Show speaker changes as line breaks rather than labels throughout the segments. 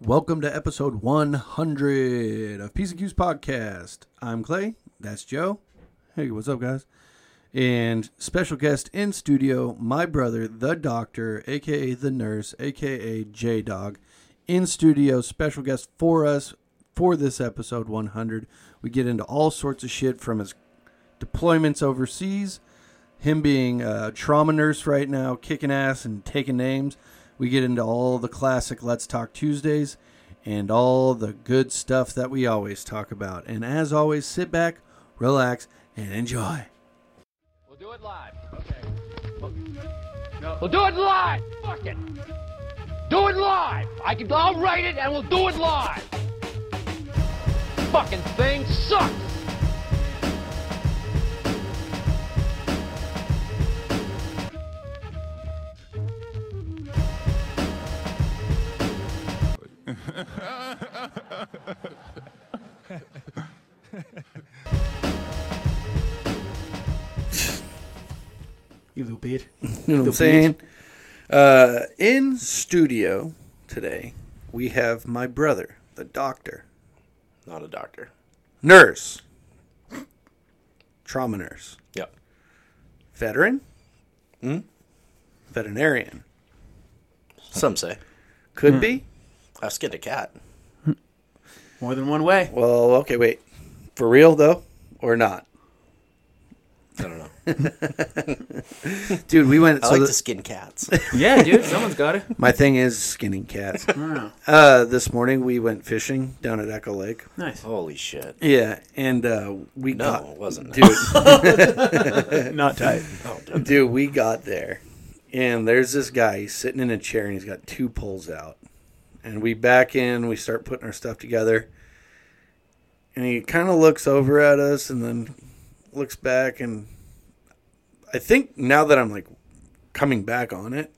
Welcome to episode 100 of PCQ's podcast. I'm Clay. That's Joe. Hey, what's up, guys? And special guest in studio, my brother, the doctor, aka the nurse, aka J Dog, in studio, special guest for us for this episode 100. We get into all sorts of shit from his deployments overseas, him being a trauma nurse right now, kicking ass and taking names. We get into all the classic Let's Talk Tuesdays and all the good stuff that we always talk about. And as always, sit back, relax, and enjoy.
We'll do it live. Okay. No. We'll do it live. Fuck it. Do it live. I can. I'll write it and we'll do it live. Fucking thing sucks.
You little bitch.
You know what I'm saying? Uh, in studio today, we have my brother, the doctor,
Not a doctor.
nurse, trauma nurse,
Yep.
veteran, hmm? veterinarian.
Some say.
Could be.
I've skinned a cat.
More than one way.
Well, okay, wait. For real, though, or not?
I don't know.
Dude, we went.
I
so
like
the-
to skin cats.
Yeah, dude, someone's got it.
my thing is skinning cats.
Wow.
uh, this morning, we went fishing down at Echo Lake.
Nice.
Holy shit.
Yeah, and uh, we
No,
got.
it wasn't.
Dude.
Not tight.
Oh, dude.
Dude, we got there, and there's this guy. He's sitting in a chair, and he's got two poles out. And we back in. We start putting our stuff together, and he kind of looks over at us, and then looks back. And I think now that I'm like coming back on it,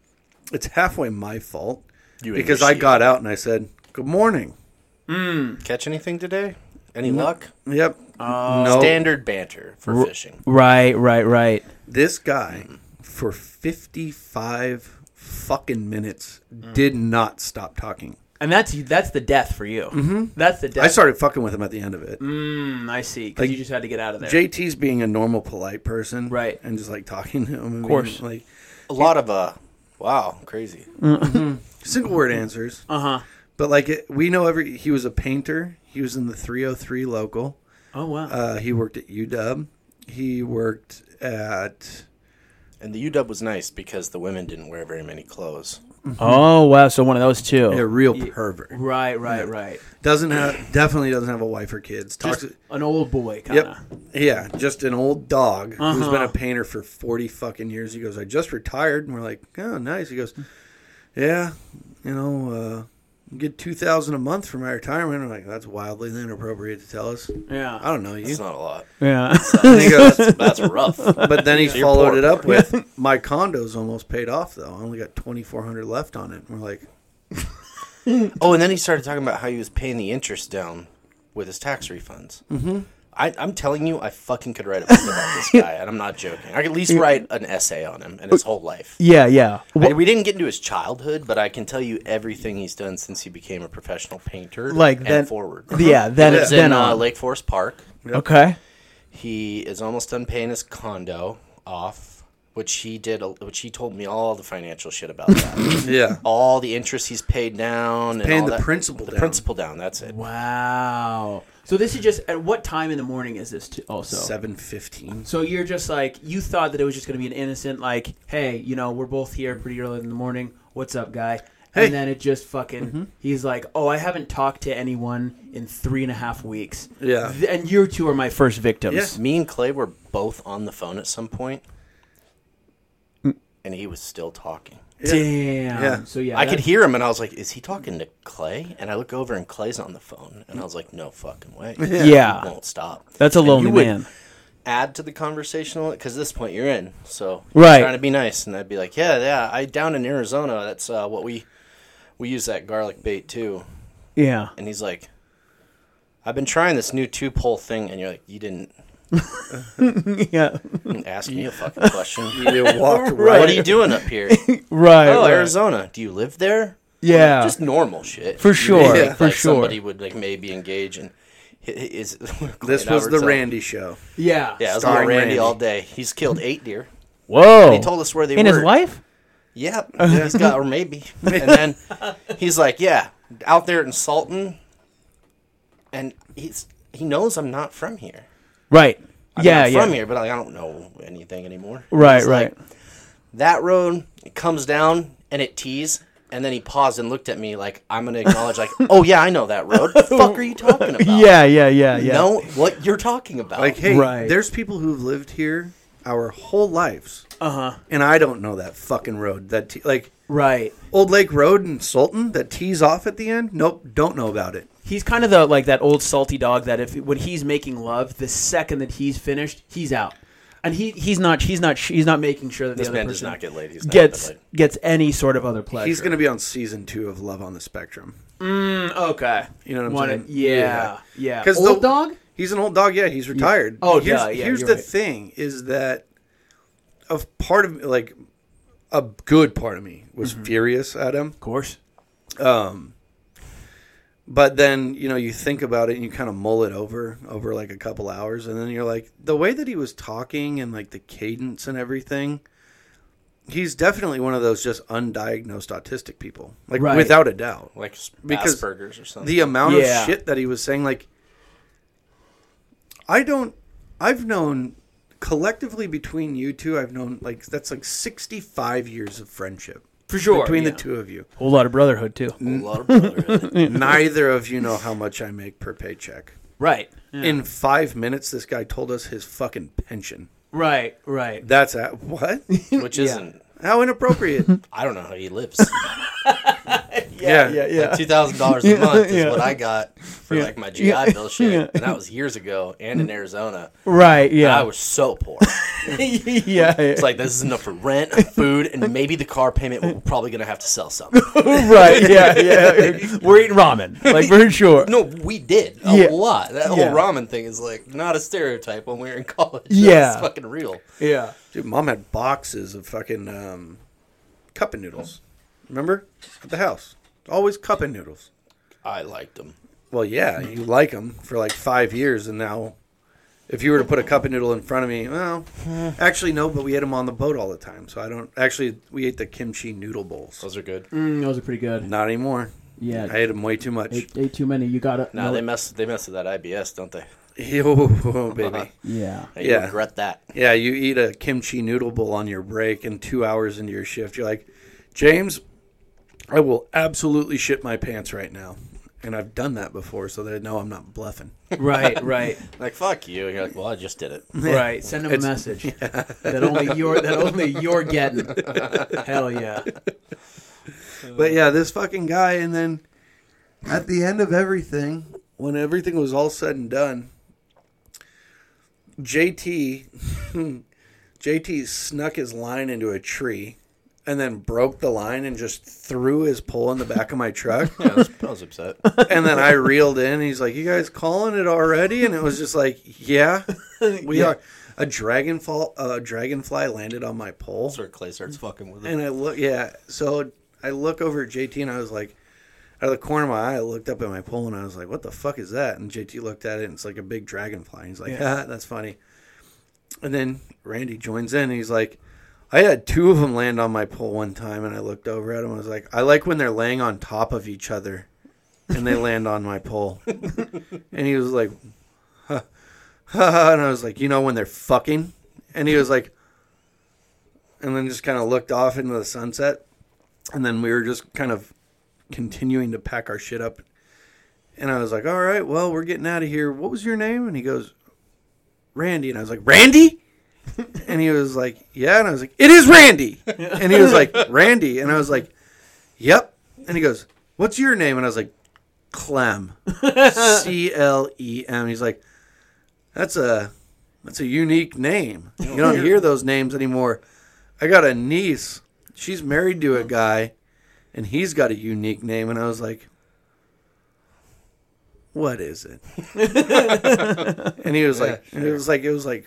it's halfway my fault
You and
because
your
I
sheep.
got out and I said, "Good morning."
Catch anything today? Any luck?
Yep.
Oh.
no.
Standard banter for fishing.
Right, right, right.
this guy for 55 fucking minutes did not stop talking.
And that's that's the death for you. That's the death.
I started fucking with him at the end of it.
Mm, I see. 'cause
Like,
you just had to get out of there.
JT's being a normal, polite person,
Right.
and just like talking to him. Of
course.
like
A lot of, uh, Mm. wow, crazy.
single word answers.
uh huh.
But like it, we know every he was a painter. He was in the 303 local.
Oh wow.
Uh, he worked at UW. He worked at
And the UW was nice because the women didn't wear very many clothes.
oh wow. So one of those two.
a real pervert.
Right, right, right.
Doesn't have definitely doesn't have a wife or kids. Talks
Just an old boy kind
Yep.
of.
Yeah, just an old dog who's
Uh-huh.
been a painter for 40 fucking years. He goes, I just retired. And we're like, oh, nice. He goes, yeah, you know, uh, get 2000 a month for my retirement. I'm like, that's wildly inappropriate to tell us. I
Yeah.
don't know you.
It's not a lot.
Yeah.
And he goes,
That's rough.
but then he
So you're
followed
poor.
it up with, my condo's almost paid off, though. I only got 2400 left on it. And we're like,
Oh, and then he started talking about how he was paying the interest down with his tax refunds. Mm-hmm. I, I'm telling you, I fucking could write a book about this guy, and I'm not joking. I could at least write an essay on him and his whole life.
yeah, yeah.
I- we didn't get into his childhood, but I can tell you everything he's done since he became a professional painter.
Like
and
then-
forward.
Yeah, then
he
it's
lives
then
in uh,
on.
Lake Forest Park.
Okay.
He is almost done paying his condo off, which he did. Which he told me all the financial shit about that.
yeah.
all the interest he's paid down, and
paying
all
the
that-
principal
the
down.
principal down. That's it.
Wow. So this is just at what time in the morning is this? T- also.
715.
So you're just like you thought that it was just going to be an innocent like, hey, you know, we're both here pretty early in the morning. What's up, guy?
Hey.
And then it just fucking.
Mm-hmm.
He's like, oh, I haven't talked to anyone in three and a half weeks.
Yeah.
Th- and you two are my first victims.
Yeah.
Me and Clay were both on the phone at some point, and he was still talking.
Damn.
Yeah.
So yeah,
I could
that-
hear him, and I was like, "Is he talking to Clay?" And I look over, and Clay's on the phone, and I was like, "No fucking way!" Yeah,
Yeah.
won't stop.
That's a
And
lonely
you would
man.
Add to the conversational because this point you're in, so
Right.
you're trying to be nice, and I'd be like, "Yeah, yeah, I down in Arizona, that's uh, what we we use that garlic bait too."
Yeah.
And he's like, "I've been trying this new two pole thing," and you're like, "You didn't
yeah.
ask me a fucking question."
You walked right.
What are you doing up here?
Right.
Oh, Arizona. Do Oh, you live there?
Yeah.
just normal shit
For sure,
You think
for
that
sure.
Somebody would like maybe engage and hi- hi- is
This
Glenn
was the
Howerton.
Randy show.
Yeah.
Yeah, I was on
starring
Randy,
Randy.
all day. He's killed eight deer.
Whoa.
He told us where they
and
were.
his wife?
Yep. He's got, or maybe. And then he's like, yeah, out there in Salton. And he's he knows I'm not from here.
Right.
I mean,
yeah.
I'm
yeah.
from here, but like, I don't know anything anymore.
Right.
He's like,
Right.
that road it comes down and it tees. And then he paused and looked at me like, I'm going to acknowledge, like, oh, yeah, I know that road. The fuck are you talking about?
yeah. Yeah. Yeah. Yeah.
Know what you're talking about.
Like, hey,
Right.
there's people who've lived here our whole lives,
Uh huh.
and I don't know that fucking road. That te- like
Right.
Old Lake Road in Sultan that tees off at the end. Nope, don't know about it.
He's kind of the like that old salty dog that if when he's making love, the second that he's finished, he's out, and he he's not he's not he's not making sure that
this
the other
man does
person
not get laid. He's not
gets
laid.
gets any sort of other pleasure.
He's gonna be on season two of Love on the Spectrum.
okay.
You know what I'm
Wanna-
saying?
Yeah, yeah.
Because
Old
the,
dog.
He's an old dog. Yeah, he's retired.
Oh,
here's,
yeah, yeah,
Here's
you're
the
right.
thing: is that of part of like a good part of me was
Mm-hmm.
furious at him,
Of course.
but then you know you think about it and you kind of mull it over over like a couple hours, and then you're like, the way that he was talking and like the cadence and everything. He's definitely one of those just undiagnosed autistic people, like
Right.
without a doubt.
Like
Because
Asperger's or something.
the amount
Yeah.
of shit that he was saying like i don't i've known collectively between you two i've known like that's like 65 years of friendship
For sure.
between
yeah.
the two of you
Whole lot of brotherhood too.
a lot of brotherhood.
neither of you know how much i make per paycheck
Right. Yeah.
in five minutes this guy told us his fucking pension
Right. Right.
that's at what
which isn't.
how inappropriate
I don't know how he lives.
yeah
Two thousand dollars a month is what I got for like my GI
Yeah.
Bill shit,
Yeah.
and that was years ago, and in Arizona.
Right. Yeah.
I was so poor.
yeah. yeah.
It's like this is enough for rent, food, and maybe the car payment. We're probably gonna have to sell something.
right. Yeah. Yeah. We're eating ramen. Like for sure.
No, we did a
Yeah.
lot. That whole
Yeah.
ramen thing is like not a stereotype when we were in college.
Yeah.
it's fucking real.
Yeah.
Dude, mom had boxes of fucking um, cup and noodles remember at the house always cup and noodles
I liked them.
Well, yeah, you like them for like five years, and now, if you were to put a cup of noodle in front of me, well, actually no, but we ate them on the boat all the time, so I don't. Actually, we ate the kimchi noodle bowls.
Those are good.
Mm, those are pretty good.
Not anymore.
Yeah.
I ate them way too much.
Ate, ate too many. You got it.
No, they mess. They mess with that IBS, don't they?
Ew, baby.
Yeah.
You
Yeah.
regret that.
Yeah, you eat a kimchi noodle bowl on your break, and two hours into your shift, you're like, James, I will absolutely shit my pants right now, and I've done that before, so they know I'm not bluffing.
Right. Right.
Like fuck you. And you're like, well, I just did it.
Right. Send him a message that only you're that only you're getting. Hell yeah.
But yeah, this fucking guy, and then at the end of everything, when everything was all said and done, JT JT snuck his line into a tree and then broke the line and just threw his pole in the back of my truck.
Yeah, I was, I was upset.
and then I reeled in and he's like, You guys calling it already? And it was just like, Yeah, we are. A dragonfall a dragonfly landed on my pole.
That's where Clay starts fucking with it.
And I look, yeah. So I look over at JT and I was like, out of the corner of my eye, I looked up at my pole and I was like, what the fuck is that? And JT looked at it and it's like a big dragonfly. And he's like, ah, that's funny. And then Randy joins in and he's like, I had two of them land on my pole one time and I looked over at him and I was like, I like when they're laying on top of each other and they land on my pole. and he was like, huh. and I was like, you know, when they're fucking? And he was like, and then just kind of looked off into the sunset. And then we were just kind of continuing to pack our shit up. And I was like, all right, well, we're getting out of here. What was your name? And he goes, Randy. And I was like, Randy? and he was like, yeah. And I was like, it is Randy. and he was like, Randy. And I was like, yep. And he goes, what's your name? And I was like, Clem. C L E M. He's like, that's a. That's a unique name. You don't hear those names anymore. I got a niece. She's married to a guy, and he's got a unique name. And I was like, "What is it?" and he was like, and "It was like it was like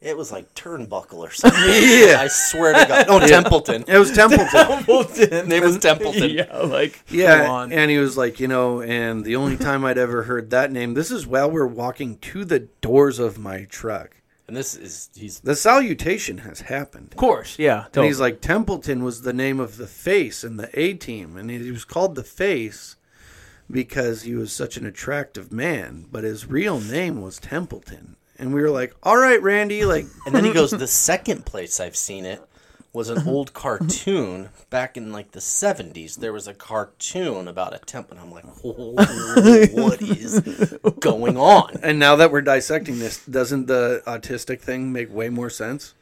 It was like Turnbuckle or something. yeah. I swear to God. Oh, Templeton.
It was Templeton.
Templeton. Name was Templeton.
yeah, like
yeah.
come on.
And he was like, you know, and the only time I'd ever heard that name, this is while we're walking to the doors of my truck.
And this is he's
The salutation has happened.
Of course, yeah.
And he's like, Templeton was the name of the face in the A team. And he was called the face because he was such an attractive man. But his real name was Templeton. And we were like, all right, Randy, like,
And then he goes, The second place I've seen it was an old cartoon back in like the 70s. There was a cartoon about a temp. And I'm like, "Whoa, What is going on?
and now that we're dissecting this, doesn't the autistic thing make way more sense?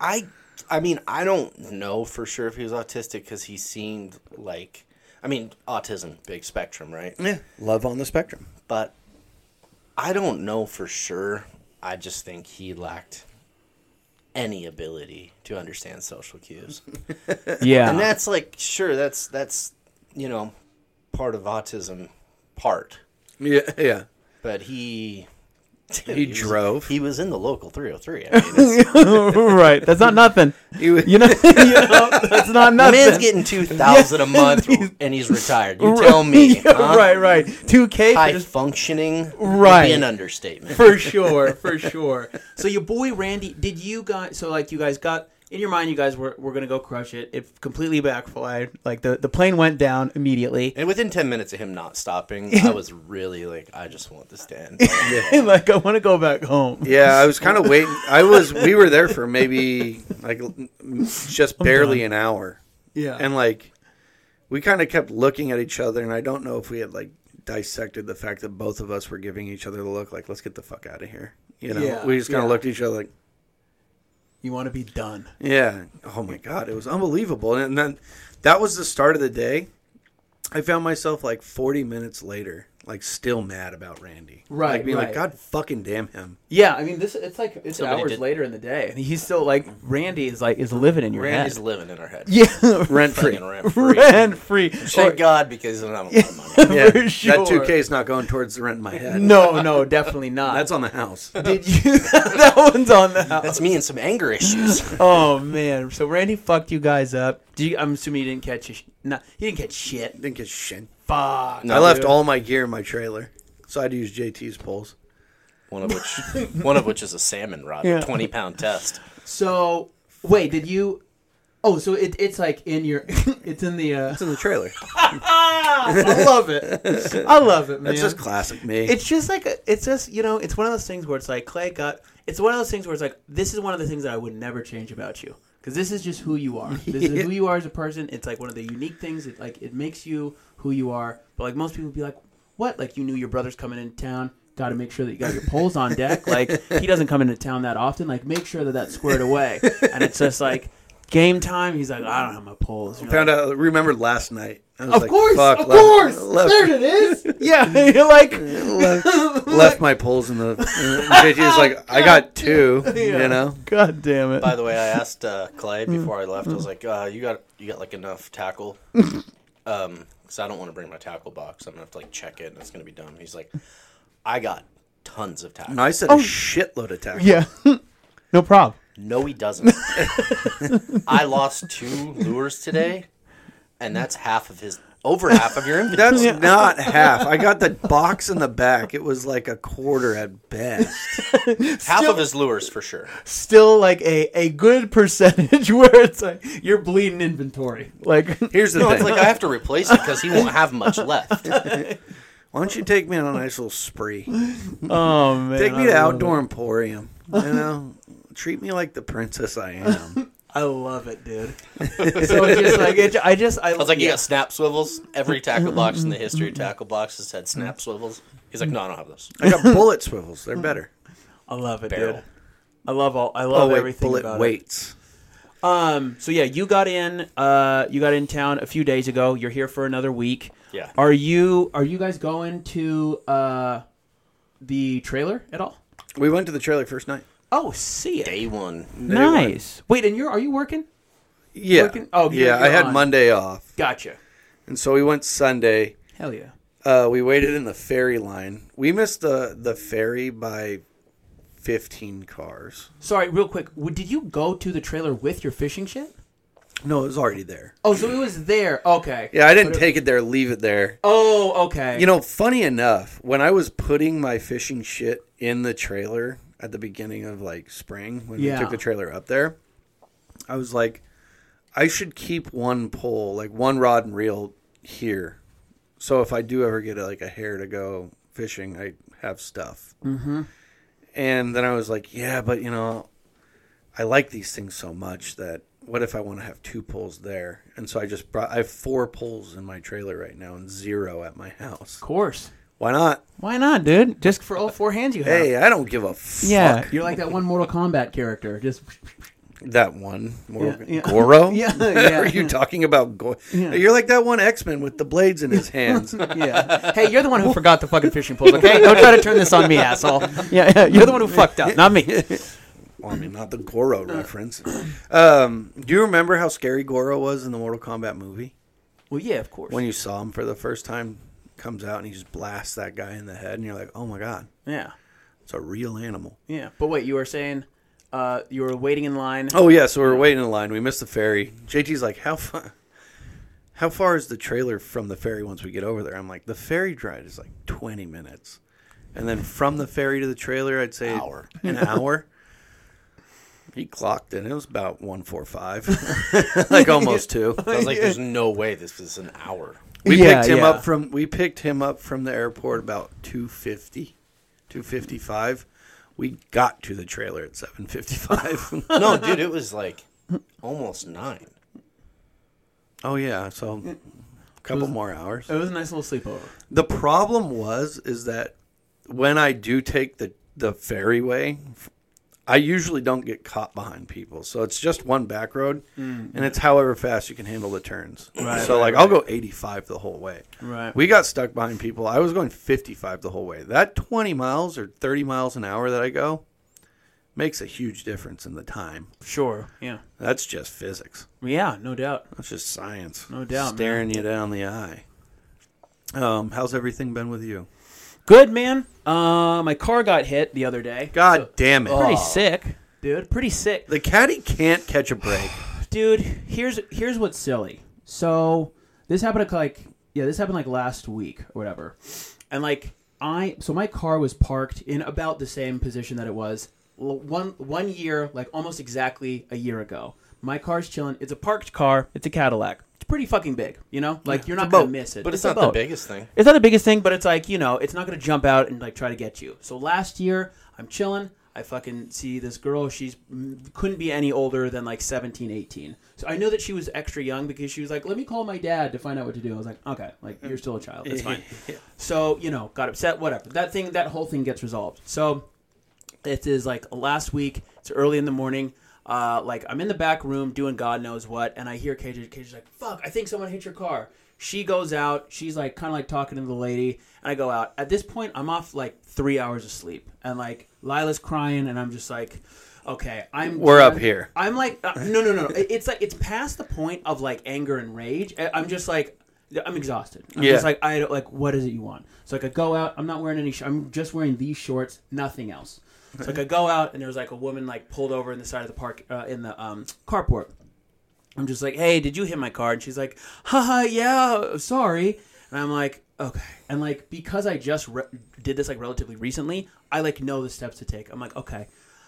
I I mean, I don't know for sure if he was autistic because he seemed like. I mean, autism, big spectrum, right?
Yeah. Love on the spectrum.
But I don't know for sure. I just think he lacked any ability to understand social cues.
yeah.
and that's like sure that's that's you know part of autism part
Yeah. Yeah.
but he
He
was-
drove.
he was in the local 303 I mean, it's-
right. That's not nothing.
You,
You know, you know, that's
the
not nothing.
man's getting 2000 a month and he's retired you tell me
Yeah,
huh?
Right, right. 2K
high
for, just-
functioning
Right.
would be an understatement
for sure, for sure. So your boy Randy, did you guys? So like you guys got in your mind, you guys were we're gonna go crush it. It completely backfired. Like the the plane went down immediately.
and within 10 minutes of him not stopping i was really like i just want this to end
like, I want to go back home.
Yeah, I was kind of waiting. I was. We were there for maybe like just barely an hour,
Yeah.
and like we kind of kept looking at each other, and I don't know if we had like dissected the fact that both of us were giving each other the look like, "Let's get the fuck out of here." You know,
Yeah,
we just kind of
yeah.
looked at each other like,
You want to be done.
"Yeah, oh my god, it was unbelievable." And then that was the start of the day. I found myself like 40 minutes later, like still mad about Randy.
Right,
like being like,
right.
"God fucking damn him."
Yeah, I mean this. It's like it's
Somebody
hours
did-
later in the day, and he's still like Randy is like is living in your
randy's
head.
living in our head
Yeah.
Rent free.
rent free
Rent free.
thank god because i don't have a lot of money
Yeah,
For sure.
That 2K is not going towards the rent in my head.
No, no, definitely not.
That's on the house.
Did you? that one's on the house.
that's me and some anger issues
Oh man! So Randy fucked you guys up. Do you, I'm assuming you didn't catch. A sh- no, you didn't catch shit.
Didn't get shit.
Fuck.
I left all my gear in my trailer, so I'd use JT's poles.
One of which, one of which is a salmon rod,
Yeah.
twenty pound test.
So wait, did you? Oh, so it, it's like in your. it's in the. Uh,
It's in the trailer.
I love it. I love it, man.
That's just classic me.
it's just like a, it's just you know it's one of those things where it's like Clay got. It's one of those things where it's like this is one of the things that I would never change about you because this is just who you are. This is who you are as a person. It's like one of the unique things. It like it makes you who you are. But like most people would be like, what? Like you knew your brother's coming into town. Got to make sure that you got your poles on deck. Like he doesn't come into town that often. Like make sure that that's squared away. And it's just like game time. He's like, I don't have my poles. You're
Found
like,
out, remembered last night. I was
Of
like,
course,
fuck,
of
left-
course.
Left,
there it is. Yeah, you're like.
left, left my poles in the. and JT was like, I got two. You know,
God damn it.
By the way, I asked uh, Clay before I left. I was like, uh, "You got, you got like enough tackle?" Um, because I don't want to bring my tackle box. I'm gonna have to like check it, and it's gonna be dumb. He's like, "I got tons of tackle."
and I said a shitload of tackle.
yeah. no problem.
No, he doesn't. I lost two lures today, and that's half of his, over half of your inventory.
That's not half. I got the box in the back. It was like a quarter at best.
half of his lures for sure.
Still like a, a good percentage where it's like
You're bleeding inventory.
like
Here's the
No,
thing.
it's like I have to replace it because he won't have much left.
Why don't you take me on a nice little spree?
oh man.
Take me
I
to
love
Outdoor Emporium. You know, treat me like the princess I am.
I love it, dude. so it's just like it, I just I,
I was like, you got snap swivels? Every tackle box in the history of tackle boxes had snap swivels. He's like, no, I don't have those.
I got bullet swivels. They're better.
I love it,
Barrel.
dude. I love all I
Oh
love
wait,
everything
bullet
about it.
weights.
Um, so yeah, you got in. Uh, you got in town a few days ago. You're here for another week.
Yeah.
Are you Are you guys going to uh, the trailer at all?
We went to the trailer first night.
Oh, see it.
Day one.
Nice. Wait, and you're are you working?
Yeah.
Working- oh, you're-
yeah. I
you're
had
on.
Monday off,
Gotcha.
and so we went Sunday.
Hell yeah.
Uh, we waited in the ferry line. We missed the the ferry by fifteen cars.
Sorry, real quick. w- Did you go to the trailer with your fishing shit?
No, it was already there.
Oh, so it was there. Okay.
Yeah, I didn't take it there, leave it there.
Oh, okay.
You know, funny enough, when I was putting my fishing shit in the trailer at the beginning of like spring, when
Yeah.
we took the trailer up there, I was like, I should keep one pole, like one rod and reel here. So if I do ever get like a hair to go fishing, I have stuff. Mm-hmm. And then I was like, yeah, but you know, I like these things so much that what if I want to have two poles there? And so I just brought, I have four poles in my trailer right now and zero at my house.
of course.
Why not?
Why not, dude? Just for all four hands you have.
Hey, I don't give a fuck.
yeah. You're like that one Mortal Kombat character. Just
That one. Mor-
Yeah, yeah.
Goro?
Yeah, yeah.
Are you talking about Goro?
Yeah.
You're like that one X Men with the blades in his hands.
yeah. Hey, you're the one who forgot the fucking fishing poles. Okay, don't try to turn this on me, asshole. Yeah, yeah. You're the one who fucked up, not me.
well, I mean, not the Goro reference. Um, do you remember how scary Goro was in the Mortal Kombat movie?
Well, yeah, of course.
When you saw him for the first time, comes out and he just blasts that guy in the head, and you're like, oh my God,
yeah,
it's a real animal.
yeah. But wait, you were saying uh, you were waiting in line.
Oh yeah, so we we're waiting in line. We missed the ferry. JT's like, how far? How far is the trailer from the ferry once we get over there? I'm like, the ferry ride is like 20 minutes, and then from the ferry to the trailer, I'd say hour. an hour. He clocked in. It was about one four five, like almost two.
I was like, there's no way this is an hour.
We
Yeah,
picked him
yeah.
up from we picked him up from the airport about 250, 255. We got to the trailer at seven fifty five.
No, dude, it was like almost nine.
Oh yeah, so a couple more hours.
It was a nice little sleepover.
The problem was is that when I do take the the ferryway, f- I usually don't get caught behind people. So it's just one back road,
Mm.
and it's however fast you can handle the turns. so like I'll go 85 the whole way.
Right.
We got stuck behind people. I was going 55 the whole way. That 20 miles or 30 miles an hour that I go makes a huge difference in the time.
Sure. Yeah.
That's just physics.
Yeah. No doubt.
That's just science.
No doubt, man.
Staring you down the eye. Um, how's everything been with you?
Good man. Uh, my car got hit the other day.
God damn it.
pretty sick, dude. Pretty sick,
The caddy can't catch a break.
dude. Here's here's what's silly. So this happened like yeah, this happened like last week or whatever, and like I so my car was parked in about the same position that it was l- one one year like almost exactly a year ago. My car's chilling. It's a parked car. It's a Cadillac. It's pretty fucking big, you know. Like you're not gonna miss it.
But it's,
a
not the
boat.
biggest thing.
It's not the biggest thing, but it's like you know, it's not gonna jump out and like try to get you. So last year, I'm chilling. I fucking see this girl. She's mm, couldn't be any older than like 17, 18. So I know that she was extra young because she was like, "Let me call my dad to find out what to do." I was like, "Okay, like you're still a child. That's fine." So you know, got upset. Whatever. That thing, that whole thing gets resolved. So it is like last week. It's early in the morning. Uh, like I'm in the back room doing God knows what, and I hear KJ. KJ's like, "Fuck! I think someone hit your car." She goes out. She's like, kind of like talking to the lady, and I go out. At this point, I'm off like three hours of sleep, and like Lila's crying, and I'm just like, "Okay, I'm."
We're up here.
I'm like, uh, no, no, no. It- It's like it's past the point of like anger and rage. I- I'm just like, I'm exhausted. I'm
Yeah.
just like, I don't like. What is it you want? So like, I go out. I'm not wearing any. Sh- I'm just wearing these shorts. Nothing else. So like, I go out, and there was like a woman like pulled over in the side of the park uh, in the um, carport. I'm just like, hey, did you hit my car? And she's like, haha, yeah, sorry. And I'm like, okay. And like, because I just re- did this like relatively recently, I like know the steps to take. I'm like, okay,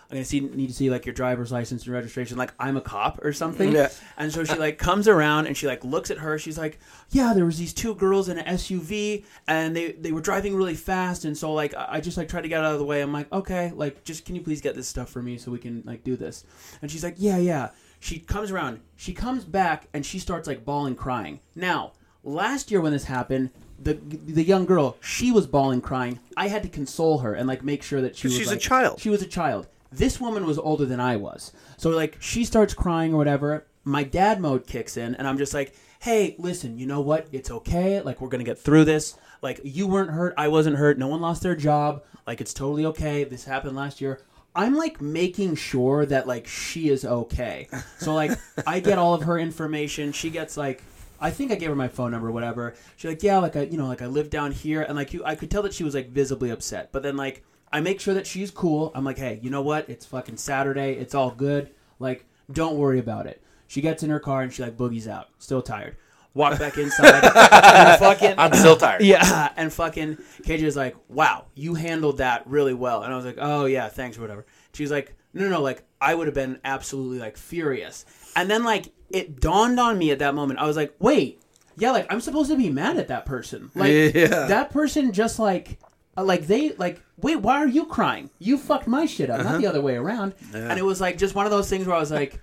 I'm gonna see need to see like your driver's license and registration. Like, I'm a cop or something.
Yeah.
And so she like comes around and she like looks at her. She's like, "Yeah, there was these two girls in an SUV and they they were driving really fast and so like I I just like tried to get out of the way. I'm like, "Okay, like just can you please get this stuff for me so we can like do this?" And she's like, "Yeah, yeah." She comes around. She comes back and she starts like bawling crying. Now, last year when this happened, the the young girl, she was bawling crying. I had to console her and like make sure that she was
she's a
like-
child.
she was a child. This woman was older than I was. So like she starts crying or whatever. My dad mode kicks in and I'm just like, "Hey, listen, you know what? It's okay. Like we're going to get through this. Like you weren't hurt, I wasn't hurt. No one lost their job. Like it's totally okay. This happened last year." I'm like making sure that like she is okay. So like I get all of her information. She gets like I think I gave her my phone number or whatever. She's like, yeah, like I, you know, like I live down here, and like you, I could tell that she was like visibly upset. But then like I make sure that she's cool. I'm like, hey, you know what? It's fucking Saturday. It's all good. Like, don't worry about it. She gets in her car and she like boogies out, still tired. Walk back inside. and fucking,
I'm still tired.
yeah, and fucking KJ was like, "Wow, you handled that really well." And I was like, "Oh yeah, thanks or whatever." She was like, "No, no, no, like I would have been absolutely like furious." And then like it dawned on me at that moment. I was like, "Wait, yeah, like I'm supposed to be mad at that person. Like
Yeah.
that person just like uh, like they like wait, why are you crying? You fucked my shit up,
Uh-huh.
not the other way around." And it was like just one of those things where I was like,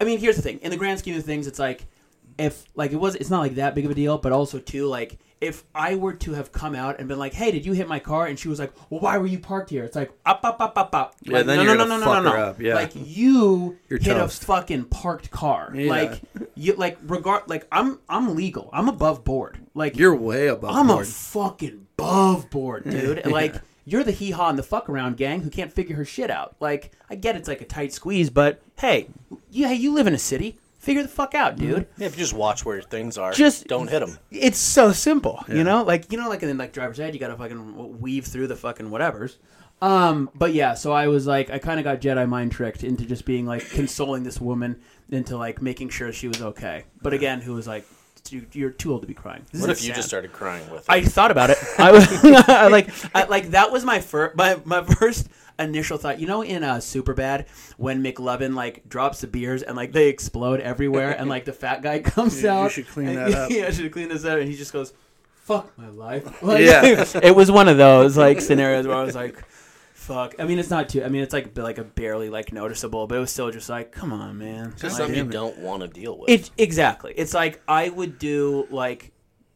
I mean, here's the thing. In the grand scheme of things, it's like if like it was it's not like that big of a deal, but also too like if I were to have come out and been like, "Hey, did you hit my car?" and she was like, "Well, why were you parked here?" It's like up, up, up, up, up. Yeah, like,
then
no,
you're
no,
gonna
no,
fuck
no, no,
her
no.
up, yeah.
Like you
You're
hit
toast.
a fucking parked car. Like you, like regard, like I'm, I'm legal. I'm above board. Like
You're way above
I'm
board.
a fucking above board, dude. And, Like you're the hee haw and the fuck around gang who can't figure her shit out. Like I get it's like a tight squeeze, but hey, yeah, you live in a city. Figure the fuck out, dude.
Yeah, if you just watch where things are,
Just-
just don't hit them.
It's so simple, you know. Like you know, like in like driver's ed, you gotta fucking weave through the fucking whatevers. Um, but yeah, so I was like, I kind of got Jedi mind tricked into just being like consoling this woman into like making sure she was okay. But again, who was like, "Dude, you're too old to be crying. This
What
is
if you
sad.
just started crying with
I
it?
thought about it. I was I, like, I, like that was my first, my, my first initial thought. You know, in uh, Superbad, when McLovin like drops the beers and like they explode everywhere, and like the fat guy comes
you
out.
should clean
and-
that up.
Yeah, I should clean this up, and he just goes, "Fuck my life." Like,
Yeah.
it was one of those like scenarios where I was like. Fuck. I mean, it's not too. I mean, it's like like a barely like noticeable, but it was still just like, come on, man.
Just
Like,
something you don't want to deal with.
it exactly. It's like I would do like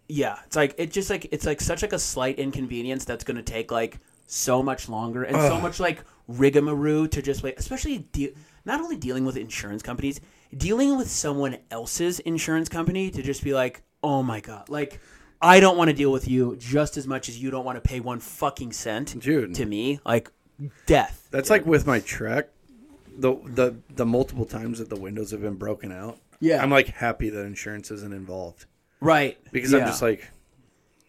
yeah, it's like it just like it's like such like a slight inconvenience that's going to take like so much longer and so much like rigmarole to just like especially de- not only dealing with insurance companies, dealing with someone else's insurance company to just be like, "Oh my god." Like I don't want to deal with you just as much as you don't want to pay one fucking cent
Dude.
to me. Like death.
That's like with my truck. The, the the multiple times that the windows have been broken out.
Yeah.
I'm like happy that insurance isn't involved
Right.
because I'm
Yeah.
just like,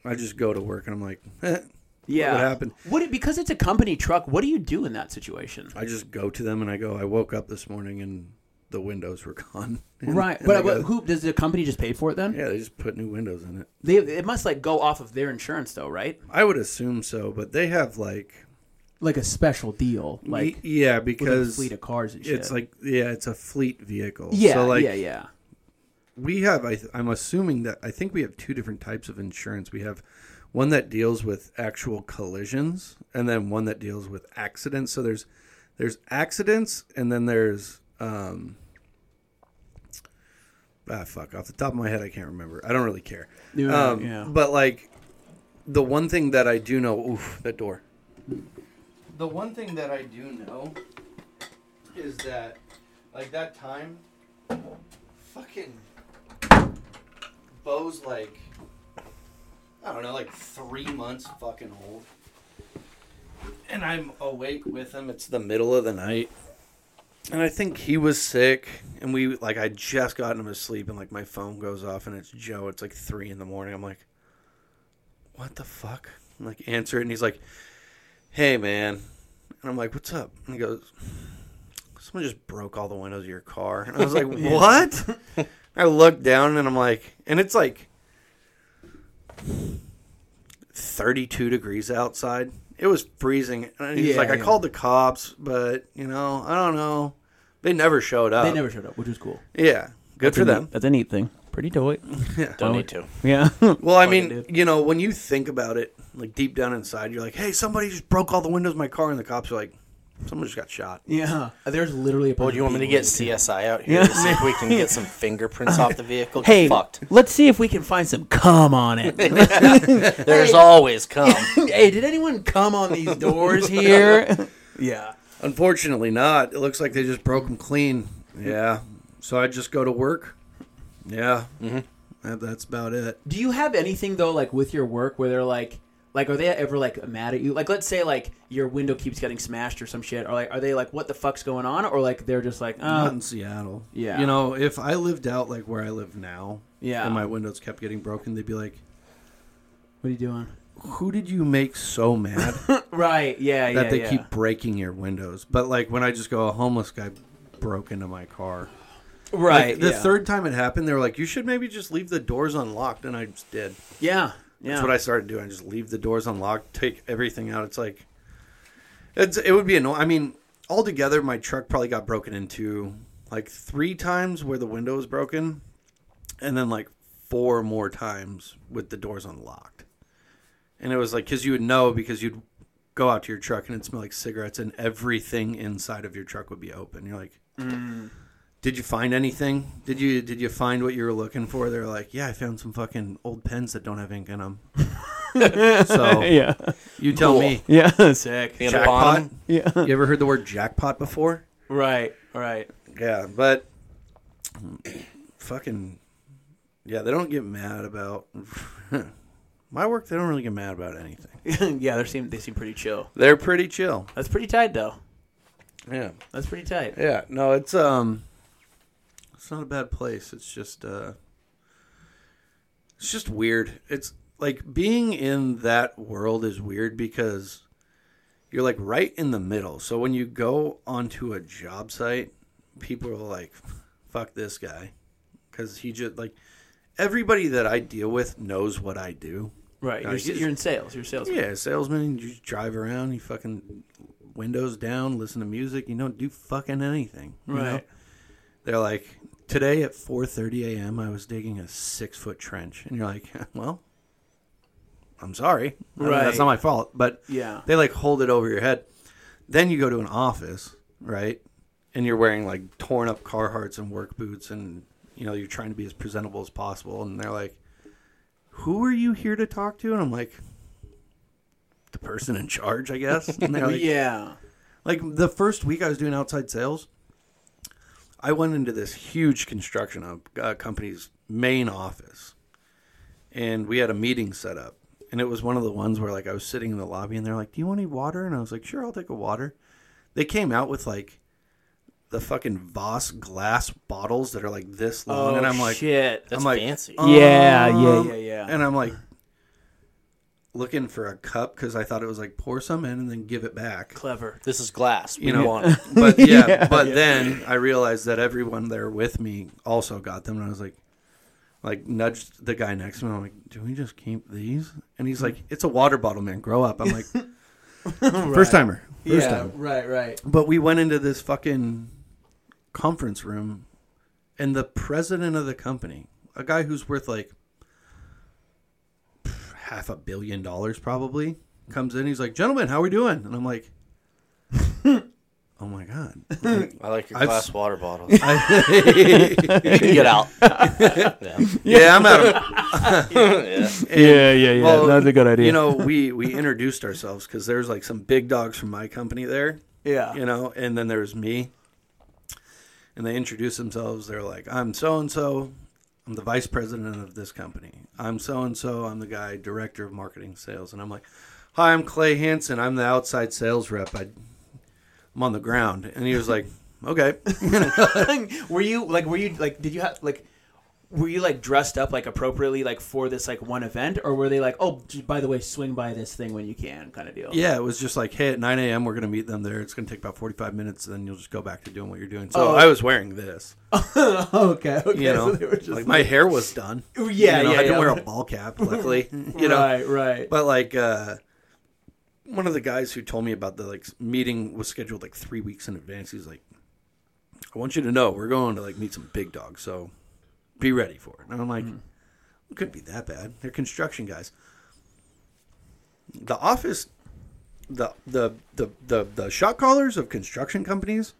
I just go to work and I'm like, eh,
yeah.
what happened?
What it- because it's a company truck, what do you do in that situation?
I just go to them and I go, I woke up this morning and the windows were gone. And-
Right,
and
but,
they
but
go,
who does the company just pay for it then?
Yeah, they just put new windows in it.
They it must like go off of their insurance though, right?
I would assume so, but they have like,
Like a special deal,
like
like
yeah,
with a
because
fleet of cars and shit.
it's like yeah, it's a fleet vehicle.
yeah,
so like
yeah, yeah,
we have I th- i'm assuming that i think we have two different types of insurance we have one that deals with actual collisions and then one that deals with accidents so there's there's accidents and then there's um ah fuck off the top of my head i can't remember i don't really care
Yeah,
um,
yeah.
but like the one thing that i do know oof that door the one thing that i do know is that like that time fucking Bo's like I don't know, like three months fucking old. And I'm awake with him. It's the middle of the night. And I think he was sick and we like I just gotten him to sleep and like my phone goes off and it's Joe. It's like three in the morning. I'm like, What the fuck? I'm like answer it and he's like, Hey man and I'm like, What's up? And he goes, Someone just broke all the windows of your car. And I was like, What? I look down and I'm like, and it's like 32 degrees outside. It was freezing. And he's
Yeah,
like, I
yeah.
called the cops, but you know, I don't know. They never showed up.
They never showed up, which was cool
Yeah, good for them.
That's a neat thing. Pretty dope.
don't need to.
Yeah.
Well, I mean,
dude.
you know, when you think about it, like deep down inside, you're like, hey, somebody just broke all the windows of my car, and the cops are like, someone just got shot.
yeah. Uh, There's literally a. Bunch
Well, do you want me to get CSI out here to see if we can get some fingerprints off the vehicle? Get
Hey,
fucked.
let's see if we can find some cum on it.
There's always come.
hey, did anyone cum on these doors here? yeah.
Unfortunately, not. It looks like they just broke them clean. Yeah. So I just go to work. Yeah. Mm-hmm. That, that's about it.
Do you have anything though, like with your work, where they're like, like, are they ever like mad at you? Like, let's say like your window keeps getting smashed or some shit, or like, are they like, what the fuck's going on? Or like, they're just like,
Not
oh,
in Seattle.
yeah.
You know, if I lived out like where I live now,
Yeah.
and my windows kept getting broken, they'd be like,
what are you doing?
who did you make so mad
Right. Yeah.
that
yeah.
they
yeah.
keep breaking your windows? But like when I just go, a homeless guy broke into my car. Like,
right.
the
yeah.
third time it happened, they were like, you should maybe just leave the doors unlocked, and I just did.
Yeah. Yeah.
That's what I started doing. Just leave the doors unlocked, take everything out. It's like, it's it would be annoying. I mean, altogether, my truck probably got broken into like three times where the window was broken, and then like four more times with the doors unlocked. And it was like because you would know because you'd go out to your truck and it'd smell like cigarettes and everything inside of your truck would be open. You're like. Mm. Did you find anything? Did you did you find what you were looking for? They're like, yeah, I found some fucking old pens that don't have ink in them. so
Yeah.
you tell me,
Yeah.
Sick.
And
jackpot.
upon-
Yeah.
You ever heard the word jackpot before?
Right. Right.
Yeah, but fucking yeah, they don't get mad about my work. They don't really get mad about anything.
yeah. They seem they seem pretty chill.
They're pretty chill.
That's pretty tight though.
Yeah,
That's pretty tight.
yeah. No, it's um, it's not a bad place. It's just uh, it's just weird. It's like being in that world is weird because you're like right in the middle. So when you go onto a job site, people are like, "Fuck this guy," because he just like everybody that I deal with knows what I do.
Right.
No,
You're,
he's-
you're in sales. You're a salesman.
Yeah, salesman, you just drive around, you fucking windows down, listen to music, you don't do fucking anything. you know?
Right.
They're like, today at 4:30 a.m. I was digging a six foot trench, and you're like, well, I'm sorry, I mean,
Right.
that's not my fault. But
Yeah.
they like hold it over your head. Then you go to an office, right? And you're wearing like torn up Carhartts and work boots, and you know you're trying to be as presentable as possible. And they're like, "Who are you here to talk to?" And I'm like, "The person in charge, I guess." And they're like,
yeah.
like the first week I was doing outside sales, I went into this huge construction of, uh, company's main office, and we had a meeting set up. And it was one of the ones where like I was sitting in the lobby, and they're like, "Do you want any water?" And I was like, "Sure, I'll take a water." They came out with like the fucking Voss glass bottles that are like this long, and I'm like,
Oh, shit.
I'm
Oh, That's
like, "Oh."
fancy.
Yeah. Yeah.
yeah, yeah.
And I'm like looking for a cup because I thought it was like pour some in and then give it back.
clever.
This is glass. We
you know,
want it.
but yeah, but then I realized that everyone there with me also got them, and I was like, like nudged the guy next to me. I'm like, do we just keep these? And he's like, it's a water bottle, man. Grow up. I'm like, first timer, first
yeah.
time.
Right. Right.
But we went into this fucking conference room, and the president of the company, a guy who's worth like pff, half a billion dollars probably, comes in. He's like, "Gentlemen, how we doing?" And I'm like, "Oh my god!"
I like your
I've-
glass water bottle. You can get out. yeah.
yeah, I'm out of.
yeah.
Yeah. Yeah. Yeah. That's a good idea.
You know, we we introduced ourselves because there's like some big dogs from my company there.
Yeah.
you know and then there's me and they introduce themselves they're like i'm so and so i'm the vice president of this company i'm so and so i'm the guy director of marketing sales and i'm like hi i'm clay hansen i'm the outside sales rep I, i'm on the ground and he was like okay
were you like? Were you like? Did you have like? Were you like dressed up like appropriately like for this like one event, or were they like, oh, j- by the way, swing by this thing when you can, kind of deal?
yeah it was just like hey at 9 a.m we're going to meet them there it's going to take about 45 minutes and then you'll just go back to doing what you're doing so
Oh.
i was wearing this
okay. Okay.
you know
so they were just
like my hair was done
Yeah,
you know,
yeah,
i didn't
yeah.
wear a ball cap luckily you know
Right. Right.
But like uh one of the guys who told me about the like meeting was scheduled like three weeks in advance. He's like, I want you to know we're going to like meet some big dogs, so be ready for it. And I'm like, it couldn't be that bad. They're construction guys. The office the the the the, the shot callers of construction companies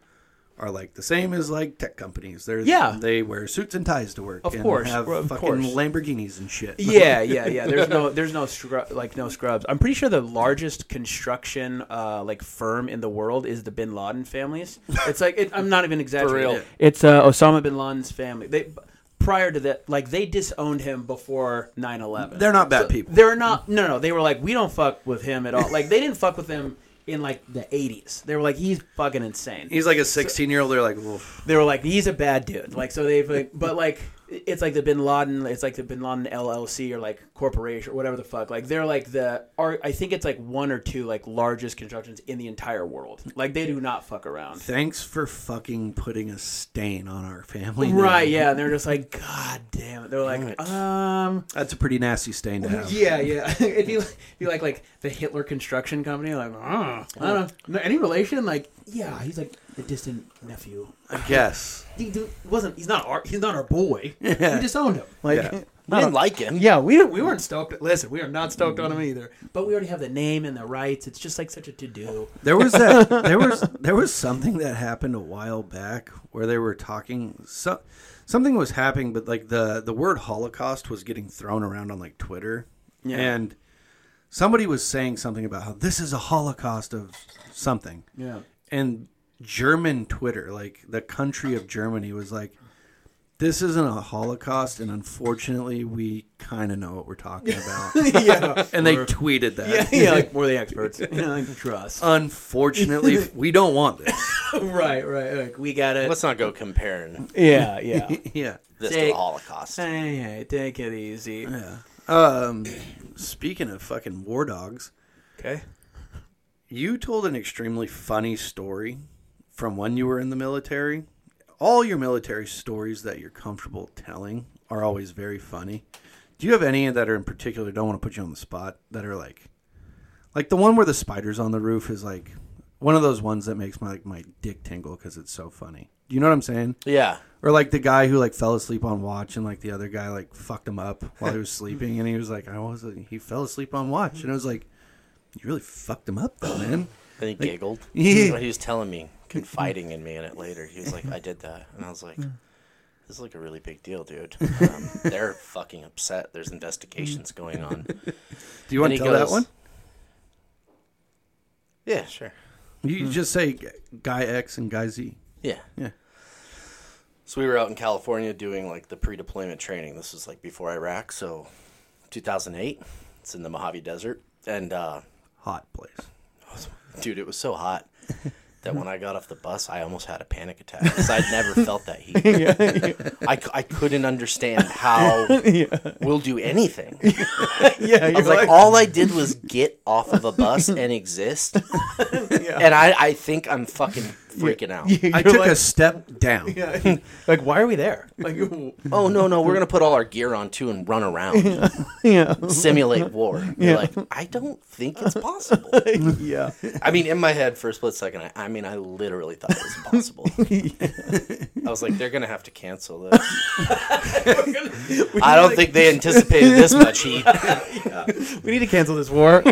are like the same as like tech companies. They're
Yeah.
they wear suits and ties to work
Of
and
course,
have
of
fucking
course.
Lamborghinis and shit.
yeah, yeah, yeah. There's no, there's no scrub, like no scrubs. I'm pretty sure the largest construction uh, like firm in the world is the Bin Laden families. It's like it, I'm not even exaggerating.
real.
It's uh, Osama Bin Laden's family. They prior to that, like they disowned him before 9/11.
They're not bad people.
They're not. No, no. They were like, we don't fuck with him at all. Like they didn't fuck with him in like the 80s. They were like, he's fucking insane
He's like a sixteen year old, they're like, Oof.
they were like, "He's a bad dude." Like so they've like, but like it's like the Bin Laden, it's like the Bin Laden LLC or like corporation or whatever the fuck. Like they're like the are I think it's like one or two like largest constructions in the entire world. Like they do not fuck around.
Thanks for fucking putting a stain on our family. name.
Right? Yeah, and they're just like, God damn it. They're like, um,
That's a pretty nasty stain to have.
yeah, yeah. if you if you like like the Hitler Construction Company, like, "Uh, I don't know, any relation? Like, yeah, he's like the distant nephew.
I guess.
He d- wasn't. He's not our. He's not our boy. We disowned him.
Like,
Yeah. I didn't like him.
Yeah, we we weren't stoked. Listen, we are not stoked on him either. But we already have the name and the rights. It's just like such a to do.
There was that. there was there was something that happened a while back where they were talking. So, something was happening, but like the the word Holocaust was getting thrown around on like Twitter, and somebody was saying something about how this is a Holocaust of something.
Yeah.
And German Twitter, like the country of Germany, was like, "This isn't a Holocaust, and unfortunately, we kind of know what we're talking about."
yeah.
and they tweeted that.
yeah, yeah, like we're the experts. You know, like, trust.
Unfortunately, we don't want this.
Oh, right, right. Like we gotta.
Let's not go comparing
Yeah, yeah.
Yeah.
this to
Take-
the Holocaust.
Hey, hey, take it easy.
Um, speaking of fucking war dogs,
Okay.
you told an extremely funny story from when you were in the military. All your military stories that you're comfortable telling are always very funny. Do you have any that are in particular? Don't want to put you on the spot. That are like, like the one where the spiders on the roof is like one of those ones that makes my like my dick tingle because it's so funny. Do you know what I'm saying?
Yeah.
Or like the guy who like fell asleep on watch and like the other guy like fucked him up while he was sleeping and he was like, I was he fell asleep on watch and I was like, You really fucked him up though, man.
Then he giggled.
Yeah.
But he was telling me, confiding in me in it later. He was like, I did that. And I was like, this is like a really big deal, dude. Um, they're fucking upset. There's investigations going on.
Do you want to
he
tell that
goes-
one?
Yeah, sure.
You
"Hmm."
just say g- guy X and guy Z.
Yeah.
Yeah.
So we were out in California doing like the pre-deployment training. This was like before Iraq, so 2008. It's in the Mojave Desert, and uh,
Hot place.
dude, it was so hot that when I got off the bus, I almost had a panic attack because I'd never felt that heat. I, c- I couldn't understand how we'll do anything.
yeah
I was like, all I did was get off of a bus and exist, and I, I think I'm fucking freaking out.
I took a step down.
like, why are we there?
Like,
Oh no, no, we're gonna put all our gear on too and run around,
Yeah.
simulate war. You're like, I don't think it's possible.
yeah.
I mean, in my head for a split second, I, I mean, I literally thought it was impossible. I was like, they're gonna have to cancel this. I don't think they anticipated this much heat.
We need to cancel this war. like,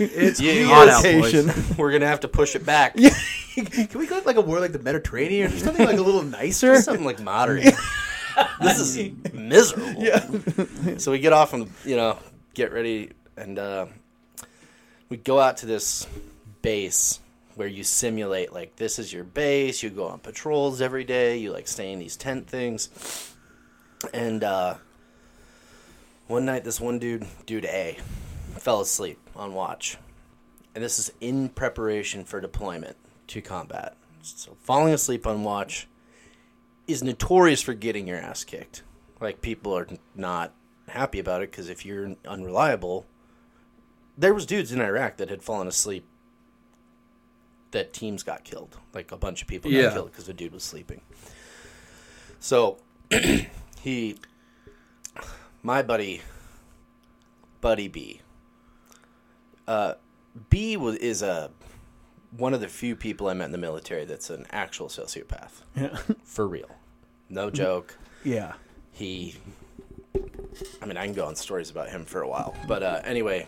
It's
Yeah,
hot out, boys.
location.
We're gonna have to push it back.
can we go to, like a war like the Mediterranean or something like a little nicer?
Something like moderate. this is miserable. so we get off and you know get ready and uh, we go out to this base where you simulate like this is your base you go on patrols every day you like stay in these tent things and uh, one night this one dude dude a fell asleep on watch and this is in preparation for deployment to combat so falling asleep on watch is notorious for getting your ass kicked. Like people are not happy about it because if you're unreliable, there was dudes in Iraq that had fallen asleep. That teams got killed. Like a bunch of people
Yeah.
got killed because the dude was sleeping. So he, my buddy, Buddy B. Uh, B was is a one of the few people I met in the military that's an actual sociopath for real. No joke.
yeah.
He, I mean, I can go on stories about him for a while, but uh, anyway,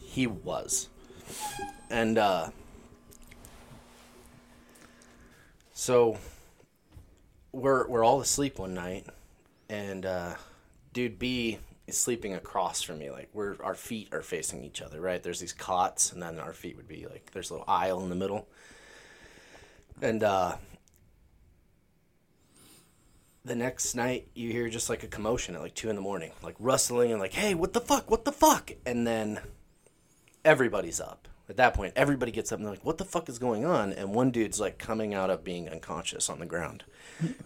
he was, and uh, so we're we're all asleep one night, and uh, dude B is sleeping across from me. Like we're our feet are facing each other, right? There's these cots, and then our feet would be like there's a little aisle in the middle, and uh, the next night you hear just like a commotion at like two in the morning, like rustling and like, hey, what the fuck? What the fuck? And then everybody's up. At that point, everybody gets up and they're like, what the fuck is going on? And one dude's like coming out of being unconscious on the ground.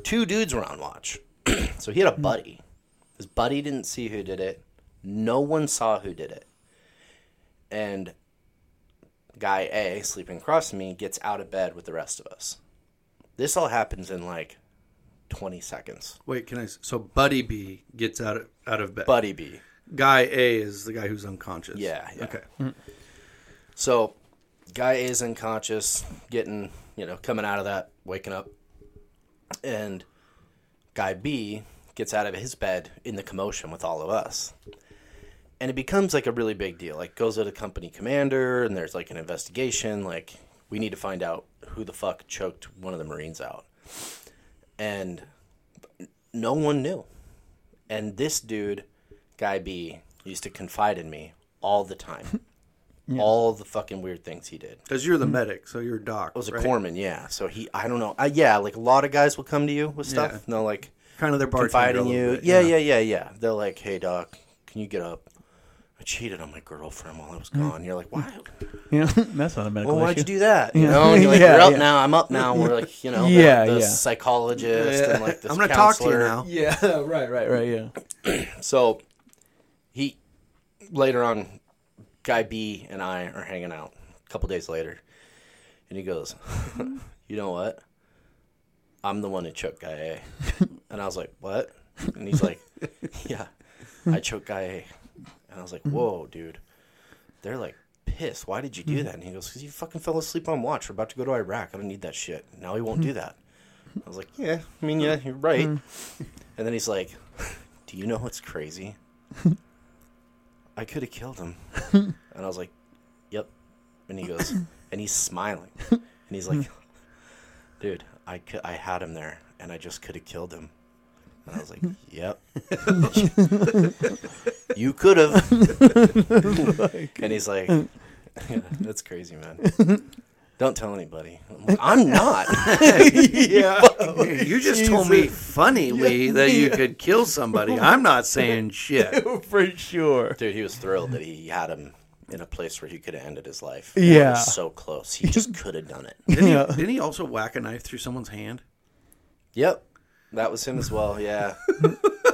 Two dudes were on watch. so he had a buddy. His buddy didn't see who did it. No one saw who did it. And guy A, sleeping across from me, gets out of bed with the rest of us. This all happens in like 20 seconds.
Wait, can I? s- So Buddy B gets out of, out of bed.
Buddy B.
guy A is the guy who's unconscious.
Yeah, yeah. Hmm.
Okay.
So, guy is unconscious, getting, you know, coming out of that, waking up. And guy B gets out of his bed in the commotion with all of us. And it becomes like a really big deal. Like, goes to the company commander, and there's like an investigation. Like, we need to find out who the fuck choked one of the Marines out. And no one knew. And this dude, Guy B, used to confide in me all the time. All the fucking weird things he did.
Because you're the medic, so you're a doc.
I was a
right?
corpsman, yeah. So he, I don't know. I, yeah, like a lot of guys will come to you with stuff.
Yeah.
And they'll like
Kind of their bartender.
confide in
a little
you.
bit,
yeah, yeah, yeah, yeah. They're like, hey, doc, can you get up? I cheated on my girlfriend while I was gone. You're like, why?
Yeah, that's not a medical
Well, why'd
issue.
you do that? You
Yeah.
know, and you're like,
Yeah,
you're up
yeah.
now. I'm up now. We're like, you know,
Yeah,
the
yeah.
psychologist and like this
I'm gonna talk to you
counselor.
now.
Oh,
yeah, right, right, right. Yeah.
So he later on, guy B and I are hanging out a couple days later, and he goes, "You know what? I'm the one who choked guy A," and I was like, "What?" And he's like, "Yeah, I choked guy A," and I was like, "Whoa, dude!" They're like. Pissed. Why did you do that? And he goes, "Cause you fucking fell asleep on watch. We're about to go to Iraq. I don't need that shit. Now he won't do that." I was like, "Yeah, I mean, yeah, you're right." And then he's like, do you know what's crazy? I could have killed him. and I was like, yep. And he goes, and he's smiling. And he's like, dude, I, cou- I had him there and I just could have killed him. And I was like, yep. you could have. and he's like, "Yeah, that's crazy, man. Don't tell anybody. I'm, like, I'm not.
Hey, you just told me funnily that you could kill somebody. I'm not saying shit.
For sure.
Dude, he was thrilled that he had him in a place where he could have ended his life.
Yeah.
It was so close. He just could have done it.
Didn't,
Yeah.
he, didn't he also whack a knife through someone's hand?
Yep. That was him as well, yeah.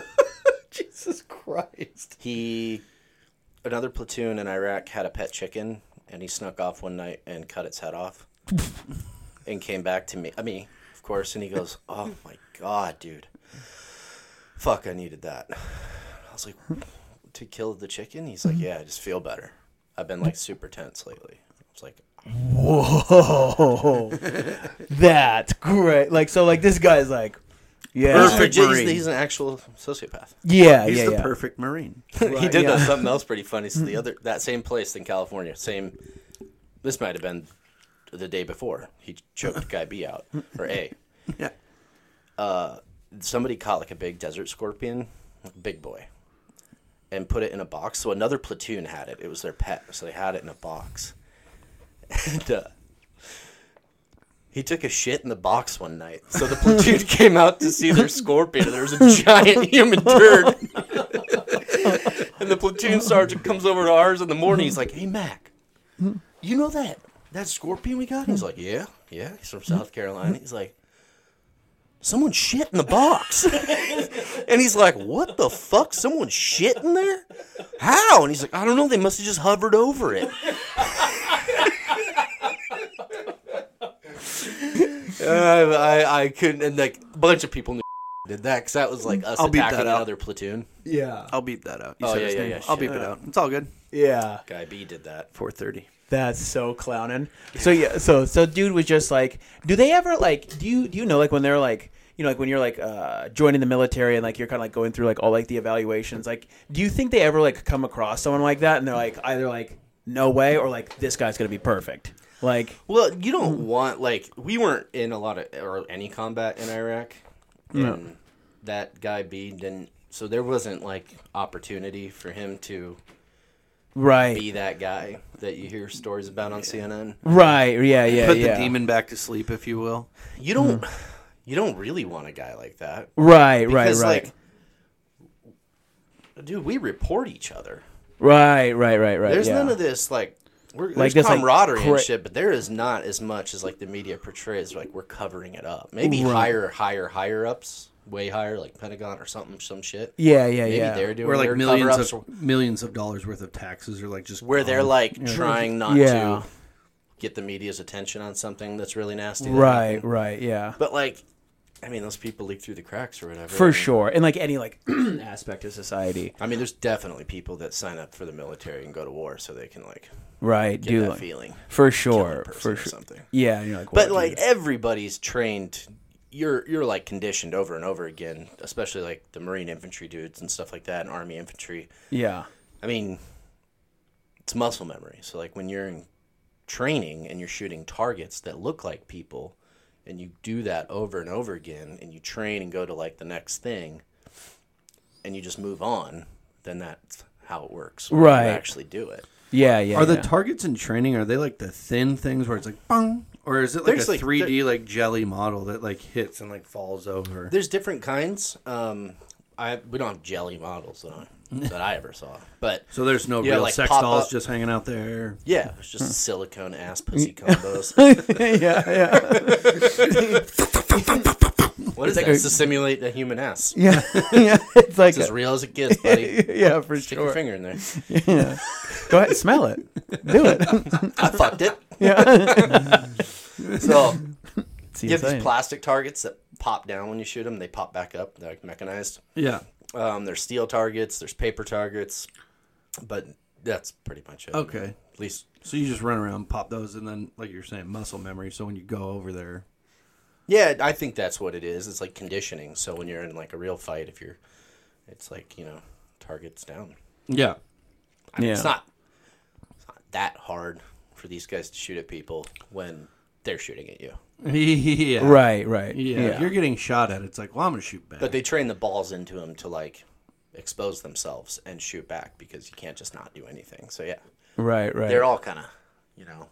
Jesus Christ.
He another platoon in Iraq had a pet chicken and he snuck off one night and cut its head off. and came back to me I mean, of course, and he goes, Oh my god, dude. Fuck I needed that. I was like to kill the chicken? He's like, Yeah, I just feel better. I've been like super tense lately. I was like,
Whoa. That's Oh, great. Like so like this guy's like yeah.
Perfect
he's,
Marine.
he's an actual sociopath.
Yeah,
He's
yeah,
the
yeah.
perfect Marine.
he did
yeah.
know something else pretty funny. So the other that same place in California, same. This might have been the day before he choked guy B out or A.
Yeah.
Somebody caught like a big desert scorpion, big boy, and put it in a box. So another platoon had it. It was their pet, so they had it in a box. And uh, he took a shit in the box one night. So the platoon came out to see their scorpion, and there was a giant human turd. and the platoon sergeant comes over to ours in the morning. He's like, "Hey, Mac, you know that that scorpion we got?" He's like, "Yeah, yeah." He's from South Carolina. He's like, "Someone shit in the box," and he's like, "What the fuck? Someone shit in there? How?" And he's like, "I don't know. They must have just hovered over it." Uh, I, I couldn't, and like a bunch of people knew did that because that was like us
I'll beat
attacking
that out.
another platoon.
Yeah.
I'll beep that out. You
Oh,
said
yeah,
his
yeah,
name.
yeah,
I'll
shit.
beep it out. It's all good.
Yeah.
Guy B did that.
4:30.
That's so clowning. So yeah, so so dude was just like, do they ever like do you do you know like when they're like you know like when you're like uh joining the military and like you're kind of like going through like all like the evaluations like do you think they ever like come across someone like that and they're like either like no way or like this guy's gonna be perfect like
Well, you
Mm.
don't want like we weren't in a lot of or any combat in Iraq. And that guy B didn't so there wasn't like opportunity for him to
right
be that guy that you hear stories about on CNN.
right yeah yeah
Put
yeah
the demon back to sleep, Mm. if you will.
You don't you don't really want a guy like that.
right right
Because,
right
like dude, we report each other.
right right right right
There's
yeah.
none of this like we're, there's
this, like,
camaraderie and
cra-
shit, but there is not as much as like the media portrays. Like we're covering it up. Maybe higher, higher, higher ups way higher, like Pentagon or something, some shit.
Yeah, yeah,
Maybe
yeah.
they're doing
Where like
their
millions
cover-ups
of millions of dollars worth of taxes are like just
where they're
gone.
like trying not
Um, Yeah.
to get the media's attention on something that's really nasty. that
right,
happened.
right, yeah.
But like, I mean, those people leak through the cracks or whatever. I
For
mean,
sure. And like any like aspect of society.
I mean, there's definitely people that sign up for the military and go to war so they can like
Right,
get
do
that
like-
feeling,
For
kill a
sure.
person
For
or
sure.
something.
Yeah, and you're like
But
what,
like
dude?
everybody's trained. You're you're like conditioned over and over again, especially like the Marine infantry dudes and stuff like that, and Army infantry.
yeah.
I mean, it's muscle memory. So like when you're in training and you're shooting targets that look like people, and you do that over and over again, and you train and go to like the next thing, and you just move on, then that's how it works. when you
Right.
actually do it.
Yeah, yeah.
Are the
yeah.
targets in training are they like the thin things where it's like bung or is it like
There's,
a
like,
3D like jelly model that like hits and like falls over?
There's different kinds. Um, I we don't have jelly models that I, that I ever saw, but
So there's no
Yeah,
real
like
sex
pop
dolls
up.
just hanging out there.
yeah, it's just silicone ass pussy combos.
yeah, yeah.
what is that? It's to simulate a human ass.
Yeah. yeah. It's like
It's as real as it gets, buddy.
Yeah, for
Stick
sure.
your finger in there.
Yeah. Go ahead, smell it. Do it.
I fucked it.
Yeah.
So
It's
you have
insane.
these plastic targets that pop down when you shoot them. They pop back up. They're like mechanized.
Yeah.
Um, there's steel targets. There's paper targets. But that's pretty much it.
Okay.
At least.
So you just run around, pop those, and then like you're saying, muscle memory. So when you go over there,
Yeah, I think that's what it is. It's like conditioning. So when you're in like a real fight, if you're, it's like you know, targets down.
yeah,
I mean,
Yeah.
It's not. It's not that hard for these guys to shoot at people when they're shooting at you.
yeah,
Right, right.
Yeah. If you're getting shot at, it's like, well, I'm gonna shoot back.
But they train the balls into them to like expose themselves and shoot back because you can't just not do anything. So yeah.
Right, right.
they're all kind of, you know,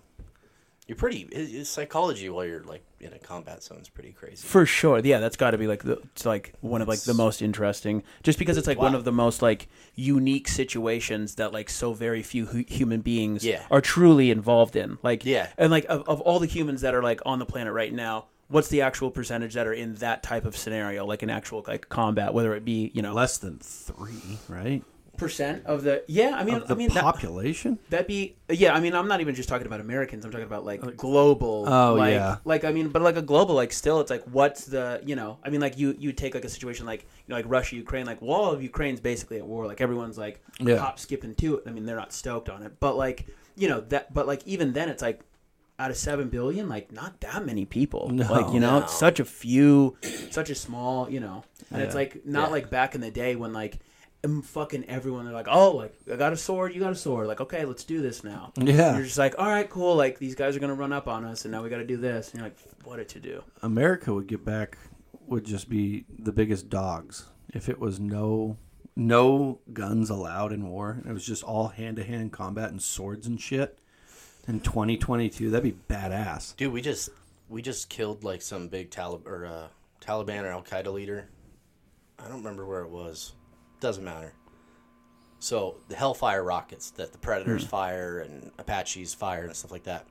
you're pretty. His, his psychology while you're like in a combat zone is pretty crazy.
For sure, yeah, that's got to be like the it's like one of like the most interesting, just because it's like one of the most like unique situations that like so very few hu- human beings
Yeah.
are truly involved in. Like,
Yeah.
and like of, of all the humans that are like on the planet right now, what's the actual percentage that are in that type of scenario, like an actual like combat, whether it be you know
less than three, right?
percent of the yeah, I mean,
Of the
I mean that-
population.
That'd be yeah. I mean, I'm not even just talking about Americans. I'm talking about like global.
Oh,
like,
yeah.
Like I mean, but like a global. Like still, it's like what's the you know? I mean, like you you take like a situation like you know like Russia Ukraine. Like well, all of Ukraine's basically at war. Like everyone's like
Yeah.
hop skipping to it. I mean, they're not stoked on it, but like you know that. But like even then, it's like out of seven billion, like not that many people. like you know,
No.
it's such a few, such a small you know. And it's like not
Yeah.
like back in the day when like um, fucking everyone they're like oh like i got a sword you got a sword like okay let's do this now
Yeah.
you're just like all right cool like these guys are gonna run up on us and now we gotta do this and you're like what did you do
America would get back would just be the biggest dogs if it was no no guns allowed in war and it was just all hand to hand combat and swords and shit. In 2022, that'd be badass.
Dude, we just we just killed like some big Talib or uh, Taliban or Al Qaeda leader. I don't remember where it was. Doesn't matter. So the Hellfire rockets that the Predators
Hmm.
fire and Apaches fire and stuff like that,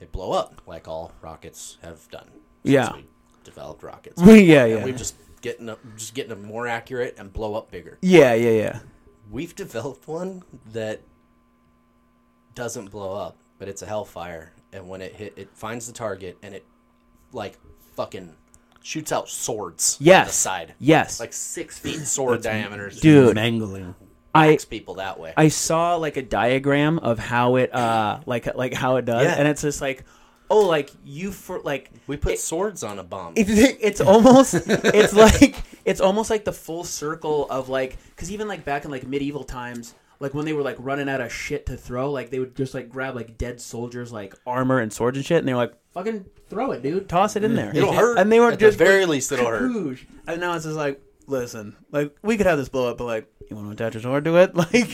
they blow up like all rockets have done. since
Yeah.
we developed rockets.
yeah
And we've just getting up, just getting them more accurate and blow up bigger.
yeah yeah yeah
We've developed one that doesn't blow up, but it's a hellfire, and when it hit, it finds the target and it like fucking shoots out swords. on
yes
the side,
yes
like six feet sword diameters.
Dude.
mangling.
i
Hacks people that way.
I saw like a diagram of how it uh like like how it does
Yeah.
and it's just like oh like you for like
we put swords on a bomb.
It's- it's almost it's like it's almost like the full circle of like because even like back in like medieval times like when they were like running out of shit to throw like they would just like grab like dead soldiers like armor and swords and shit and they were like fucking throw it dude toss it in there
it'll hurt.
and they were
at
just
the very least it'll hurt.
Poosh. and now it's just like listen like we could have this blow up but like you want to attach a sword to it like
We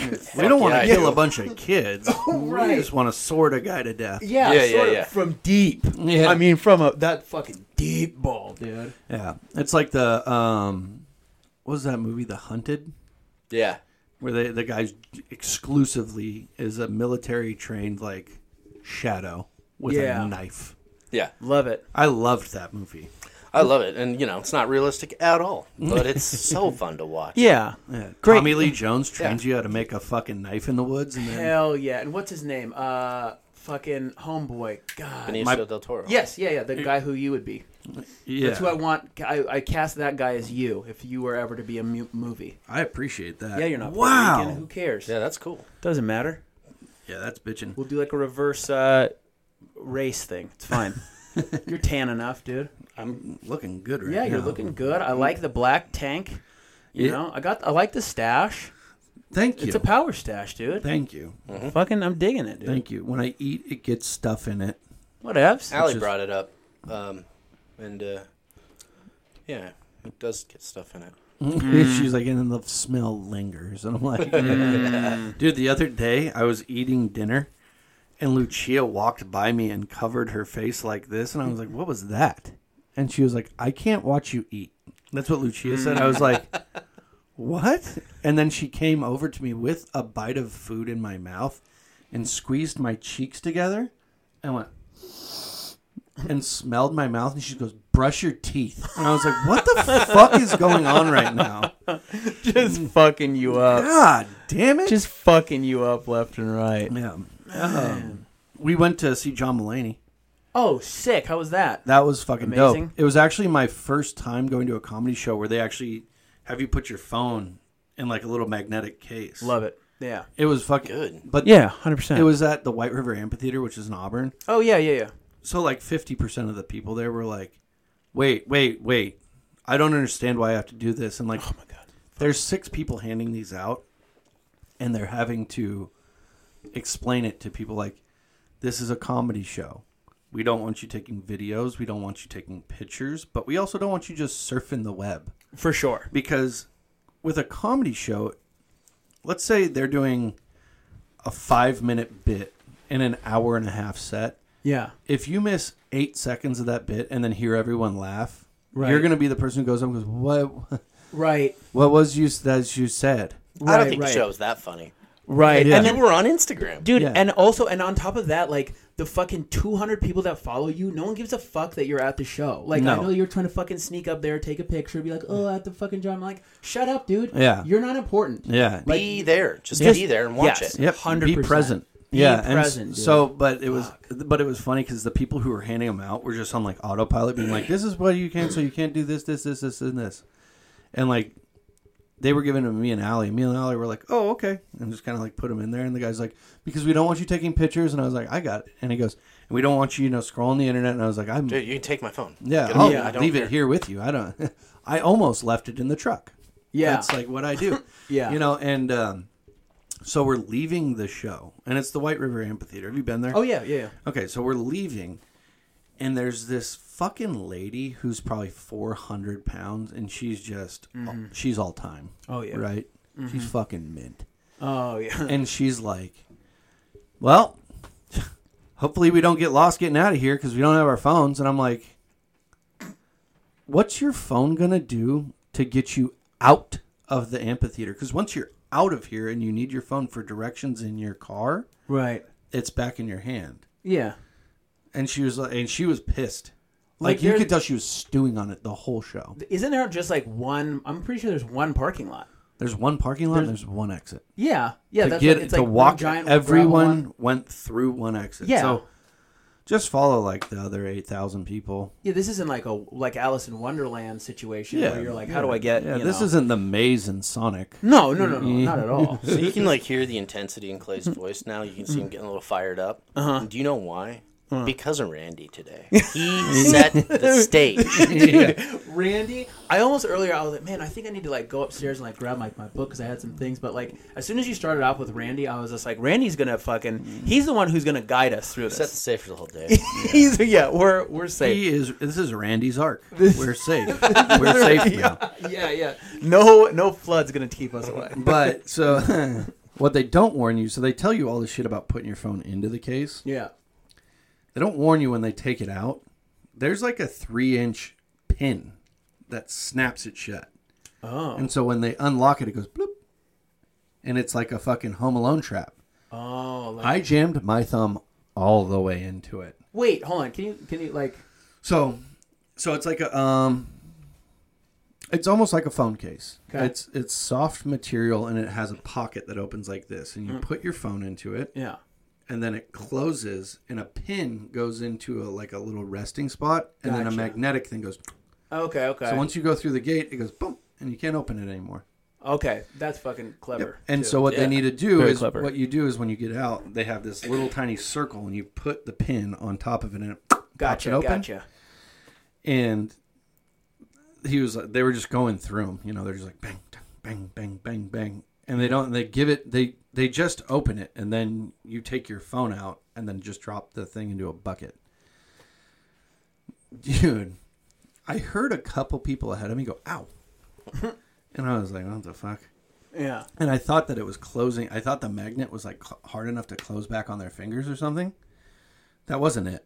don't want
yeah,
to
I
kill
do.
a bunch of kids. We
Oh, right.
just want to sword a guy to death.
yeah
Yeah, yeah,
sort of
yeah.
from deep
Yeah.
I mean from a that fucking deep ball dude
Yeah. It's like the um what was that movie The Hunted
Yeah,
where they, the guy exclusively is a military trained like shadow with
Yeah.
a knife.
yeah.
love it
I loved that movie.
I love it, and you know it's not realistic at all, but it's so fun to watch.
Yeah.
Yeah,
Great.
Tommy Lee Jones trains you how to make a fucking knife in the woods, and then
Hell yeah. And what's his name? Uh, fucking homeboy. God.
Benicio
My-
del Toro.
Yes, yeah, yeah. The guy who you would be.
yeah,
That's who I want. I, I cast that guy as you if you were ever to be a mu- movie.
I appreciate that.
Yeah, you're not. Puerto Rican, Who
Wow.
cares?
yeah, that's cool.
Doesn't matter.
Yeah, that's bitching.
We'll do like a reverse
Uh,
race thing. It's fine. you're tan enough, dude.
I'm looking good right
Yeah,
now.
you're looking good. I like the black tank. You
Yeah.
know, I got. I like the stash.
Thank you.
It's a power stash, dude.
Thank you.
fucking, I'm digging it, dude.
Thank you. When I eat, it gets stuff in it.
Whatevs.
Allie
is-
brought it up, um, and uh, yeah, it does get stuff in it.
She's like, and the smell lingers. And I'm like, dude, the other day I was eating dinner and Lucia walked by me and covered her face like this. And I was like, what was that? And she was like, I can't watch you eat. That's what Lucia said. I was like, what? And then she came over to me with a bite of food in my mouth and squeezed my cheeks together and went, and smelled my mouth and she goes brush your teeth and i was like what the fuck is going on right now
Just
Mm.
fucking you up.
god damn it
Just fucking you up left and right.
yeah Um, we went to see john mulaney
Oh, sick. How was that?
that was fucking
Amazing.
dope it was actually my first time going to a comedy show where they actually have you put your phone in like a little magnetic case
Love it. Yeah.
it was fucking
Good.
but
Yeah, hundred percent.
it was at the white river amphitheater which is in auburn
Oh yeah, yeah, yeah.
so like 50% of the people there were like wait wait wait i don't understand why i have to do this and like oh my god there's six people handing these out and they're having to explain it to people like this is a comedy show we don't want you taking videos we don't want you taking pictures but we also don't want you just surfing the web
For sure.
because with a comedy show, let's say they're doing a five minute bit in an hour and a half set.
Yeah.
If you miss eight seconds of that bit and then hear everyone laugh,
Right.
you're going to be the person who goes up and goes, "What?
Right.
What was you that you said?"
Right.
I don't think
right.
the show's that funny.
right.
Yeah.
And
And
then,
we're on Instagram.
dude,
Yeah.
and
And also, and on top of that, like the fucking 200 people that follow you, no one gives a fuck that you're at the show. Like, I
No.
know you're trying to fucking sneak up there, take a picture, be like, oh, at the fucking John. I'm like, shut up, dude.
Yeah.
You're not important.
Yeah.
be there. Just,
Yes.
be there and watch
Yes.
it.
Yep.
100%.
Be present.
Be
yeah. and s-
present, dude.
so, but it was, but it was funny because the people who were handing them out were just on like autopilot, being like, "This is what you can, so you can't do this, this, this, this, and this," and like they were giving them to me and Allie. Me and Allie were like, "Oh, okay," and just kind of like put them in there. And the guy's like, "Because we don't want you taking pictures," and I was like, "I got it." And he goes, "And we don't want you, you know, scrolling the internet." And I was like, "I'm
Dude, you can take my phone.
yeah,
Get
I'll
it. I don't
leave
care.
it here with you. I don't. I almost left it in the truck.
Yeah.
that's like what I do.
Yeah.
you know, and um, so we're leaving the show, and it's the White River Amphitheater. Have you been there?
Oh, yeah, yeah, yeah.
Okay, so we're leaving, and there's this fucking lady who's probably 400 pounds, and she's just, she's all time.
Mm-hmm. Oh, yeah.
Right? She's fucking mint.
Oh, yeah.
And she's like, well, hopefully we don't get lost getting out of here because we don't have our phones. And I'm like, what's your phone going to do to get you out of the amphitheater? Because once you're out of here and you need your phone for directions in your car,
Right.
it's back in your hand
Yeah.
and she was like, and she was pissed. Like,
Like,
you
there-
could tell she was stewing on it the whole show.
Isn't there just like one? I'm pretty sure there's one parking lot.
There's one parking lot. and There's one exit.
Yeah. Yeah.
to
that's
get
like, it's
to
like one
walk,
giant gravel
everyone
lot.
went through one exit.
Yeah.
So just follow like the other eight thousand people.
Yeah, this isn't like a like Alice in Wonderland situation where you're like, how do I get?
Yeah,
you
this
know?
isn't the maze in Sonic.
No, no, no, no, not at all.
So you can like hear the intensity in Clay's voice now. You can see him getting a little fired up. Uh-huh. Do you know why? Because of Randy today. He set the stage.
Randy, I almost earlier I was like, man, I think I need to like go upstairs and like grab my, my book because I had some things. But like as soon as you started off with Randy, I was just like, Randy's gonna fucking, he's the one who's gonna guide us through
set the
this.
stage for the whole day.
he's yeah, we're we're safe.
He is. This is Randy's arc. We're safe. We're safe now.
yeah, yeah. No, no flood's gonna keep us away.
But so, what they don't warn you, so they tell you all this shit about putting your phone into the case.
Yeah.
they don't warn you when they take it out. There's like a three inch pin that snaps it shut. Oh. And so when they unlock it, it goes bloop. And it's like a fucking Home Alone trap.
Oh, like,
I jammed my thumb all the way into it.
wait, hold on. Can you can you like?
So So it's like a um it's almost like a phone case.
Okay.
It's it's soft material and it has a pocket that opens like this and you put your phone into it
Hmm. Yeah.
and then it closes and a pin goes into a like a little resting spot and then a
Gotcha.
magnetic thing goes
Okay. Okay.
so once you go through the gate it goes boom and you can't open it anymore.
okay. That's fucking clever.
And so what they need to do
Very
is
clever.
what you do is when you get out, they have this little tiny circle, and you put the pin on top of it, and it pops it
Gotcha.
open.
Gotcha.
And he was like, they were just going through them. You know, they're just like bang, dang, bang, bang, bang, bang, and they don't. They give it. They they just open it, and then you take your phone out, and then just drop the thing into a bucket. Dude, I heard a couple people ahead of me go ow, and I was like, what the fuck.
Yeah.
And I thought that it was closing. I thought the magnet was like cl- hard enough to close back on their fingers or something. That wasn't it.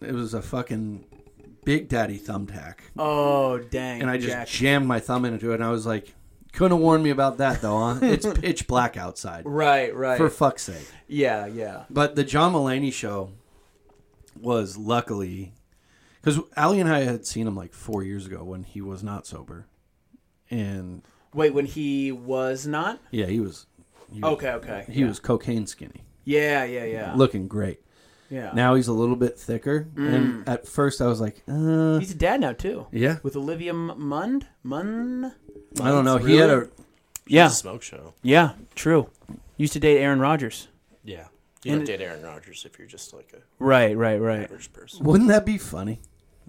It was a fucking Big Daddy thumbtack.
Oh dang.
and I just
Jack.
jammed my thumb into it. And I was like, couldn't have warned me about that though, huh? It's pitch black outside.
Right. Right.
For fuck's sake.
yeah. Yeah.
But the John Mulaney show was luckily because Allie and I had seen him like four years ago when he was not sober. And
Wait. When he was not.
yeah, he was. He was
Okay. Okay.
He was cocaine skinny.
Yeah. Yeah. Yeah.
looking great.
Yeah.
Now he's a little bit thicker.
Mm.
And at first I was like, uh,
He's a dad now too.
yeah,
With Olivia M- Mund. Mun.
I don't know. He had a
Yeah.
Smoke show.
Yeah. True. Used to date Aaron Rodgers.
Yeah. You don't date Aaron Rodgers if you're just like a
Right. Right. Right.
average person.
wouldn't that be funny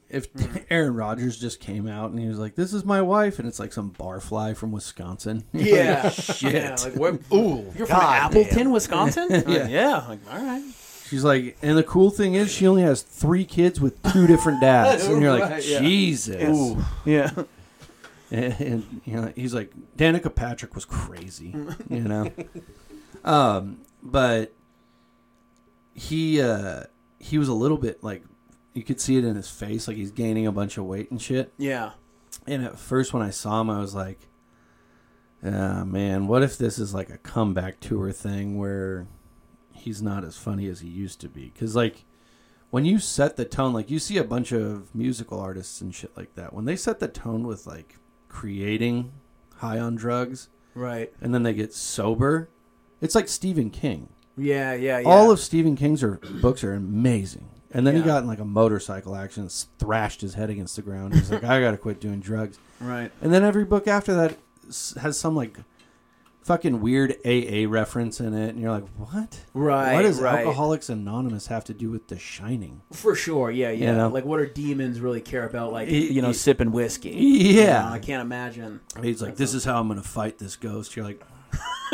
if
Hmm.
Aaron Rodgers just came out and he was like, "This is my wife," and it's like some barfly from Wisconsin.
Yeah.
shit.
Yeah, like where,
Ooh,
you're from Appleton, Wisconsin? yeah. yeah. Like, all right.
She's like, and the cool thing is, she only has three kids with two different dads, and you're like,
Right, yeah.
Jesus.
Yeah.
And, and, you know, he's like, Danica Patrick was crazy, you know. um, but he uh, he was a little bit like you could see it in his face, like he's gaining a bunch of weight and shit.
Yeah.
And at first, when I saw him, I was like, ah, man, what if this is like a comeback tour thing where he's not as funny as he used to be? Because, like, when you set the tone, like, you see a bunch of musical artists and shit like that, when they set the tone with, like, creating high on drugs
Right.
and then they get sober, it's like Stephen King.
Yeah, yeah, yeah.
All of Stephen King's are, books are amazing. And then he
Yeah.
got in like a motorcycle accident, s- thrashed his head against the ground. He's like, I gotta quit doing drugs.
Right.
And then every book after that s- has some like fucking weird AA reference in it, and you're like, what?
Right,
What does
right.
Alcoholics Anonymous have to do with The Shining?
For sure. Yeah, yeah.
You know?
Like, what do demons really care about? Like,
Y-
you know,
y-
sipping whiskey.
Yeah.
You know, I can't imagine.
He's like, this is how I'm gonna fight this ghost. You're like,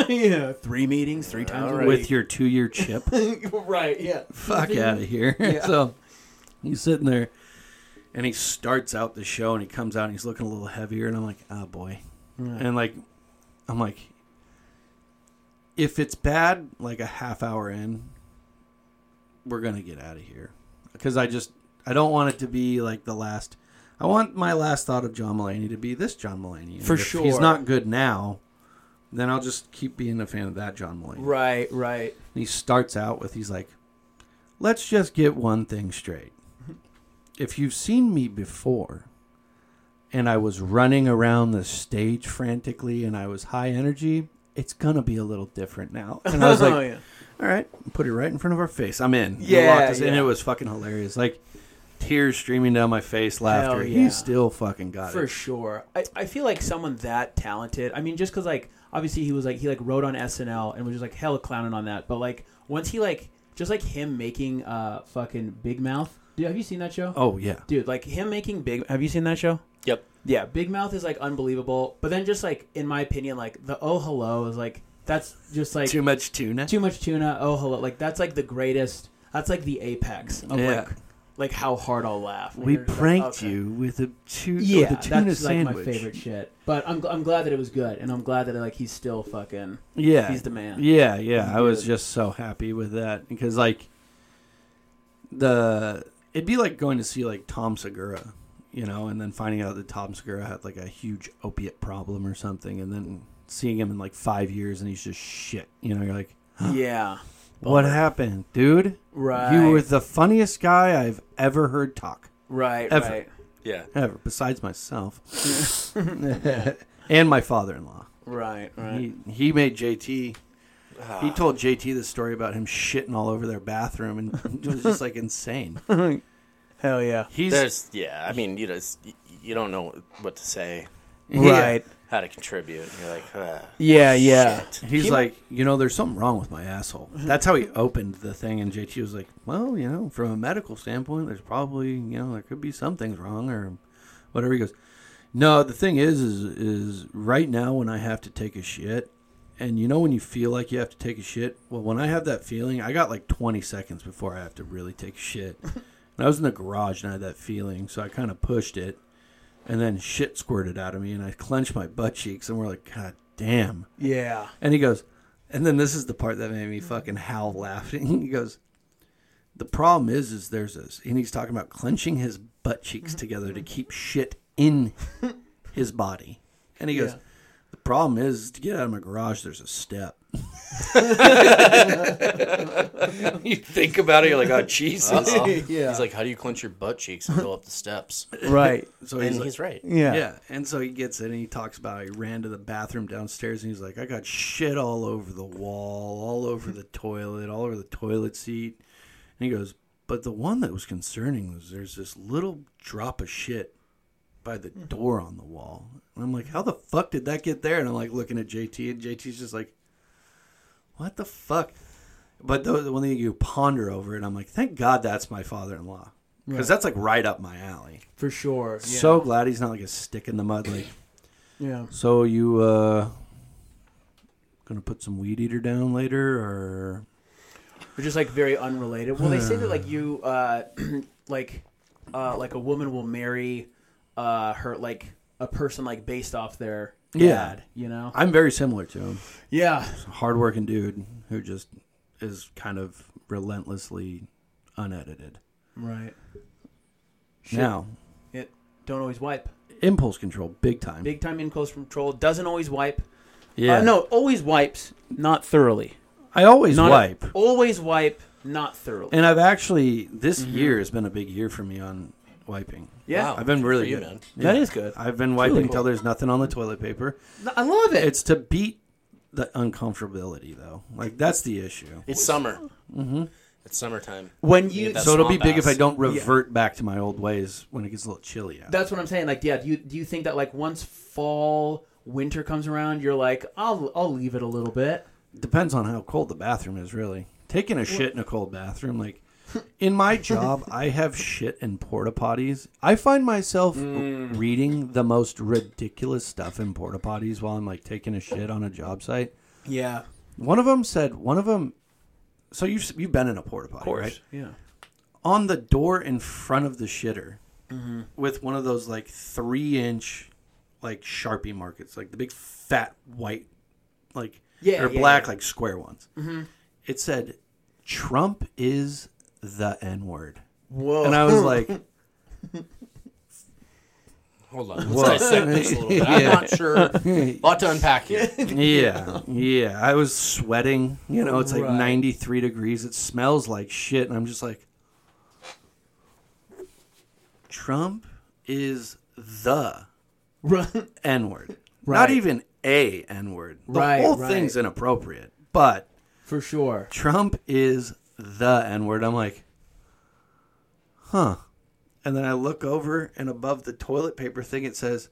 yeah. Three meetings, three times. a
with your two year chip,
week. right, yeah.
fuck out of here. so he's sitting there, and he starts out the show, and he comes out, and he's looking a little heavier, and I'm like, oh boy, and like, I'm like. If it's bad, like a half hour in, we're gonna get out of here because I just I don't want it to be like the last. I want my last thought of John Mulaney to be this John Mulaney. And
For
if he's
sure.
not good now. Then I'll just keep being a fan of that John Mulaney.
Right, right.
And he starts out with he's like, "Let's just get one thing straight. If you've seen me before, and I was running around the stage frantically and I was high energy, it's gonna be a little different now." And I was like,
oh, yeah.
all right, put it right in front of our face. I'm in. He
Yeah,
locked us in.
yeah.
it was fucking hilarious. Like tears streaming down my face, laughter.
Hell
He
yeah.
still fucking got
For
it.
sure. I, I feel like someone that talented. I mean, just because like obviously he was like he like wrote on SNL and was just like hella clowning on that. But like once he like just like him making uh fucking Big Mouth. Dude, have you seen that show?
Oh yeah.
Dude, like him making Big. Have you seen that show?
Yep.
Yeah, Big Mouth is like unbelievable. But then just like in my opinion, like the Oh Hello is like that's just like
Too much tuna.
too much tuna. Oh Hello, like that's like the greatest. That's like the apex of
Yeah.
like like how hard I'll laugh. Like,
we
you're just like,
pranked
okay.
you with a, tu-
Yeah,
with a tuna
that's
sandwich.
like my favorite shit. But I'm, gl- I'm glad that it was good, and I'm glad that like he's still fucking.
Yeah,
He's the man.
Yeah, yeah.
He's
I was
good.
just so happy with that because like the it'd be like going to see like Tom Segura, you know, and then finding out that Tom Segura had like a huge opiate problem or something, and then seeing him in like five years and he's just shit. You know, you're like,
Yeah,
what happened, dude?
Right.
You were the funniest guy I've ever heard talk.
right,
Ever.
right.
Yeah.
ever besides myself and my father-in-law.
Right, right.
He, he made JT. He told JT the story about him shitting all over their bathroom, and it was just like insane.
Hell yeah.
He's
There's yeah. I mean, you know, it's, y- you don't know what to say,
yeah.
Right.
how to contribute. You're like, ah,
Yeah, yeah.
He's like, you know, there's something wrong with my asshole. That's how he opened the thing, and JT was like, well, you know, from a medical standpoint, there's probably, you know, there could be something's wrong or whatever. He goes, no, the thing is, is, is right now when I have to take a shit, and you know when you feel like you have to take a shit. Well, when I have that feeling, I got like 20 seconds before I have to really take a shit. and I was in the garage and I had that feeling, so I kind of pushed it, and then shit squirted out of me, and I clenched my butt cheeks, and we're like, God damn.
Yeah.
And he goes, and then this is the part that made me fucking howl laughing. He goes, the problem is, is there's this, and he's talking about clenching his butt cheeks together to keep shit in his body. And he goes, the problem is to get out of my garage, there's a step.
you think about it, you're like, oh Jesus.
Yeah.
He's like, how do you clench your butt cheeks and go up the steps?
Right.
So
And
he's like,
he's right.
Yeah.
yeah. And so he gets it and he talks about how he ran to the bathroom downstairs and he's like, I got shit all over the wall, all over the toilet, all over the toilet seat. And he goes, But the one that was concerning was there's this little drop of shit by the door on the wall. And I'm like, How the fuck did that get there? And I'm like looking at JT and JT's just like, What the fuck? But the, the one thing you ponder over, and I'm like, Thank God that's my father in law. Because that's like right up my alley.
For sure. Yeah.
So glad he's not like a stick in the mud. Like,
yeah.
so you uh gonna put some weed eater down later, or
They're just like very unrelated. Well, they say that
Hmm.
like you, uh, like, uh, like a woman will marry, uh, her like a person like based off their dad.
Yeah.
You know.
I'm very similar to him.
Yeah.
Hardworking dude who just is kind of relentlessly unedited.
Right.
Now,
It don't always wipe.
impulse control, big time.
Big time impulse control doesn't always wipe.
yeah,
Uh, no, always wipes, not thoroughly.
I always
Not
wipe,
always wipe, not thoroughly.
and I've actually this
Mm-hmm.
year has been a big year for me on wiping.
yeah.
I've been really
you,
good.
man.
Yeah.
That is good.
I've been wiping until there's nothing on the toilet paper.
I love it.
It's to beat the uncomfortability, though. Like that's the issue.
It's summer. Mm-hmm. It's summertime.
When you
That's
so it'll be
swamp
big if I
ass.
don't revert back to my old ways when it gets a little chilly out.
That's what I'm saying. Like, yeah, do you do you think that like once fall winter comes around, you're like, I'll I'll leave it a little bit.
Depends on how cold the bathroom is, really. Taking a shit in a cold bathroom, like in my job, I have shit in porta potties. I find myself reading the most ridiculous stuff in porta potties while I'm like taking a shit on a job site.
Yeah.
One of them said, one of them. So you've you've been in a porta potty, right?
Yeah.
on the door in front of the shitter
Mm-hmm.
with one of those like three inch like sharpie markets like the big fat white like
Yeah,
or
yeah,
black
yeah. Mm-hmm.
like square ones it said trump is the n word
Oh.
Whoa.
and i was like
Hold on. Let's dissect this a little bit.
Yeah.
I'm not sure. A lot to unpack here.
yeah yeah i was sweating you know it's like
Right.
93 degrees it smells like shit and i'm just like trump is the
Right.
N word.
Right.
Not even a N word. The
Right,
whole
right.
thing's inappropriate. But
For sure.
Trump is the N word. I'm like, huh. And then I look over and above the toilet paper thing, it says,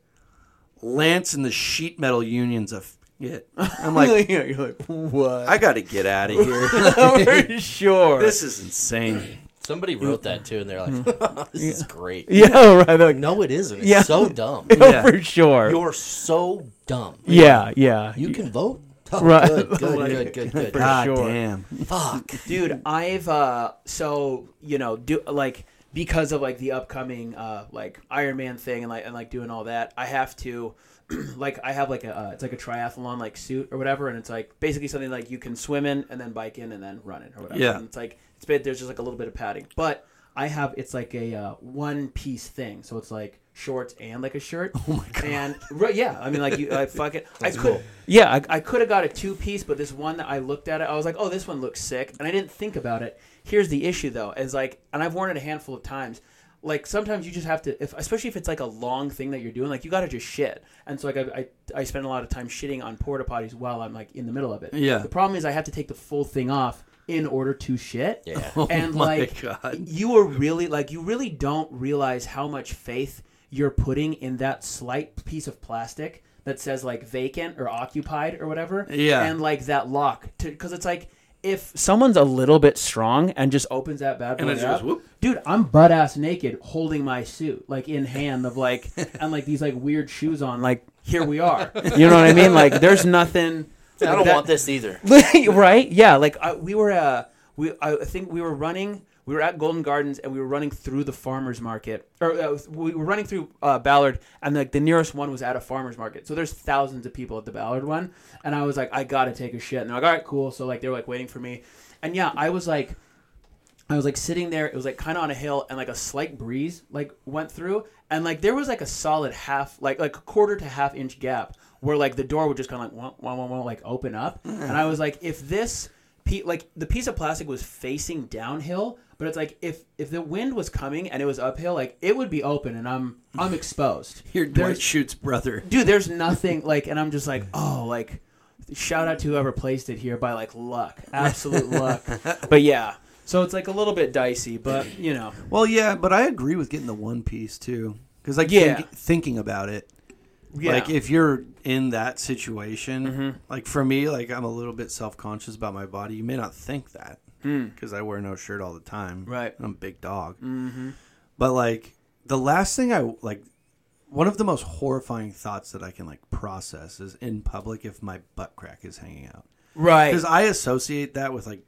Lance and the Sheet Metal Union's a f- it. I'm like,
Yeah, you're like, what?
I got to get out of here.
For sure.
this is insane.
Somebody wrote that too, and they're
Mm-hmm.
like, "This is great."
yeah, right. they're Like,
No, it isn't. It's
Yeah.
so dumb.
Yeah.
For sure.
You're so dumb.
yeah, yeah.
You can vote. Oh,
Right.
Good. Good. Good. Good. Good.
God
sure.
damn.
Fuck.
Dude, I've uh so, you know, do like because of like the upcoming uh like Iron Man thing and like and like doing all that, I have to like I have like a uh, it's like a triathlon like suit or whatever and it's like basically something like you can swim in and then bike in and then run in or whatever.
Yeah.
And it's like it's bit there's just like a little bit of padding. But I have it's like a uh, one piece thing. So it's like shorts and like a shirt. Oh my god. And right, yeah, I mean like you like fuck it. I could
Yeah, I,
I could have got a two piece, but this one that I looked at it, I was like, oh, this one looks sick, and I didn't think about it. Here's the issue though, is like, and I've worn it a handful of times. like sometimes you just have to, if, especially if it's like a long thing that you're doing, like you got to just shit. And so like I, I I spend a lot of time shitting on porta potties while I'm like in the middle of it.
Yeah.
The problem is I have to take the full thing off in order to shit.
Yeah.
and
Oh my
like
God.
you are really like you really don't realize how much faith you're putting in that slight piece of plastic that says like vacant or occupied or whatever.
Yeah.
and like that lock because it's like if someone's a little bit strong and just opens that bad boy
And it just
up,
whoop.
dude, I'm butt ass naked holding my suit like in hand of like and like these like weird shoes on like here we are. you know what I mean? Like there's nothing.
I don't
that-
want this either.
right? Yeah, like I, we were uh we I think we were running we were at Golden Gardens and we were running through the farmers market or uh, we were running through uh, Ballard and like the nearest one was at a farmers market. So there's thousands of people at the Ballard one and I was like I got to take a shit. And they're like all right, cool. So like they were like waiting for me. And yeah, I was like I was like sitting there. It was like kind of on a hill, and like a slight breeze like went through, and like there was like a solid half, like like a quarter to half inch gap where like the door would just kind of like wah, wah, wah, wah, like open up, and I was like, if this pe- like the piece of plastic was facing downhill, but it's like if if the wind was coming and it was uphill, like it would be open, and I'm I'm exposed.
You're Dwight
There's-
Schute's brother.
dude there's nothing like and i'm just like oh like shout out to whoever placed it here by like luck absolute luck but yeah so it's like a little bit dicey but you know
Well, yeah, but I agree with getting the one piece too, because like
Yeah.
think, thinking about it,
yeah.
like if you're in that situation, like for me, like I'm a little bit self conscious about my body. You may not think that because I wear no shirt all the time.
Right.
I'm a big dog. Mm-hmm. But like the last thing I like, one of the most horrifying thoughts that I can like process is in public if my butt crack is hanging out.
right
because I associate that with like,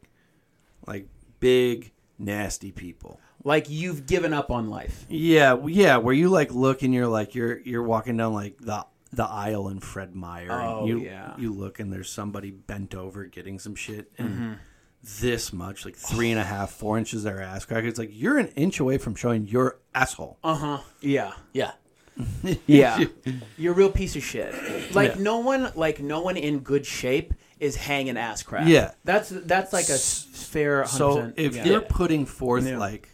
like big nasty people.
like you've given up on life
Yeah, w- yeah, where you like look and you're like you're you're walking down like the the aisle in Fred Meyer.
Oh,
and you,
yeah.
You look and there's somebody bent over getting some shit and. This much, like three and a half, four inches of their ass crack. It's like you're an inch away from showing your asshole.
uh-huh yeah
Yeah.
yeah you're a real piece of shit like
Yeah.
no one like no one in good shape is hanging ass crap
Yeah.
that's that's like a s- fair 100%,
so if
yeah.
you're putting forth
Yeah.
like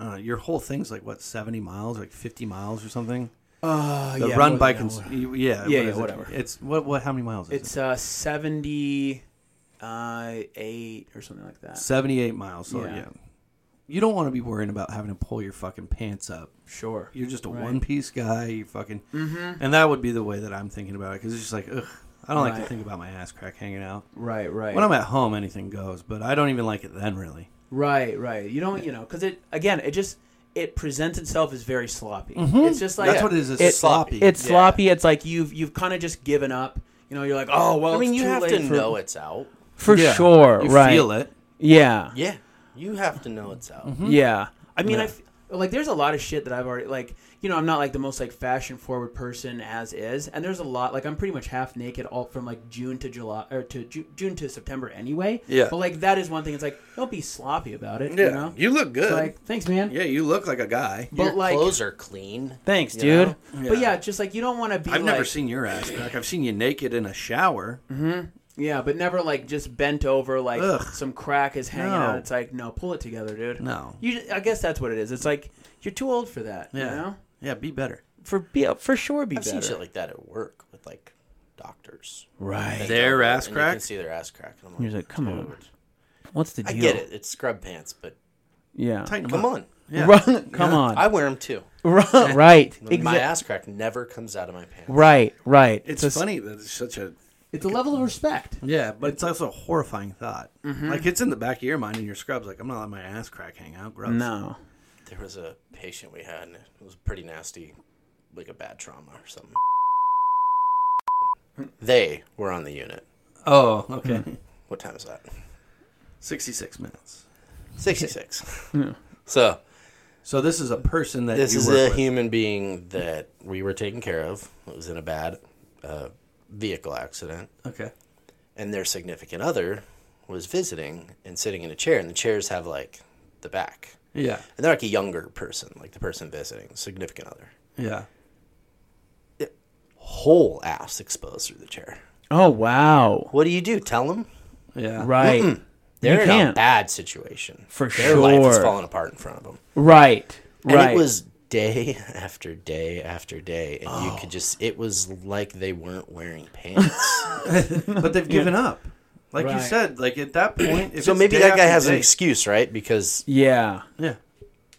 uh, your whole thing's like what seventy miles, like fifty miles or something.
uh,
The
yeah,
run
more
by
than
cons-
that.
you- yeah,
Yeah,
what
yeah,
is it?
whatever.
It's what what? How many miles is
it's uh 70 uh 8 or something like that
it? Seventy eight miles. So
Yeah.
yeah. you don't want to be worrying about having to pull your fucking pants up.
Sure.
You're just a one piece guy. You fucking
Mm-hmm.
and that would be the way that I'm thinking about it because it's just like ugh, I don't like to
Right.
think about my ass crack hanging out.
Right, right.
When I'm at home, anything goes, but I don't even like it then really.
right, right. You don't, you know, because it again, it just it presents itself as very sloppy. It's just like
Mm-hmm. That's what it is. It's
It's
sloppy.
It's
Yeah.
sloppy. It's like you've you've kind of just given up. You know, you're like, oh well.
I mean,
it's
you
too
have
late
to
for-
know it's out.
for
Yeah.
sure,
You
right?
Feel it.
Yeah,
Yeah. You have to know it's out.
Mm-hmm.
yeah.
I mean, I f- like there's a lot of shit that I've already like. You know, I'm not like the most like fashion forward person as is, and there's a lot like I'm pretty much half naked all from like June to July or to Ju- June to September anyway.
Yeah.
But like that is one thing. It's like don't be sloppy about it. You know.
look good.
It's like thanks, man.
yeah, you look like a guy.
But
Your
like,
clothes are clean.
Thanks,
you know?
dude.
But yeah, just like you don't want to be.
I've
like,
never seen your ass crack. I've seen you naked in a shower.
Yeah, but never like just bent over like
Ugh.
some crack is hanging
No.
out. It's like no, pull it together, dude.
No.
you. I guess that's what it is. It's like you're too old for that.
Yeah.
You know?
Yeah, be better.
For be for sure, be
I've
better.
seen shit like that at work with like doctors.
right.
Their
Like,
ass
and You
crack?
can see their ass crack. And I'm like,
You're like, come on.
dude,
What's the
I
deal?
get it. It's scrub pants, but
Yeah.
Tighten 'em
come
up.
on.
Yeah.
Run, come on.
I wear them too.
Run, right.
My
Exactly.
ass crack never comes out of my pants.
Right. Right.
It's
Just-
funny that it's such a
It's a level of respect.
yeah, but it's also a horrifying thought.
Mm-hmm.
Like it's in the back of your mind, and your scrubs like I'm not letting my ass crack hang out. Gross.
No.
There was a patient we had, and it was pretty nasty, like a bad trauma or something. They were on the unit.
Oh, okay.
What time is that?
Sixty six minutes.
66. So,
So this is a person that
this
you
is
work
a
with.
human being that we were taking care of. It was in a bad uh, vehicle accident.
okay.
and their significant other was visiting and sitting in a chair, and the chairs have like the back,
Yeah,
and they're like a younger person, like the person visiting, significant other,
yeah.
whole ass exposed through the chair.
Oh wow.
What do you do? Tell them
Yeah.
Right.
they're in a
can't.
bad situation
For
their life is
sure.
falling apart in front of them.
Right.
And
Right.
it was day after day after day. And you
Oh.
could just, it was like they weren't wearing pants.
but they've given up. Like you
Right.
said, like at that point, if
so
it's
maybe
day
that guy
after
has an
day-
excuse, right? Because
Yeah.
Yeah,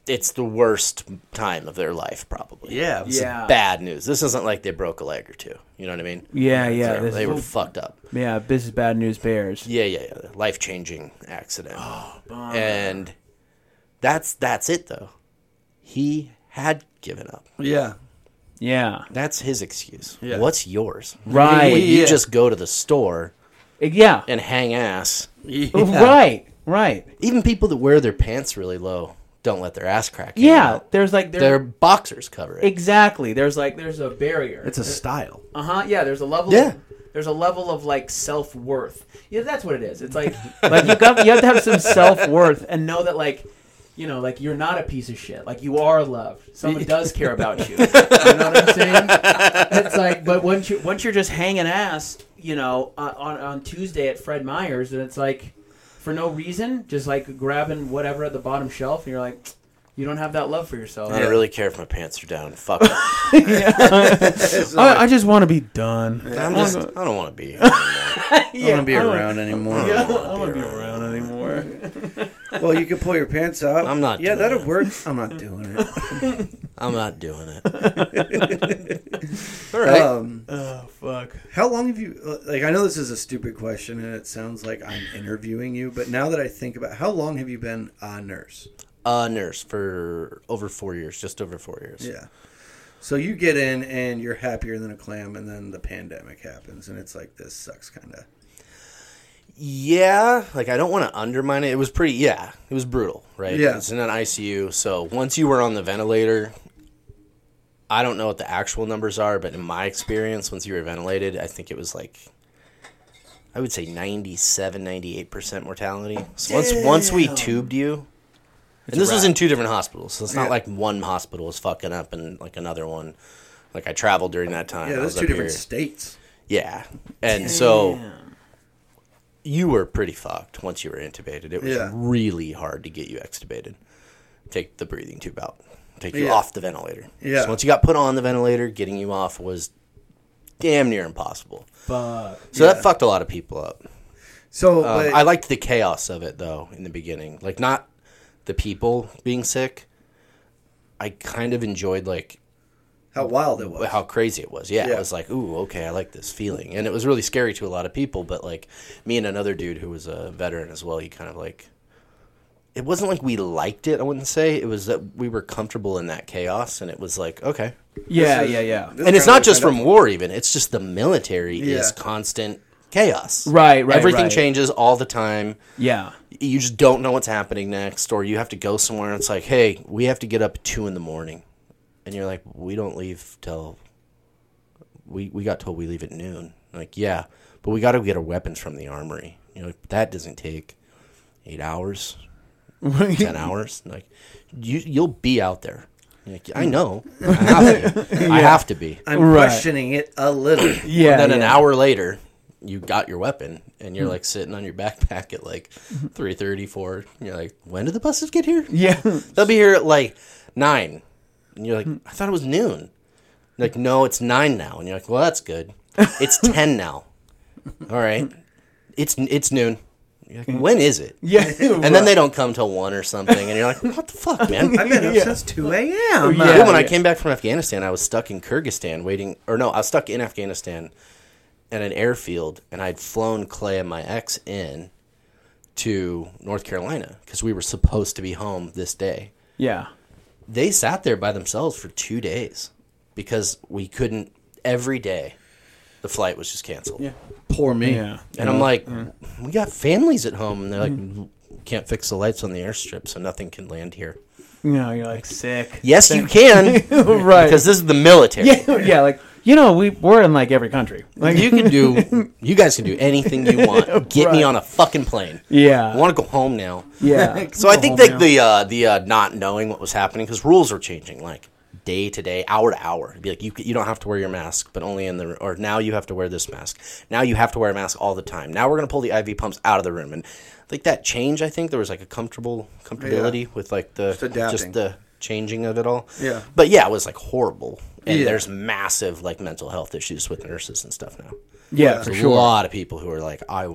it's the worst time of their life, probably.
yeah,
It's
Yeah.
bad news. This isn't like they broke a leg or two. You know what I mean?
Yeah, yeah.
they
This
they
is,
were fucked up.
yeah, this is bad news bears.
Yeah, yeah, yeah. Life changing accident.
Oh,
and that's that's it though. He had given up.
yeah.
Yeah.
That's his excuse.
Yeah.
What's yours?
Right.
When you
Yeah.
just go to the store
Yeah.
and hang ass.
Right. Right.
Even people that wear their pants really low don't let their ass crack. hang
Yeah.
out.
There's like there
Their boxers cover it.
exactly. There's like there's a barrier.
It's a style.
Uh
Uh-huh,
huh. Yeah. There's a level.
Yeah.
Of, there's a level of like self worth. Yeah, that's what it is. It's like like you got you have to have some self worth and know that like you know like you're not a piece of shit. Like you are loved. Someone does care about you. You know what I'm saying? It's like but once you once you're just hanging ass, you know, on on- on Tuesday at Fred Meyer's, and it's like for no reason, just like grabbing whatever at the bottom shelf, and you're like. You don't have that love for yourself.
I don't really care if my pants are down. Fuck. it.
I, I just want to be done.
I'm just. I don't want to be. I
I don't want to be around anymore.
don't
I don't
wanna
want to be around anymore.
Well, you can pull your pants up.
I'm not
Yeah,
doing
that'll
it.
work. I'm not doing it.
I'm not doing it. All right.
Um,
Oh fuck.
how long have you? uh, Like, I know this is a stupid question, and it sounds like I'm interviewing you. But now that I think about, how long have you been a nurse?
A Uh, nurse for over four years, just over four years.
Yeah. So you get in and you're happier than a clam, and then the pandemic happens, and it's like this sucks, kind of.
Yeah, like I don't want to undermine it. It was pretty. Yeah, it was brutal, right?
Yeah.
it's in an ICU. So once you were on the ventilator, I don't know what the actual numbers are, but in my experience, once you were ventilated, I think it was like. I would say 97, 98% mortality. So once once we tubed you, and this was in two different hospitals, so it's not
Yeah.
like one hospital is fucking up and like another one. Like I traveled during that time.
Yeah,
I was
those two
up
different
here.
states.
Yeah. And so you were pretty fucked once you were intubated. It was
Yeah.
really hard to get you extubated. Take the breathing tube out. Take you
Yeah.
off the ventilator.
Yeah.
So once you got put on the ventilator, getting you off was damn near impossible.
Fuck.
So that fucked a lot of people up.
So
Um,
but,
I liked the chaos of it though in the beginning. Like not the people being sick. I kind of enjoyed like
how wild it was.
how crazy it was. Yeah,
Yeah.
it was like, ooh, okay, I like this feeling, and it was really scary to a lot of people. But like me and another dude who was a veteran as well, he kind of like, it wasn't like we liked it. I wouldn't say it was that we were comfortable in that chaos, and it was like, okay.
Yeah, yeah, yeah.
This
and it's
kinda
not just
kind
from
of-
war, even. It's just the military
Yeah.
is constant chaos.
Right, right,
Everything
right.
changes all the time.
Yeah.
You just don't know what's happening next, or you have to go somewhere. And it's like, hey, we have to get up at two in the morning, and you're like, we don't leave till we we got told we leave at noon. Like, yeah, but we got to get our weapons from the armory. You know, that doesn't take eight hours, ten hours. Like, you you'll be out there. You're Like, I know, I have to. I have to be.
I'm
Right.
questioning it a little.
then
Yeah. yeah. Hmm.
an hour later, you got your weapon, and you're like sitting on your backpack at like three thirty four. And you're like, when did the buses get here?
Yeah.
They'll be here at like nine. And you're like,
Hmm.
I thought it was noon. Like, no, it's nine now. And you're like, well, that's good. It's ten now. All right, it's it's noon. You're like, when is it?
Hmm. Yeah.
And then they don't come till one or something, and you're like, "What the fuck, man?"
I've been up since 2 a.m.
Yeah.
Oh, Yeah, when I came back from Afghanistan, I was stuck in Kyrgyzstan waiting, or no, I was stuck in Afghanistan at an airfield, and I'd flown Clay and my ex in to North Carolina because we were supposed to be home this day.
Yeah.
They sat there by themselves for two days because we couldn't, every day, the flight was just canceled.
Poor me.
Yeah.
And I'm like, we got families at home. And they're like, can't fix the lights on the airstrip, so nothing can land here.
No, you're like sick.
Yes, you can,
right.
because this is the military.
yeah, yeah, like you know, we we're in like every country. Like
you can do you guys can do anything you want get me
Right.
on a fucking plane i
yeah.
want to go home now
Yeah.
so i think that the uh, the uh, not knowing what was happening because rules were changing like day to day hour to hour It'd be like you, c- you don't have to wear your mask but only in the or now you have to wear this mask now you have to wear a mask all the time now we're going to pull the iv pumps out of the room and like that change i think there was like a comfortable comfortability with like the
adapting.
just the changing of it all.
Yeah.
But yeah, it was like horrible. And
Yeah.
there's massive like mental health issues with nurses and stuff now.
Yeah,
There's a lot of people who are like, I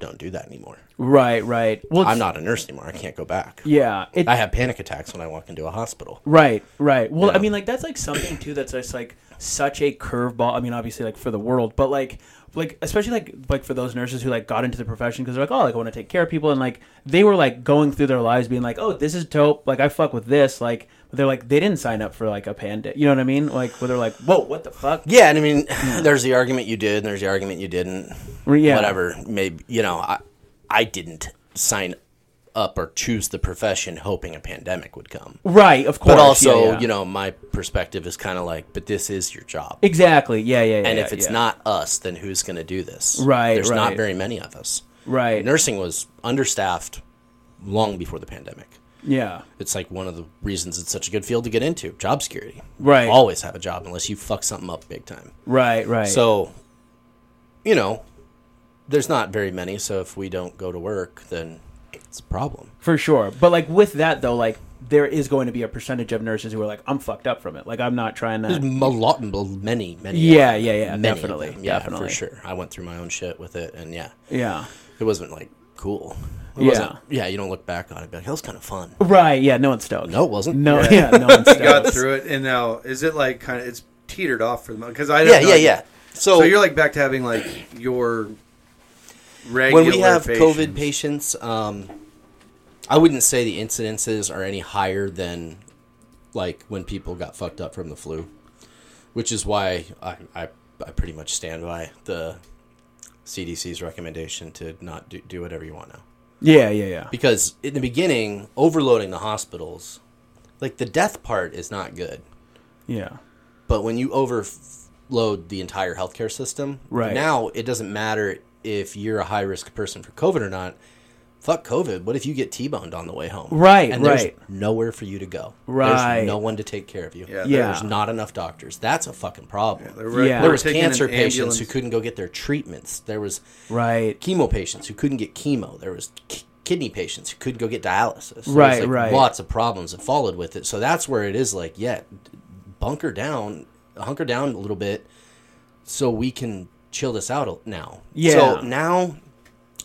don't do that anymore.
Right, right. Well,
I'm
it's-
not a nurse anymore. I can't go back.
Yeah, it,
I have panic attacks when I walk into a hospital.
Right, right. Well, I mean, like that's like something too. That's just like such a curveball. I mean, obviously, like for the world, but like, like especially like like for those nurses who like got into the profession because they're like, oh, like I want to take care of people, and like they were like going through their lives being like, oh, this is dope. Like I fuck with this. Like but they're like they didn't sign up for like a pandemic. You know what I mean? Like where they're like, whoa, what the fuck?
Yeah, and I mean, there's the argument you did, and there's the argument you didn't.
Yeah.
Whatever. Maybe you know, I I didn't sign up or choose the profession hoping a pandemic would come.
Right, of course.
But also,
yeah, yeah.
you know, my perspective is kind of like, but this is your job.
exactly. Yeah, yeah. yeah
and if it's
yeah.
not us, then who's going to do this?
Right,
There's not
right.
very many of us.
right,
Nursing was understaffed long before the pandemic.
yeah,
It's like one of the reasons it's such a good field to get into job security.
Right.
Always have a job unless you fuck something up big time.
right, right.
So, you know, there's not very many. So if we don't go to work, then it's a problem.
For sure. But like with that though, like there is going to be a percentage of nurses who are like, I'm fucked up from it. Like I'm not trying
There's a
to
lot, many, many.
Yeah, yeah, yeah.
many of
definitely.
them. Yeah,
definitely.
for sure. I went through my own shit with it, and yeah,
Yeah.
it wasn't like cool. It
Yeah.
wasn't- yeah. You don't look back on it, but that was kind of fun.
Right, yeah, no one's stoked.
No, it wasn't.
No yeah, no one's stoked.
got through it, and now is it like kind of it's teetered off for the moment because I
Yeah,
don't know,
yeah, yeah. So,
So you're like back to having like your regular
when we have COVID
patients.
patients, um, I wouldn't say the incidences are any higher than like when people got fucked up from the flu, which is why I, I, I pretty much stand by the CDC's recommendation to not do, do whatever you want now.
Yeah, yeah, yeah.
Because in the beginning, overloading the hospitals, like the death part is not good.
Yeah.
But when you overload the entire healthcare system,
Right.
now it doesn't matter if you're a high risk person for COVID or not. Fuck COVID. What if you get T-boned on the way home?
Right,
and there's
right.
nowhere for you to go.
Right.
There's no one to take care of you.
Yeah,
Yeah.
There's not enough doctors. That's a fucking problem.
They were-
Yeah.
they
there
were
was
taking an
cancer patients
ambulance.
who couldn't go get their treatments. There was
Right.
chemo patients who couldn't get chemo. There was ki- kidney patients who couldn't go get dialysis. There
Right,
was, like,
right.
Lots of problems that followed with it. So that's where it is like, yeah, bunker down, hunker down a little bit, so we can chill this out a- now.
Yeah.
So now.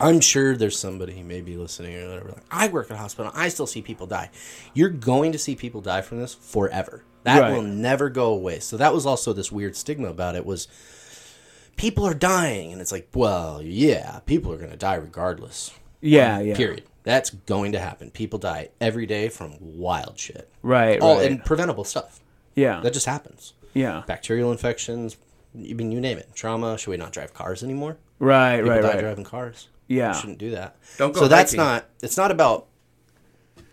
I'm sure there's somebody maybe listening or whatever. Like, I work at a hospital. I still see people die. You're going to see people die from this forever. That
Right.
will never go away. So that was also this weird stigma about it was people are dying and it's like well yeah people are going to die regardless
Yeah, yeah.
period that's going to happen people die every day from wild shit
Right,
all
right.
and preventable stuff
yeah.
that just happens
yeah.
bacterial infections i mean you name it trauma should we not drive cars anymore
Right,
people
right,
die
right.
driving cars
Yeah.
We shouldn't do that
Don't go
so that's
hiking.
not it's not about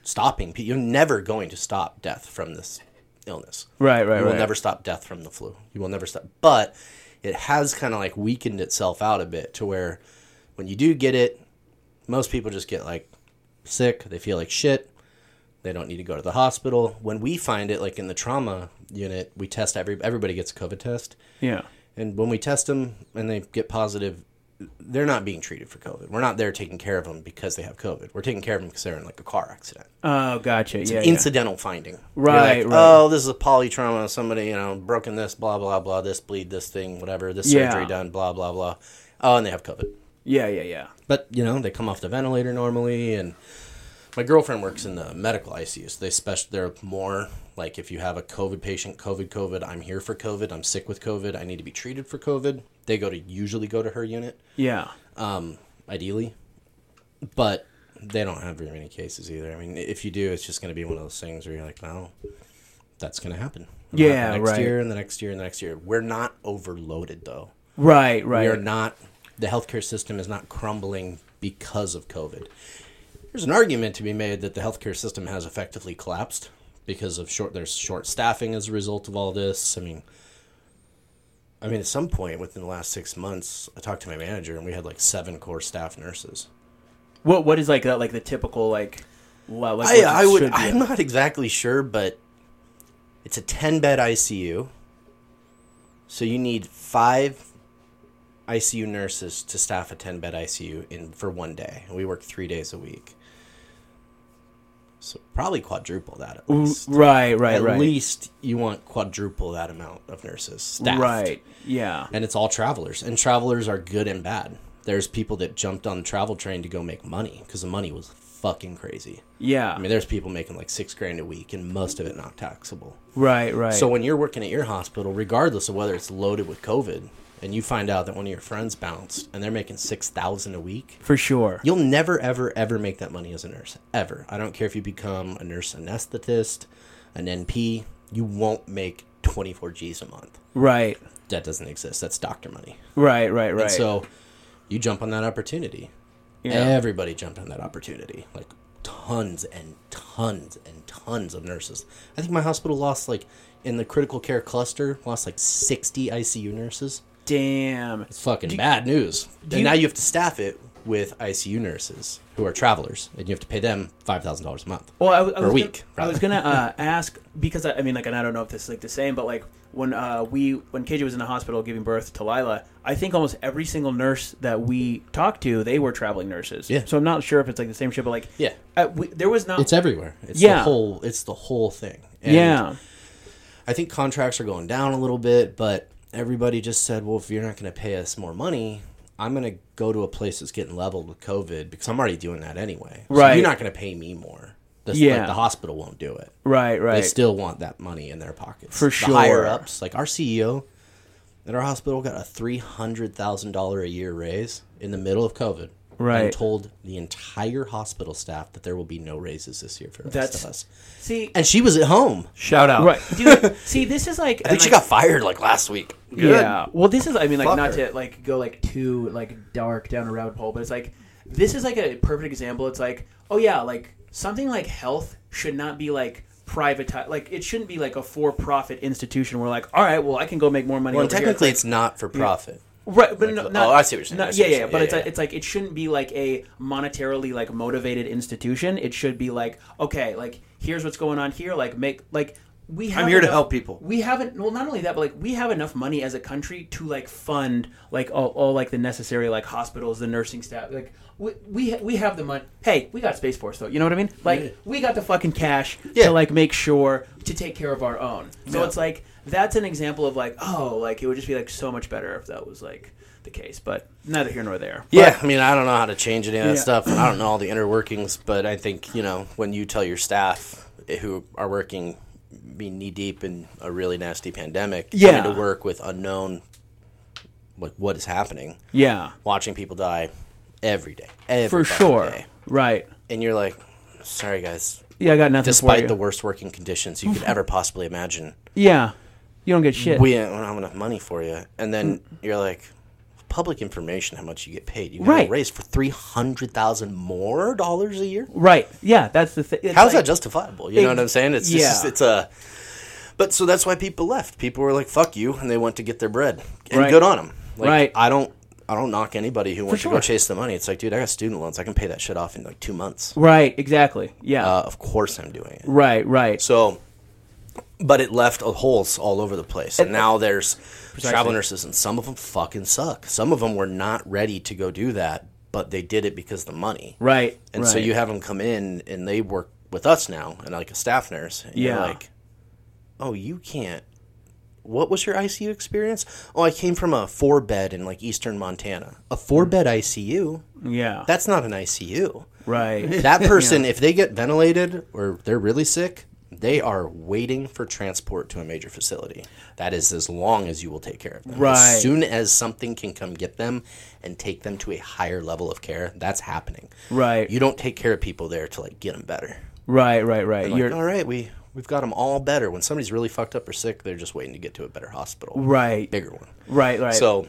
stopping pe- you're never going to stop death from this illness
Right, right,
you will
right.
never stop death from the flu. You will never stop. But it has kind of like weakened itself out a bit to where when you do get it, most people just get like sick. They feel like shit. They don't need to go to the hospital. When we find it, like in the trauma unit, we test every everybody gets a COVID test,
Yeah.
and when we test them and they get positive, they're not being treated for COVID. We're not there taking care of them because they have COVID. We're taking care of them because they're in like a car accident
Oh, gotcha. Yeah. yeah.
incidental finding. You're
Right,
like,
right.
Oh, this is a polytrauma. Somebody, you know, broken this, blah, blah, blah, this bleed, this thing, whatever, this
Yeah.
surgery done, blah, blah, blah. Oh, and they have COVID.
Yeah, yeah, yeah.
But, you know, they come off the ventilator normally. And my girlfriend works in the medical ICU. So they special, they're more like if you have a COVID patient, COVID, COVID, I'm here for COVID, I'm sick with COVID, I need to be treated for COVID. They go to usually go to her unit
Yeah.
um, ideally. But they don't have very many cases either. I mean, if you do, it's just going to be one of those things where you're like, well, that's going to happen. It'll
Yeah,
happen next
right.
year and the next year and the next year. We're not overloaded though.
Right,
We are
right.
not. The healthcare system is not crumbling because of COVID. There's an argument to be made that the healthcare system has effectively collapsed because of short. There's short staffing as a result of all this. I mean, I mean, at some point within the last six months, I talked to my manager and we had like seven core staff nurses.
What what is like that like the typical like well, like
I,
what
I
it
would.
should be?
I'm not exactly sure, but it's a 10 bed ICU. So you need five ICU nurses to staff a 10 bed ICU in for one day. And we work three days a week. So probably quadruple that at least.
Mm, Right, right,
at
right.
least you want quadruple that amount of nurses staffed.
Right. Yeah.
And it's all travelers, and travelers are good and bad. There's people that jumped on the travel train to go make money because the money was fucking crazy.
Yeah.
I mean, there's people making like six grand a week, and most of it not taxable.
right, right.
So when you're working at your hospital, regardless of whether it's loaded with COVID, and you find out that one of your friends bounced and they're making six thousand a week,
for sure.
You'll never, ever, ever make that money as a nurse. Ever. I don't care if you become a nurse anesthetist, an NP, you won't make 24 G's a month.
Right.
That doesn't exist. That's doctor money.
Right, right, right.
And so you jump on that opportunity. Everybody jumped on that opportunity. Like tons and tons and tons of nurses. I think my hospital lost, like, in the critical care cluster, lost like 60 ICU nurses.
Damn.
It's fucking bad news. And
you-
now you have to staff it with ICU nurses who are travelers, and you have to pay them five thousand dollars a month.
Well, I, w- I
Or
was
a week,
Gonna, I was
rather.
gonna uh, ask because I, I mean, like, and I don't know if this is like the same, but like when uh, we when KJ was in the hospital giving birth to Lila, I think almost every single nurse that we talked to, they were traveling nurses.
Yeah.
So I'm not sure if it's like the same shit, but like,
Yeah.
uh, we, there was not.
It's everywhere. It's
Yeah.
the whole. It's the whole thing. And
yeah.
I think contracts are going down a little bit, but everybody just said, "Well, if you're not going to pay us more money." I'm gonna go to a place that's getting leveled with COVID because I'm already doing that anyway. So
Right.
you're not gonna pay me more. This,
Yeah.
like, the hospital won't do it.
Right.
they
Right.
still want that money in their pockets.
For
the Higher
sure.
ups, like our CEO at our hospital, got a three hundred thousand dollar a year raise in the middle of COVID.
Right.
And told the entire hospital staff that there will be no raises this year for the rest
That's-
of us.
see.
And she was at home.
Shout out.
Right. Dude, see, this is like.
I think she got fired like last week.
Yeah. Well, this is. I mean, like,
Fuck
not
her.
to like go like too like dark down a rabbit hole, but it's like this is like a perfect example. It's like, oh yeah, like something like health should not be like privatized. Like it shouldn't be like a for-profit institution where like, all right, well, I can go make more money.
Well,
over here.
technically, it's not for profit.
Right, but no,
oh,
not,
I see what you're saying. I
Not,
see
yeah,
what you're
yeah, yeah,
saying.
but
Yeah,
it's
yeah,
Like,
yeah.
it's like it shouldn't be like a monetarily like motivated institution. It should be like okay, like here's what's going on here. Like make like we. Have
here to
enough-
help people.
We haven't. Well, not only that, but like we have enough money as a country to like fund like all, all like the necessary like hospitals, the nursing staff. Like we we, ha- we have the money. Hey, we got space force though. You know what I mean? Like we got the fucking cash
Yeah.
to like make sure to take care of our own. So it's like that's an example of like oh like it would just be like so much better if that was like the case, but neither here nor there.
Yeah, I mean, I don't know how to change any of that
Yeah.
stuff. and I don't know all the inner workings, but I think you know when you tell your staff who are working be knee deep in a really nasty pandemic,
Yeah.
having to work with unknown, like what is happening,
Yeah,
watching people die every day, every
for
fucking
sure.
day.
Right.
and you're like, sorry guys,
Yeah, I got nothing for
despite
you.
the worst working conditions you could ever possibly imagine,
yeah, you don't get shit.
we don't have enough money for you, and
Mm.
then you're like. Public information, how much you get paid. You got
Right.
a raise for three hundred thousand more dollars a year.
right. Yeah, that's the thing.
How's that justifiable? You know
Ex-
what I'm saying? It's just
yeah.
it's a. But so that's why people left. People were like, "Fuck you," and they went to get their bread. And
Right.
good on them. Like,
Right.
I don't. I don't knock anybody who wants to
sure.
go chase the money. It's like, dude, I got student loans. I can pay that shit off in like two months.
Right. Exactly. Yeah.
Uh, of course, I'm doing it.
right. Right.
So, but it left a holes all over the place. And now there's travel nurses, and some of them fucking suck. Some of them were not ready to go do that, but they did it because of the money.
Right.
And so
right.
you have them come in and they work with us now and like a staff nurse. And
Yeah.
You're like, oh, you can't. What was your ICU experience? Oh, I came from a four bed in like eastern Montana. A four bed ICU?
Yeah.
That's not an ICU.
right.
That person, if they get ventilated or they're really sick, they are waiting for transport to a major facility. That is as long as you will take care of them.
Right.
As soon as something can come get them and take them to a higher level of care, that's happening.
Right.
You don't take care of people there to like get them better.
Right. Right. Right.
Like, oh,
You're
all right, we we've got them all better. When somebody's really fucked up or sick, they're just waiting to get to a better hospital,
right.
bigger one.
Right. Right.
So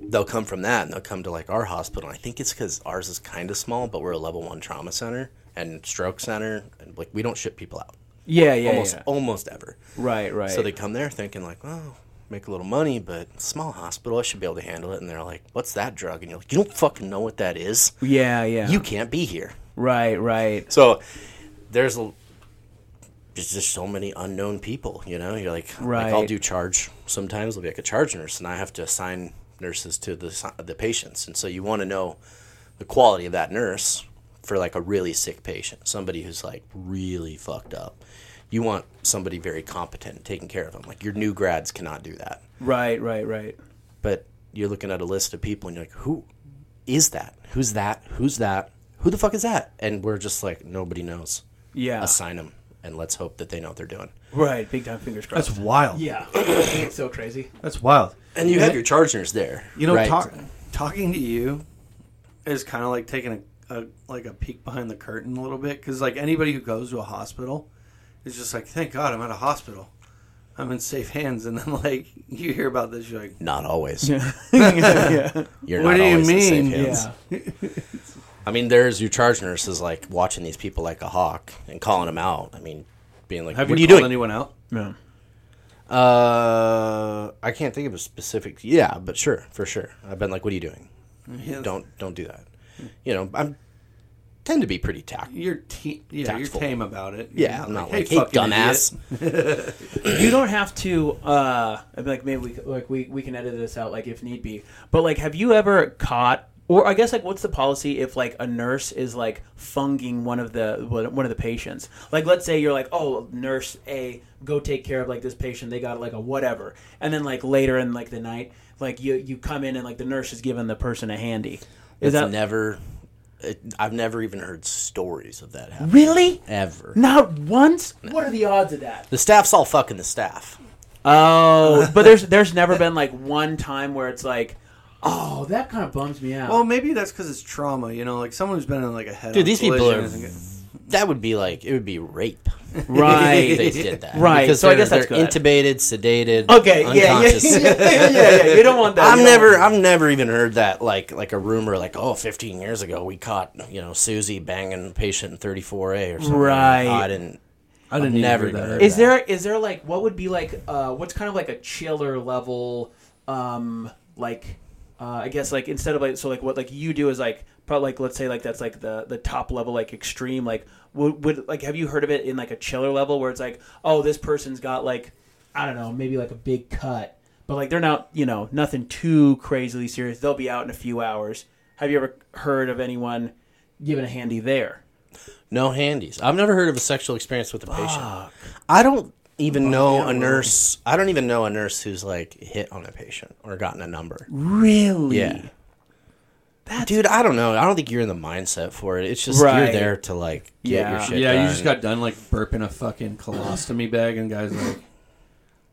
they'll come from that and they'll come to like our hospital. I think it's because ours is kind of small, but we're a level one trauma center and stroke center, and like we don't ship people out
yeah. Yeah.
almost
yeah.
almost ever.
Right. Right.
So they come there thinking like, oh, make a little money, but small hospital, I should be able to handle it. And they're like, what's that drug? And you're like, you don't fucking know what that is.
Yeah. Yeah.
You can't be here.
Right. Right.
So there's a there's just so many unknown people, you know. You're like, like I'll
Right.
do charge. Sometimes I'll be like a charge nurse, and I have to assign nurses to the assi- the patients, and so you want to know the quality of that nurse for like a really sick patient, somebody who's like really fucked up. You want somebody very competent taking care of them. Like your new grads cannot do that.
Right, right, right.
But you're looking at a list of people and you're like, who is that? Who's that? Who's that? Who the fuck is that? And we're just like, nobody knows.
Yeah.
Assign them and let's hope that they know what they're doing.
Right, big time fingers crossed.
That's wild.
Yeah, it's so crazy.
That's wild.
And you have your chargers there.
You know,
right?
talk, talking to you is kind of like taking a, a like a peek behind the curtain a little bit because like anybody who goes to a hospital is just like, thank God I'm at a hospital, I'm in safe hands. And then like you hear about this, you're like,
Not always.
yeah.
You're
What
not
do you
always in safe
mean?
hands.
Yeah.
I mean, there's your charge nurse is like watching these people like a hawk and calling them out. I mean, being like,
have
"What
you,
are you
called
doing?"
anyone out?
No.
uh, I can't think of a specific. Yeah, but sure, for sure. I've been like, "What are you doing?"
Yeah,
Don't don't do that. You know, I'm tend to be pretty tactful.
You're te- yeah,
Tactful.
you're tame about it. You're
Yeah,
not
I'm not
like,
like, "Hey,
fucking
dumbass."
idiot."
You don't have to. uh I mean, Like maybe we like we we can edit this out, like if need be. But like, have you ever caught? Or I guess like, what's the policy if like a nurse is like funging one of the one of the patients? Like, let's say you're like, oh, nurse A, go take care of like this patient. They got like a whatever, and then like later in like the night, like you you come in and like the nurse is giving the person a handy.
It's
Is that
never? It, I've never even heard stories of that happening
really
ever.
not once? What are the odds of that?
The staff's all fucking the staff.
Oh, but there's there's never been like one time where it's like, oh, that kind of bums me out.
Well, maybe that's because it's trauma. You know, like someone who's been in like a head.
Dude, these people are.
isn't good.
That would be like it would be rape. if
right.
they did that.
Right,
Because
so I
they're,
guess that's
they're
good.
intubated, sedated,
okay. Yeah yeah,
unconscious.
yeah, yeah, yeah, Oh, yeah. You don't want that.
I've
You don't
never,
want
I've never even heard that like like a rumor like oh 15 years ago we caught you know Susie banging patient 34A or something.
Right.
I didn't.
I didn't
I've
even
never
hear
even heard
that.
that. Is there is there like what would be like uh what's kind of like a chiller level um like uh, I guess like instead of like so like what like you do is like probably like let's say like that's like the the top level like extreme like would, would like have you heard of it in like a chiller level where it's like oh this person's got like I don't know maybe like a big cut but like they're not you know nothing too crazily serious they'll be out in a few hours have you ever heard of anyone giving a handy there
No handies. I've never heard of a sexual experience with a patient. I don't even know a nurse. I don't even know a nurse who's like hit on a patient or gotten a number.
really
Yeah. Dude, I don't know. I don't think you're in the mindset for it. It's just
Right.
you're there to like get
Yeah.
your shit
Yeah,
done.
you just got done like burping a fucking colostomy bag, and guys like,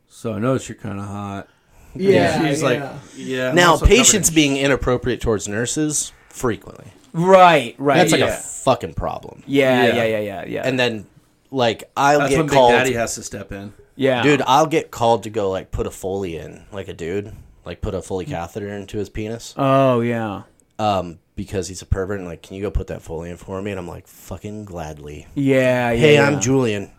so I notice you're kind of hot.
Yeah,
he's like, yeah. I'm
now
also covered
patients
in
being inappropriate towards nurses frequently.
right right
That's like
yeah.
a fucking problem.
yeah,
Yeah.
yeah, yeah, yeah, yeah.
And then like I'll
That's when
get
Big
called
Daddy has to step in.
yeah,
dude, I'll get called to go like put a Foley in, like a dude. Like put a
Mm.
Foley catheter into his penis.
Oh yeah,
Um, because he's a pervert and like, can you go put that Foley in for me? And I'm like, fucking gladly.
yeah, yeah.
Hey,
yeah.
I'm Julian.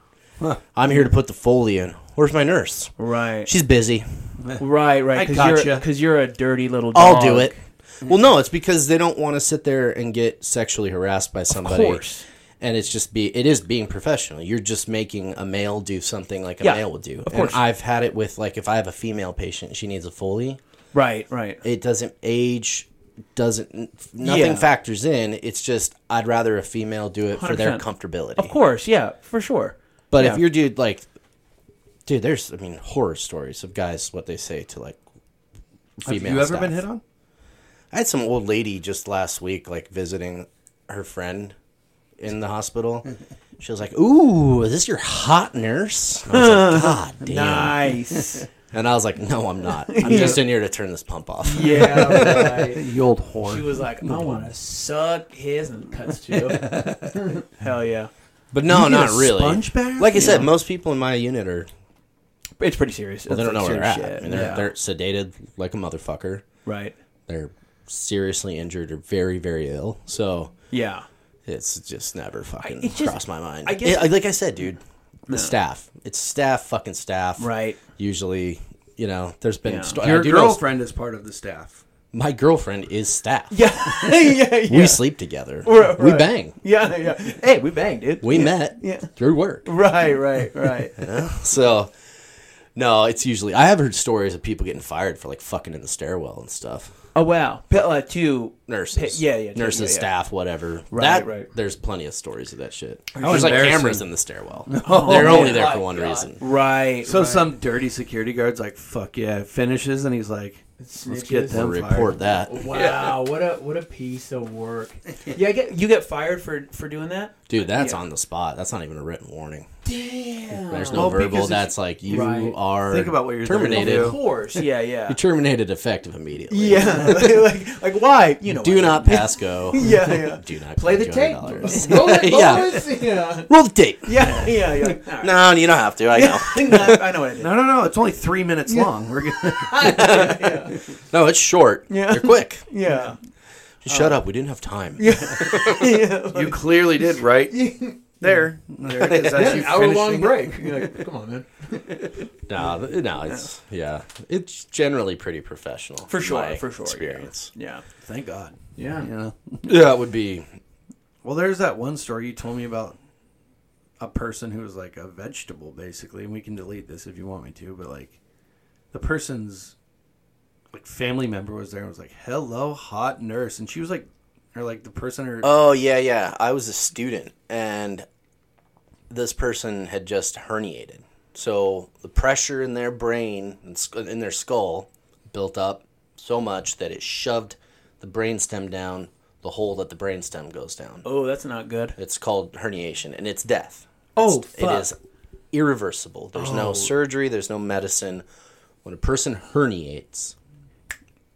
I'm here to put the Foley in. Where's my nurse?
right,
She's busy.
right,
I
right. Because you're
gotcha.
because you're a dirty little. Dog.
I'll do it. Well, no, it's because they don't want to sit there and get sexually harassed by somebody.
course.
And it's just be it is being professional. You're just making a male do something like a
Yeah,
male would do. Of
course.
And I've had it with like if I have a female patient, she needs a Foley.
Right, right.
It doesn't age doesn't nothing
Yeah.
factors in. It's just I'd rather a female do it for their
100%.
comfortability.
Of course, yeah, for sure.
But
Yeah.
if you're dude like dude, there's I mean horror stories of guys what they say to like
Have
female
you ever
staff.
been hit on?
I had some old lady just last week, like visiting her friend in the hospital. She was like, "Ooh, is this your hot nurse?" And I was like, "God damn!"
Nice.
And I was like, "No, I'm not. I'm just in here to turn this pump off."
yeah. Right.
The old whore.
She was like, I want to suck his and cuts too. Hell yeah,
But no,
You get
not
a
really.
sponge bath?
Like I said, most people in my unit are
it's pretty serious.
they
That's
don't know
like
where they're
serious
at. I
shit.
mean, they're,
yeah.
they're sedated like a motherfucker.
right.
They're seriously injured or very very ill. So
Yeah.
It's just never fucking
it's just-
crossed my mind.
I guess-
It- like I said, dude, the staff. It's staff, fucking staff.
Right.
Usually, you know, there's been.
Yeah.
sto- I
Your
do know-
girlfriend is part of the staff.
my girlfriend is staff.
Yeah. yeah. Yeah.
We sleep together.
Right,
We
right.
bang.
yeah. Yeah. Hey, we banged, dude.
We met
yeah.
through work.
Right. Right. Right.
So, no, it's usually. I have heard stories of people getting fired for like fucking in the stairwell and stuff.
Oh wow, Pe- uh, two.
Nurses,
Yeah, yeah, yeah,
nurses,
yeah, yeah.
staff, whatever. Right,
right.
There's plenty of stories of that shit.
was
There's like
embarrassing. Oh,
cameras in the stairwell. They're only there for one reason.
Right.
So some dirty security guard's like, "Fuck yeah!" Finishes and he's like, "Let's get
Snitches.
them
Report
fired."
that,
Wow, what a what a piece of work.
yeah, I get, you get fired for for doing that.
dude. That's on the spot. That's not even a written warning.
Damn.
There's no
Well,
verbal.
because it's-
That's like you
Right.
are.
Think about what you're there to
terminated.
do.
Of course. Yeah, yeah.
You terminated effective immediately.
yeah. like, like why? You know.
Do
why.
not pass go.
Yeah, yeah.
Do not
Play the
collect
tape.
$200.
Roll it,
Yeah.
boys. yeah.
Roll the tape.
Yeah, yeah, yeah. All right.
No, you don't have to. I know.
I know what I did.
No, no, no! Oh, It's only three minutes long. We're good.
no, it's short.
Yeah.
They're quick.
Yeah.
Shut up. We didn't have time. Yeah.
you clearly did right there. There, it is. That's you
Hour
finishing.
long break. You're like, come on, man.
No, th- no, it's yeah. It's generally pretty professional.
For
from
sure,
my
for sure, yeah.
Experience.
Yeah.
Thank God.
Yeah.
You know.
Yeah, that would be.
Well, there's that one story you told me about a person who was like a vegetable, basically, and we can delete this if you want me to, but like the person's like family member was there and was like, "Hello, hot nurse," and she was like, or like the person or
Oh yeah, yeah. I was a student, and this person had just herniated. So the pressure in their brain and sc- in their skull built up so much that it shoved the brainstem down the hole that the brainstem goes down.
Oh, that's not good.
It's called herniation, and it's death.
Oh,
It's- it is irreversible. There's no surgery. There's no medicine. When a person herniates,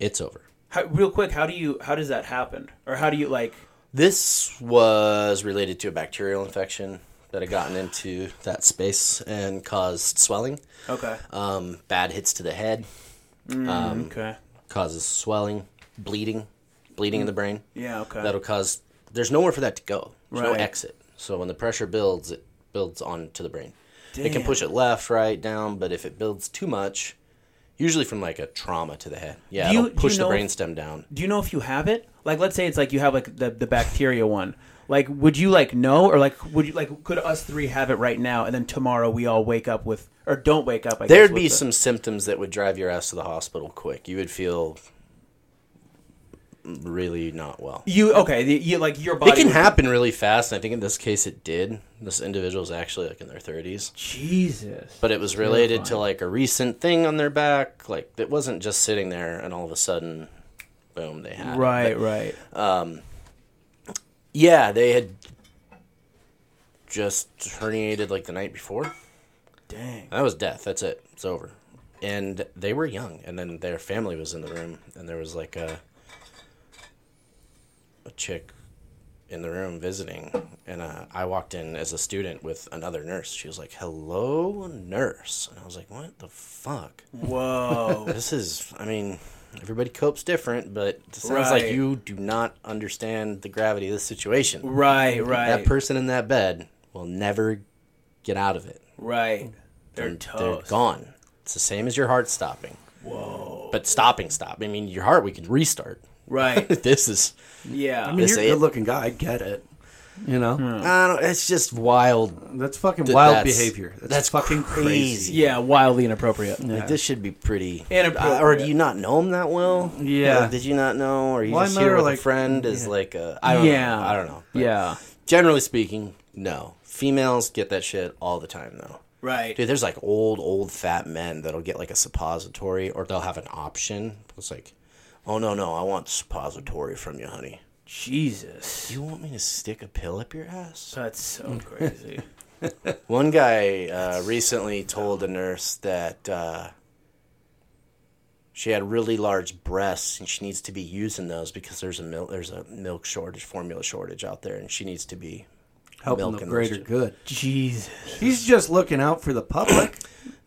it's over.
How, real quick, how do you? How does that happen? Or how do you like?
This was related to a bacterial infection that had gotten into that space and caused swelling.
Okay.
Um, bad hits to the head
Mm.
um,
okay.
causes swelling, bleeding, bleeding in the brain.
Yeah. Okay.
That'll cause. There's nowhere for that to go. There's no
Right.
exit. So when the pressure builds, it builds onto the brain. It can
Damn.
push it left, right, down, but if it builds too much, usually from like a trauma to the head, yeah,
Do you-
it'll
do you
push the
know if-
brainstem down.
do you know if you have it? Like, let's say it's like you have like the the bacteria one. Like, would you like know, or like would you like could us three have it right now, and then tomorrow we all wake up with, or don't wake up? I guess,
There'd
with
be
the-
some symptoms that would drive your ass to the hospital quick. You would feel really not well.
You okay? the- You like your body?
It can
would-
happen really fast, and I think in this case it did. This individual's actually like in their 30s.
Jesus.
but it was related to like a recent thing on their back. Like it wasn't just sitting there and all of a sudden, boom, they had it.
Right. Right.
Yeah, they had just herniated like the night before.
Dang.
That was death. That's it. It's over. And they were young, and then their family was in the room, and there was like a a chick in the room visiting, and uh, I walked in as a student with another nurse. She was like, "Hello, nurse," and I was like, "What the fuck?"
Whoa.
this is i mean everybody copes different but it sounds like
Right.
you do not understand the gravity of this situation
right. Right.
that person in that bed will never get out of it
right. They're
they're
toast.
gone it's the same as your heart stopping whoa but stopping stop i mean your heart we can restart
Right.
this is
Yeah.
I mean,
This
you're a
it.
good-looking guy. I get it. You know,
I don't, it's just wild
that's fucking
Th-
wild
that's-
behavior. That's,
that's
fucking crazy.
yeah. Wildly inappropriate.
like, this should be pretty
Inappropriate.
Uh, or do you not know him that well
Yeah.
Like, did you not know or you
Well, I
just
met her,
here with
like-
a friend is like a, i don't
Yeah.
know i don't know But-
Yeah.
generally speaking, no. Females get that shit all the time though.
Right.
Dude, there's like old, old fat men that'll get like a suppository or they'll have an option. It's like, oh no, no, I want suppository from you, honey.
Jesus.
Do you want me to stick a pill up your ass?
That's so crazy.
One guy uh, recently told a nurse that uh, she had really large breasts and she needs to be using those because there's a mil- there's a milk shortage, formula shortage out there, and she needs to be
helping the
milking those
greater
shit.
good.
Jesus.
He's just looking out for the public.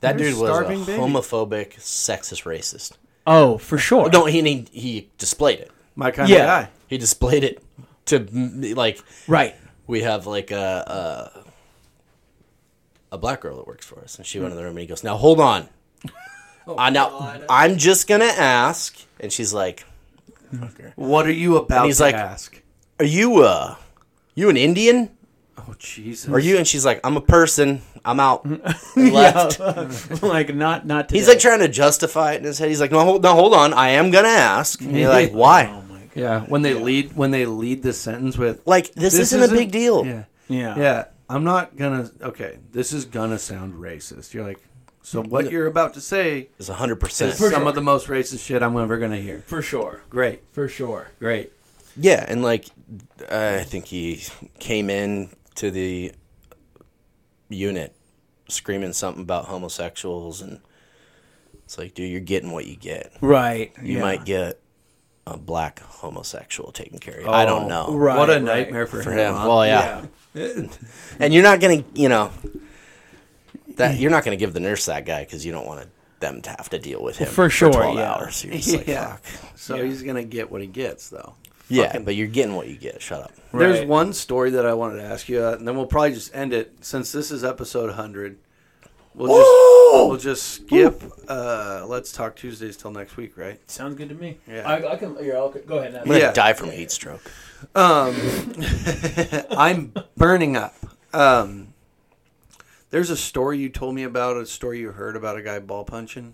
That
They're
dude was a
starving babies.
homophobic, sexist, racist.
Oh, for sure.
No, he he, he displayed it.
My kind
Yeah.
of guy.
He displayed it to mm, like
Right.
we have like a a, a black girl that works for us, and she went in the room and he goes, "Now hold on, I now I'm just gonna ask," and she's like,
What are you about
he's
to
like-
ask?
"Are you uh you an Indian?
Oh Jesus!
Are you?" And she's like, "I'm a person. I'm out. And left.
like not not. Today.
He's like trying to justify it in his head. He's like, no, hold, no, hold on. I am gonna ask. And you're like, why?
Yeah, when they lead when they lead the sentence with
Like this, isn't, a big deal.
Yeah,
yeah.
yeah. I'm not gonna. Okay, this is gonna sound racist. You're like, so what you're about to say
It's hundred
is
percent.
some of the most racist shit I'm ever gonna hear.
for sure,
Great,
for sure.
great.
Yeah, and like uh, I think he came in to the unit screaming something about homosexuals, and it's like, dude, you're getting what you get.
Right.
You
yeah.
might get a black homosexual taken care of. I don't know.
Oh, right,
what a
right.
nightmare for,
For
him.
him,
huh?
well, yeah, and you're not gonna, you know, that you're not gonna give the nurse that guy because you don't want them to have to deal with him
For sure,
12
yeah.
hours. You're just like,
Yeah.
fuck.
So he's gonna get what he gets, though.
yeah, but you're getting what you get. Shut up.
There's
Right.
one story that I wanted to ask you, uh, and then we'll probably just end it since this is episode 100. We'll just we'll just skip. Uh, let's talk Tuesdays till next week, right?
Sounds good to me.
Yeah.
I, I can. Here, I'll, go ahead. Now.
I'm gonna
Yeah.
die from heat stroke.
I'm burning up. Um, there's a story you told me about, a story you heard about a guy ball punching.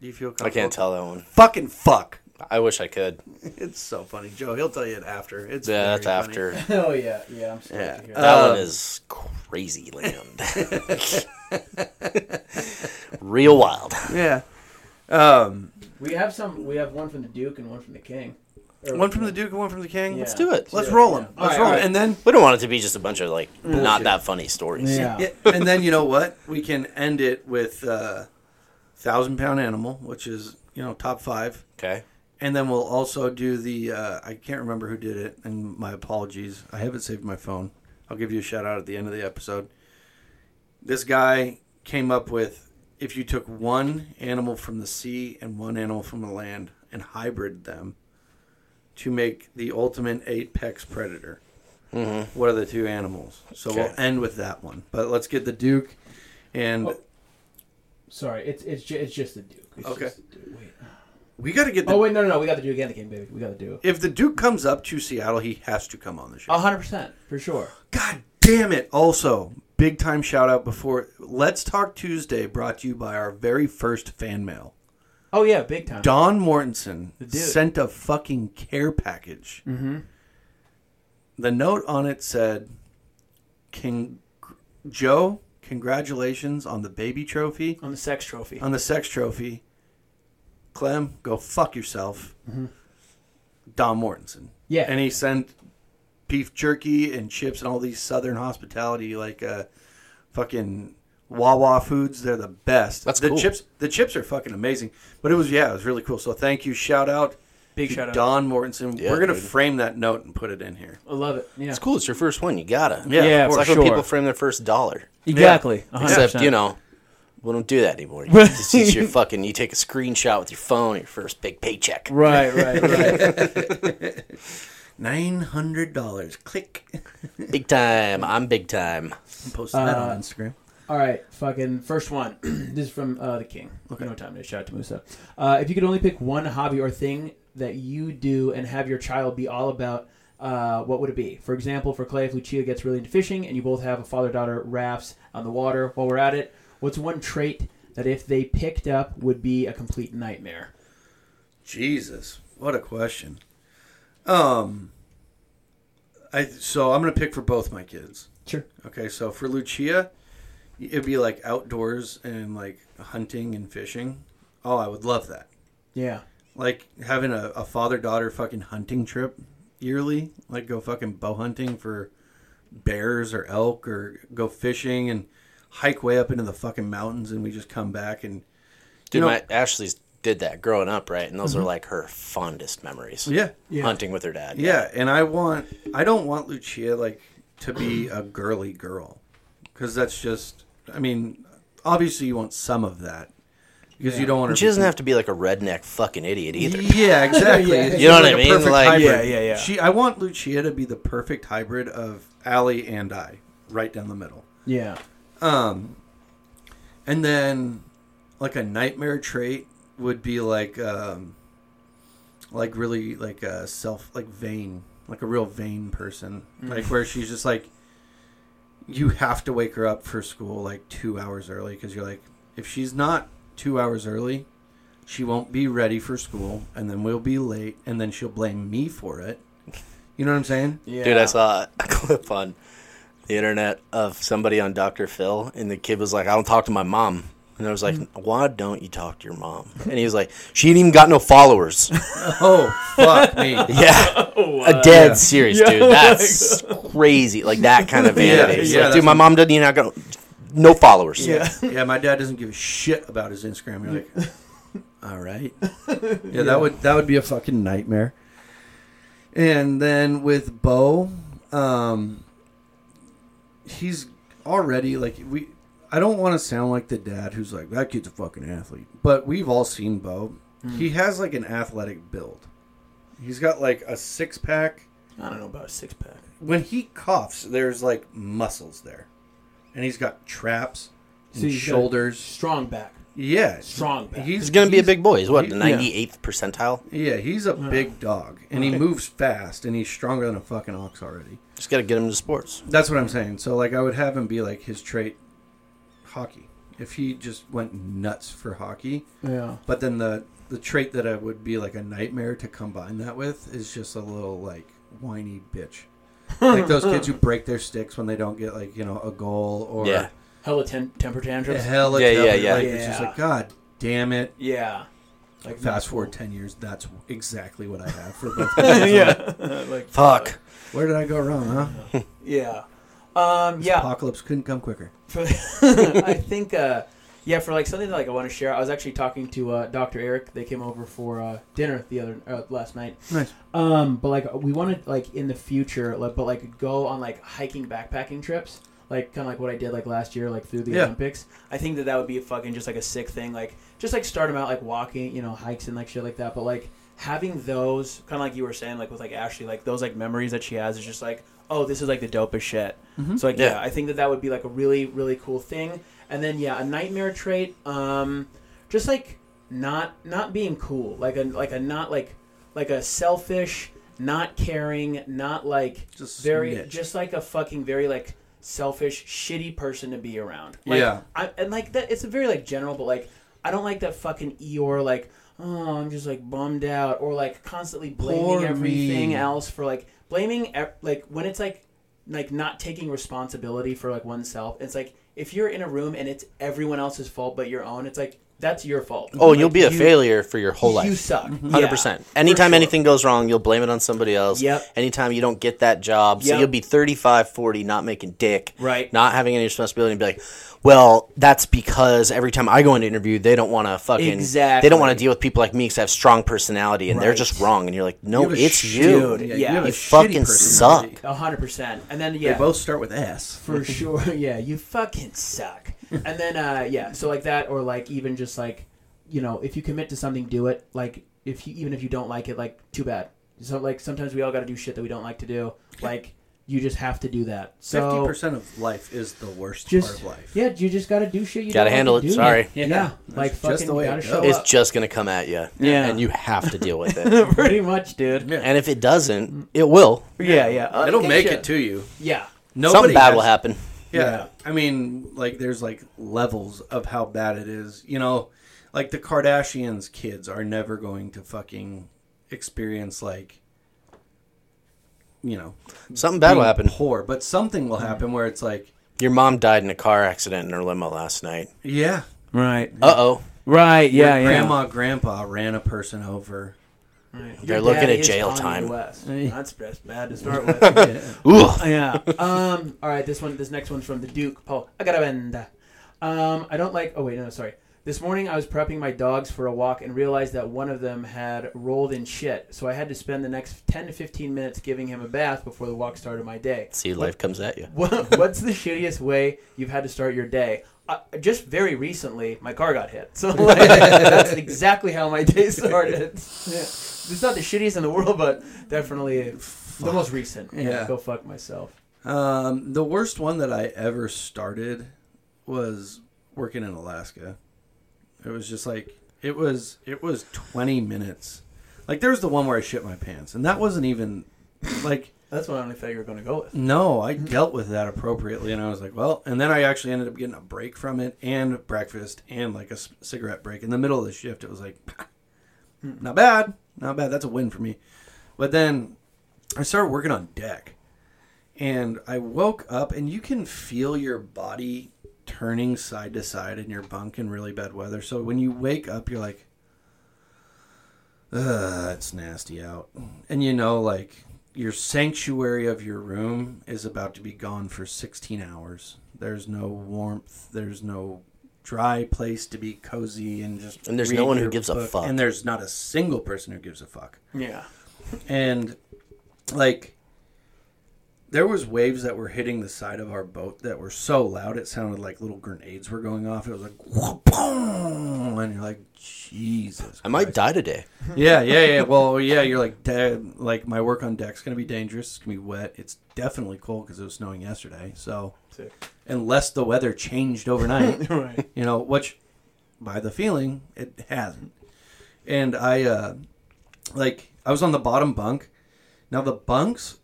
Do you feel?
I
Comfortable?
can't tell that one.
Fucking fuck.
I wish I could.
It's so funny, Joe. He'll tell you it after. It's
Yeah,
very
that's
funny.
after.
Oh yeah, yeah. I'm sorry
Yeah.
to hear
Uh,
that.
That one is crazy land. Real wild.
Yeah. Um,
we have some. We have one from the Duke and one from the King. Or-
one from the Duke and one from the King.
Yeah.
Let's,
do it.
let's roll them.
Yeah.
Let's
Alright,
roll 'em.
alright.
and then
We don't want it to be just a bunch of like not that funny stories.
Yeah.
Yeah, and then you know what? We can end it with uh, thousand pound animal, which is you know top five,
Okay.
and then we'll also do the uh, I can't remember who did it, and my apologies. I have it saved in my phone. I'll give you a shout out at the end of the episode. This guy came up with if you took one animal from the sea and one animal from the land and hybrid them to make the ultimate apex predator. What are the two animals? So we'll
Okay.
end with that one. But let's get the Duke and
Oh. Sorry, it's it's ju- it's just the Duke. It's
Okay.
just the Duke. Wait.
we got to get the
Oh wait, no, no, no. We got the Duke and the King, baby. We got the Duke.
if the Duke comes up to Seattle, he has to come on the show.
A hundred percent for sure.
God damn it. Also, big time shout out before Let's Talk Tuesday brought to you by our very first fan mail.
Oh yeah, big time.
Don Mortensen
dude.
sent a fucking care package. The note on it said, "Can Joe, congratulations on the baby trophy,
On the sex trophy.
on the sex trophy. Clem, go fuck yourself."
Mm-hmm.
Don Mortensen.
Yeah.
and he sent beef jerky and chips and all these Southern hospitality like uh, fucking Wawa foods. They're the best.
That's
the
cool.
chips. The chips are fucking amazing. But it was yeah, it was really cool. So thank you. Shout out.
Big
to
shout out.
Don Mortensen.
Yeah,
We're gonna
dude.
frame that note and put it in here.
I love it. Yeah.
It's cool. It's your first one. You gotta.
Yeah,
Yeah,
of
It's
for
like
sure.
when people frame their first dollar.
Exactly. A hundred
Except,
percent.
you know, we don't do that anymore. You just use your fucking, you take a screenshot with your phone, your first big paycheck.
Right, right, right.
Nine hundred dollars. Click.
Big time. I'm big time.
Post
Uh,
that on Instagram.
All right, fucking first one. this is from uh, the King. Okay. No time to shout out to Musa. Uh, if you could only pick one hobby or thing that you do and have your child be all about, uh, what would it be? For example, for Clay, if Lucia gets really into fishing and you both have a father-daughter rafts on the water while we're at it, what's one trait that if they picked up would be a complete nightmare?
Jesus, what a question. Um, I so I'm gonna pick for both my kids.
Sure.
Okay, so for Lucia, it'd be like outdoors and like hunting and fishing. Oh, I would love that.
Yeah.
Like having a, a father daughter fucking hunting trip yearly, like go fucking bow hunting for bears or elk or go fishing and hike way up into the fucking mountains and we just come back and
Dude,
know- Mm-hmm.
my Ashley's did that growing up, right? And those are like her fondest memories.
yeah.
Hunting with her dad.
Yeah, and I want I don't want Lucia like to be a girly girl cuz that's just I mean, obviously you want some of that because you don't want her
She
to
doesn't have to be like a redneck fucking idiot either.
Yeah, exactly. It's
You know
just
what I
a
mean?
perfect
Like-
hybrid.
Yeah, yeah, yeah.
She, I want Lucia to be the perfect hybrid of Allie and I, right down the middle.
Yeah.
And then, like a nightmare trait would be like, um, like really like a self, like vain, like a real vain person, like where she's just like, you have to wake her up for school like two hours early because you're like, if she's not two hours early, she won't be ready for school, and then we'll be late, and then she'll blame me for it. You know what I'm saying?
Dude, I saw a clip on the internet of somebody on Dr. Phil, and the kid was like, I don't talk to my mom. And I was like,
Mm.
why don't you talk to your mom? And he was like, she ain't even got no followers.
Oh, fuck me.
Yeah.
Oh,
a dead serious, dude. That's crazy. Like that kind of
Yeah,
vanity. It's
yeah,
like, dude,
that's
my
what-
mom doesn't even have got no followers. Yeah.
Yeah, my dad doesn't give a shit about his Instagram. You're like, all right. Yeah, that would that would be a fucking nightmare. And then with Bo, um, he's already like we. I don't want to sound like the dad who's like that kid's a fucking athlete, but we've all seen Bo.
Hmm.
He has like an athletic build. He's got like a six pack
I don't know about a six pack.
when he coughs, there's like muscles there, and he's got traps, and
he's got-
shoulders.
Strong back.
yeah,
Strong back.
He's going to be a big boy. He's what,
he-
the
yeah.
98th percentile?
Yeah, he's a big dog, and he moves fast, and he's stronger than a fucking ox already.
Just got to get him to sports.
That's what I'm saying. So like, I would have him be like his trait, hockey. If he just went nuts for hockey,
Yeah.
but then the the trait that I would be like a nightmare to combine that with is just a little like whiny bitch, like those kids who break their sticks when they don't get like you know a goal or
Yeah.
Hella ten- temper tantrums.
hell
Yeah,
yeah, yeah,
yeah, yeah.
Like, It's just
Yeah.
like, God damn it.
Yeah. Like
Fast forward 10 years, that's exactly what I have for both. of them.
like
Fuck.
Where did I go wrong, huh?
yeah. Um, yeah.
Apocalypse couldn't come quicker.
For- I think uh, yeah, for like something that like I want to share. I was actually talking to uh, Dr. Eric. They came over for uh, dinner the other uh, last night.
Nice.
Um, but like we wanted like in the future, like but like go on like hiking backpacking trips, like kind of like what I did like last year, like through the
Yeah.
Olympics. I think that that would be a fucking just like a sick thing, like just like start them out like walking, you know, hikes and like shit like that. But like having those kind of like you were saying, like with like Ashley, like those like memories that she has is just like, oh, this is like the dopest shit. So like yeah.
Yeah.
I think that that would be like a really really cool thing. And then yeah, a nightmare trait, um, just like not not being cool, like a like a not like like a selfish, not caring, not like
Just
very
snitch.
just like a fucking very like selfish, shitty person to be around. Like,
Yeah.
I, and like that, it's a very like general, but like I don't like that fucking Eeyore like. Oh, I'm just like bummed out, or like constantly blaming
Poor me.
everything else for like blaming ev- like when it's like like not taking responsibility for like oneself. It's like if you're in a room and it's everyone else's fault but your own, it's like that's your fault.
Oh,
Like,
you'll be a
you-
failure for your whole life.
You suck.
Mm-hmm.
Hundred percent. Anytime
sure.
anything goes wrong, you'll blame it on somebody else.
Yep.
Anytime you don't get that job, so
Yep.
you'll be 35, 40, not making dick,
Right.
Not having any responsibility, and be like, well, that's because every time I go into interview, they don't want to fucking,
Exactly.
they don't want to deal with people like me because I have strong personality, and they're
Right.
just wrong. And you're like, no,
have a
it's
shitty-
you.
Dude,
Yeah,
yeah.
you have a
You
shitty
fucking
personality.
A hundred percent. And then
They
yeah,
both start with S.
for sure. Yeah, you fucking suck. And then uh, yeah, so like that, or like even just like you know, if you commit to something, do it. Like if you even if you don't like it, like too bad. So like sometimes we all got to do shit that we don't like to do. Like you just have to do that.
Fifty
So
percent of life is the worst part
just
of life.
yeah, you just got to do shit. You
Gotta
don't like
handle
to
it,
do.
sorry.
Yeah, like
just
fucking
the way
gotta
it
show
goes.
It's
up.
just gonna come at you,
Yeah.
and you have to deal with it.
Pretty much, dude.
Yeah.
and if it doesn't, it will.
Yeah, yeah.
It'll make
shit.
it to you.
Yeah.
Nobody
Something bad
has-
will happen.
Yeah.
Yeah.
I mean, like there's like levels of how bad it is. You know, like the Kardashians kids are never going to fucking experience like you know,
Something bad will
being
happen.
poor, but something
Mm-hmm.
will happen where it's like,
Your mom died in a car accident in her limo last night.
yeah,
Right.
Uh oh.
Right. Yeah. Yeah.
grandma, grandpa ran a person over.
They're
Your
looking
dad
at
is
jail
Kanye
time.
West. That's that's bad to start with.
Ooh.
Yeah. Uh,
Um, all right, this one, this next one's from the Duke, Oh, Paul Agarabenda. Um, I don't like. Oh wait, no, sorry. This morning I was prepping my dogs for a walk and realized that one of them had rolled in shit, so I had to spend the next ten to fifteen minutes giving him a bath before the walk started my day.
See, life comes at you.
What, what's the shittiest way you've had to start your day? Uh, just very recently, my car got hit, so like, that's exactly how my day started. Yeah. It's not the shittiest in the world, but definitely the most recent.
Yeah.
go fuck myself.
Um, the worst one that I ever started was working in Alaska. It was just like it was it was 20 minutes. Like there was the one where I shit my pants and that wasn't even like
That's what I only thought you were going to go with.
No, I dealt with that appropriately, and I was like, well. And then I actually ended up getting a break from it, and breakfast, and like a c- cigarette break in the middle of the shift. It was like, not bad, not bad. That's a win for me. But then I started working on deck, and I woke up, and you can feel your body turning side to side in your bunk in really bad weather. So when you wake up, you're like, Ugh, it's nasty out. And you know, like, your sanctuary of your room is about to be gone for 16 hours. There's no warmth. There's no dry place to be cozy and just.
And there's
read
no one who
your
gives a fuck.
And there's not a single person who gives a fuck.
Yeah.
And, like, there was waves that were hitting the side of our boat that were so loud it sounded like little grenades were going off. It was like, boom, and you're like, Jesus.
I might die today.
Yeah, yeah, yeah. Well, yeah, you're like, Dad, like my work on deck's gonna be dangerous. It's gonna be wet. It's definitely cold because it was snowing yesterday. So,
Sick.
unless the weather changed overnight,
Right.
you know, which by the feeling it hasn't. And I, uh, like, I was on the bottom bunk. Now the bunks,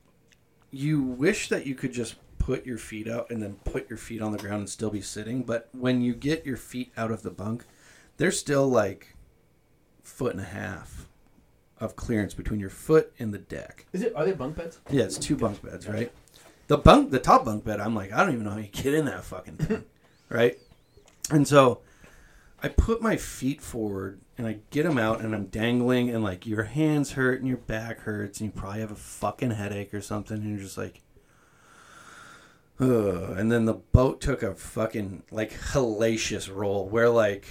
you wish that you could just put your feet out and then put your feet on the ground and still be sitting. But when you get your feet out of the bunk, there's still like foot and a half of clearance between your foot and the deck.
Is it? Are they bunk beds?
Yeah, it's two bunk beds, right? The bunk, the top bunk bed, I'm like, I don't even know how you get in that fucking thing, right? And so I put my feet forward and I get them out and I'm dangling and like your hands hurt and your back hurts and you probably have a fucking headache or something and you're just like, Ugh. and then the boat took a fucking like hellacious roll where like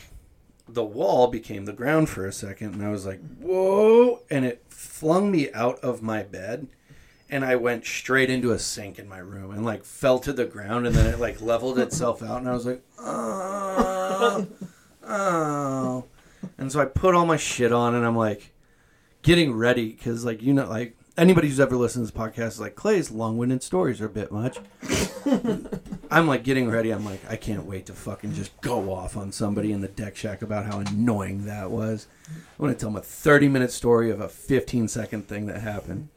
the wall became the ground for a second and I was like, whoa, and it flung me out of my bed and I went straight into a sink in my room and like fell to the ground and then it like leveled itself out and I was like, oh, oh. And so I put all my shit on and I'm like getting ready because like you know like anybody who's ever listened to this podcast is like Clay's long-winded stories are a bit much. I'm like getting ready. I'm like I can't wait to fucking just go off on somebody in the deck shack about how annoying that was. I want to tell them a 30 minute story of a 15 second thing that happened.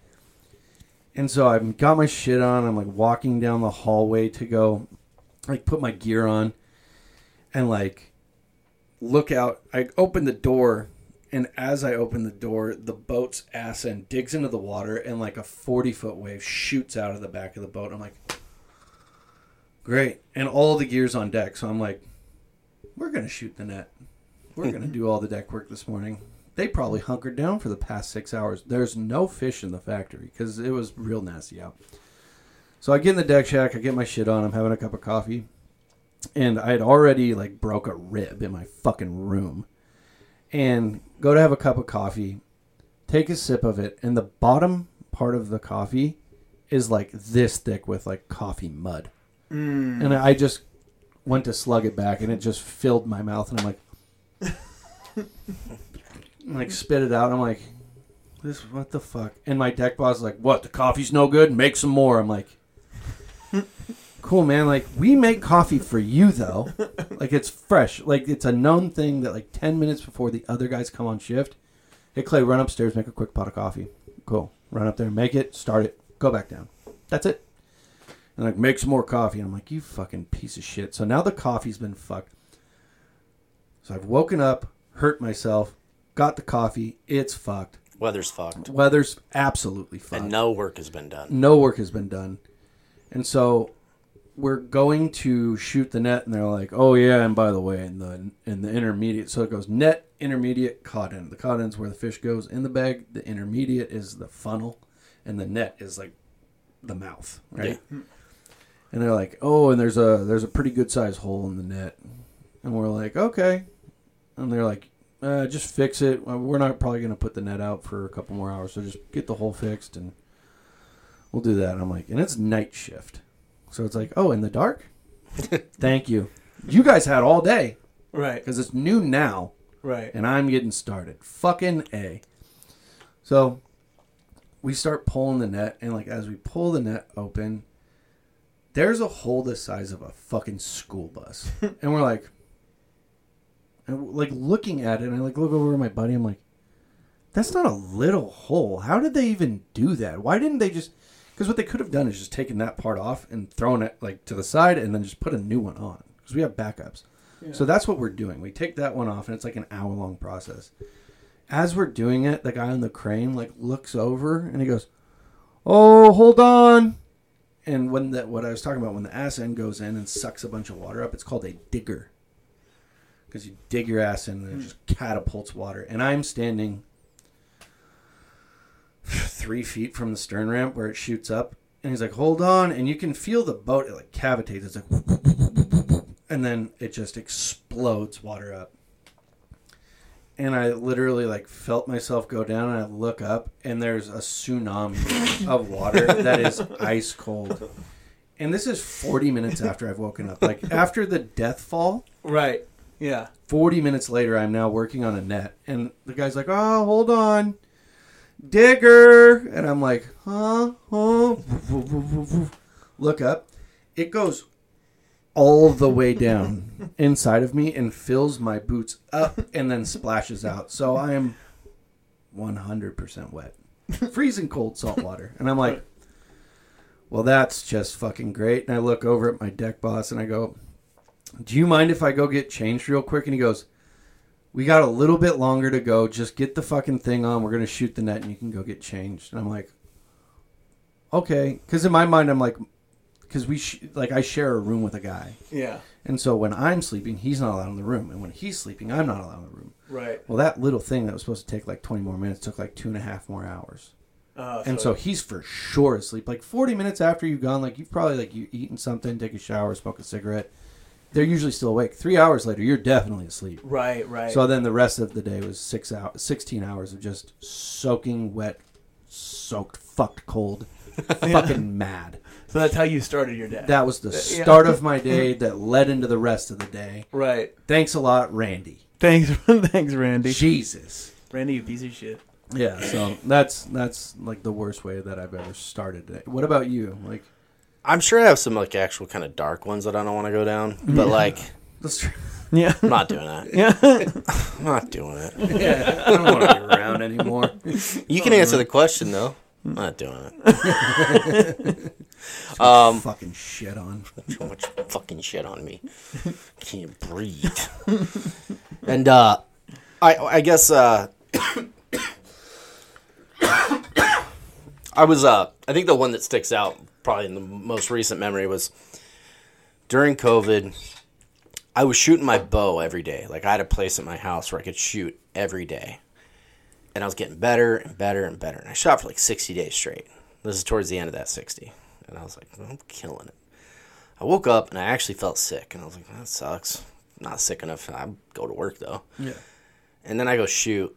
And so I've got my shit on. I'm like walking down the hallway to go, like, put my gear on and, like, look out. I open the door. And as I open the door, the boat's ass end digs into the water and, like, a 40 foot wave shoots out of the back of the boat. I'm like, great. And all the gear's on deck. So I'm like, we're going to shoot the net. We're going to do all the deck work this morning. They probably hunkered down for the past six hours. There's no fish in the factory because it was real nasty out. So I get in the deck shack. I get my shit on. I'm having a cup of coffee. And I had already, like, broke a rib in my fucking room. And go to have a cup of coffee, take a sip of it, and the bottom part of the coffee is, like, this thick with, like, coffee mud. And I just went to slug it back, and it just filled my mouth, and I'm like, and, like spit it out. I'm like, this what the fuck? And my deck boss is like, what? The coffee's no good. Make some more. I'm like, cool, man. Like we make coffee for you though. Like it's fresh. Like it's a known thing that like ten minutes before the other guys come on shift, hey Clay, run upstairs, make a quick pot of coffee. Cool. Run up there, make it, start it, go back down. That's it. And like make some more coffee. And I'm like, you fucking piece of shit. So now the coffee's been fucked. So I've woken up, hurt myself, got the coffee. It's fucked.
Weather's fucked.
Weather's absolutely fucked.
And no work has been done.
no work has been done. And so we're going to shoot the net, and they're like, "Oh yeah, and by the way, in the in the intermediate, so it goes net, intermediate, caught end. The caught end's where the fish goes in the bag. The intermediate is the funnel, and the net is like the mouth, right? And they're like, "Oh, and there's a there's a pretty good sized hole in the net," and we're like, "Okay," and they're like, uh, "Just fix it. Uh, We're not probably gonna put the net out for a couple more hours, so just get the hole fixed and." We'll do that. And I'm like, and it's night shift. So it's like, oh, in the dark? Thank you. You guys had all day
Right.
because it's noon now
Right.
and I'm getting started. Fucking A. So we start pulling the net, and like as we pull the net open, there's a hole the size of a fucking school bus. and we're like, and we're, like looking at it, and I like look over at my buddy, I'm like, that's not a little hole. How did they even do that? Why didn't they just. Because what they could have done is just taken that part off and thrown it like to the side, and then just put a new one on. Because we have backups. So that's what we're doing. We take that one off, and it's like an hour long process. As we're doing it, the guy on the crane like looks over and he goes, "Oh, hold on." And when that what I was talking about, when the ass end goes in and sucks a bunch of water up, it's called a digger. Because you dig your ass in and it just catapults water. And I'm standing three feet from the stern ramp where it shoots up. And he's like, hold on. And you can feel the boat, it like cavitates. It's like, and then it just explodes water up. And I literally like felt myself go down and I look up and there's a tsunami of water that is ice cold. And this is 40 minutes after I've woken up. Like after the death fall,
Right. Yeah.
40 minutes later, I'm now working on a net. And the guy's like, oh, hold on. Digger. And I'm like, huh? huh? Look up. It goes all the way down inside of me and fills my boots up and then splashes out. So I am 100% wet. Freezing cold salt water. And I'm like, well, that's just fucking great. And I look over at my deck boss and I go, do you mind if I go get changed real quick? And he goes, We got a little bit longer to go. Just get the fucking thing on. We're going to shoot the net and you can go get changed. And I'm like, Okay. Because in my mind, I'm like, Because we, sh- like, I share a room with a guy.
Yeah.
And so when I'm sleeping, he's not allowed in the room. And when he's sleeping, I'm not allowed in the room.
Right.
Well, that little thing that was supposed to take like 20 more minutes took like two and a half more hours.
Uh,
And so he's for sure asleep. Like 40 minutes after you've gone, like you've probably like you eaten something, take a shower, smoke a cigarette. They're usually still awake. Three hours later, you're definitely asleep.
Right. Right.
So then the rest of the day was six hours, 16 hours of just soaking wet, soaked, fucked cold, fucking mad.
So that's how you started your day.
That was the start of my day that led into the rest of the day.
right.
Thanks a lot, Randy.
Thanks. thanks, Randy.
Jesus.
Randy, you piece of shit.
Yeah, so that's that's like the worst way that I've ever started it. What about you? Like
I'm sure I have some like actual kind of dark ones that I don't want to go down, but like
let's
Yeah.
I'm not doing that.
Yeah.
I'm not doing it.
Yeah, I don't want to be around anymore.
You can answer the question though. I'm not doing it. um,
Fucking shit on.
so much fucking shit on me. Can't breathe. and uh, I I guess uh, I was uh, I think the one that sticks out probably in the most recent memory was during COVID. I was shooting my bow every day. Like I had a place at my house where I could shoot every day. And I was getting better and better and better. And I shot for like 60 days straight. This is towards the end of that 60. And I was like, I'm killing it. I woke up and I actually felt sick, and I was like, "That sucks." Not sick enough. I go to work though,
Yeah.
and then I go shoot.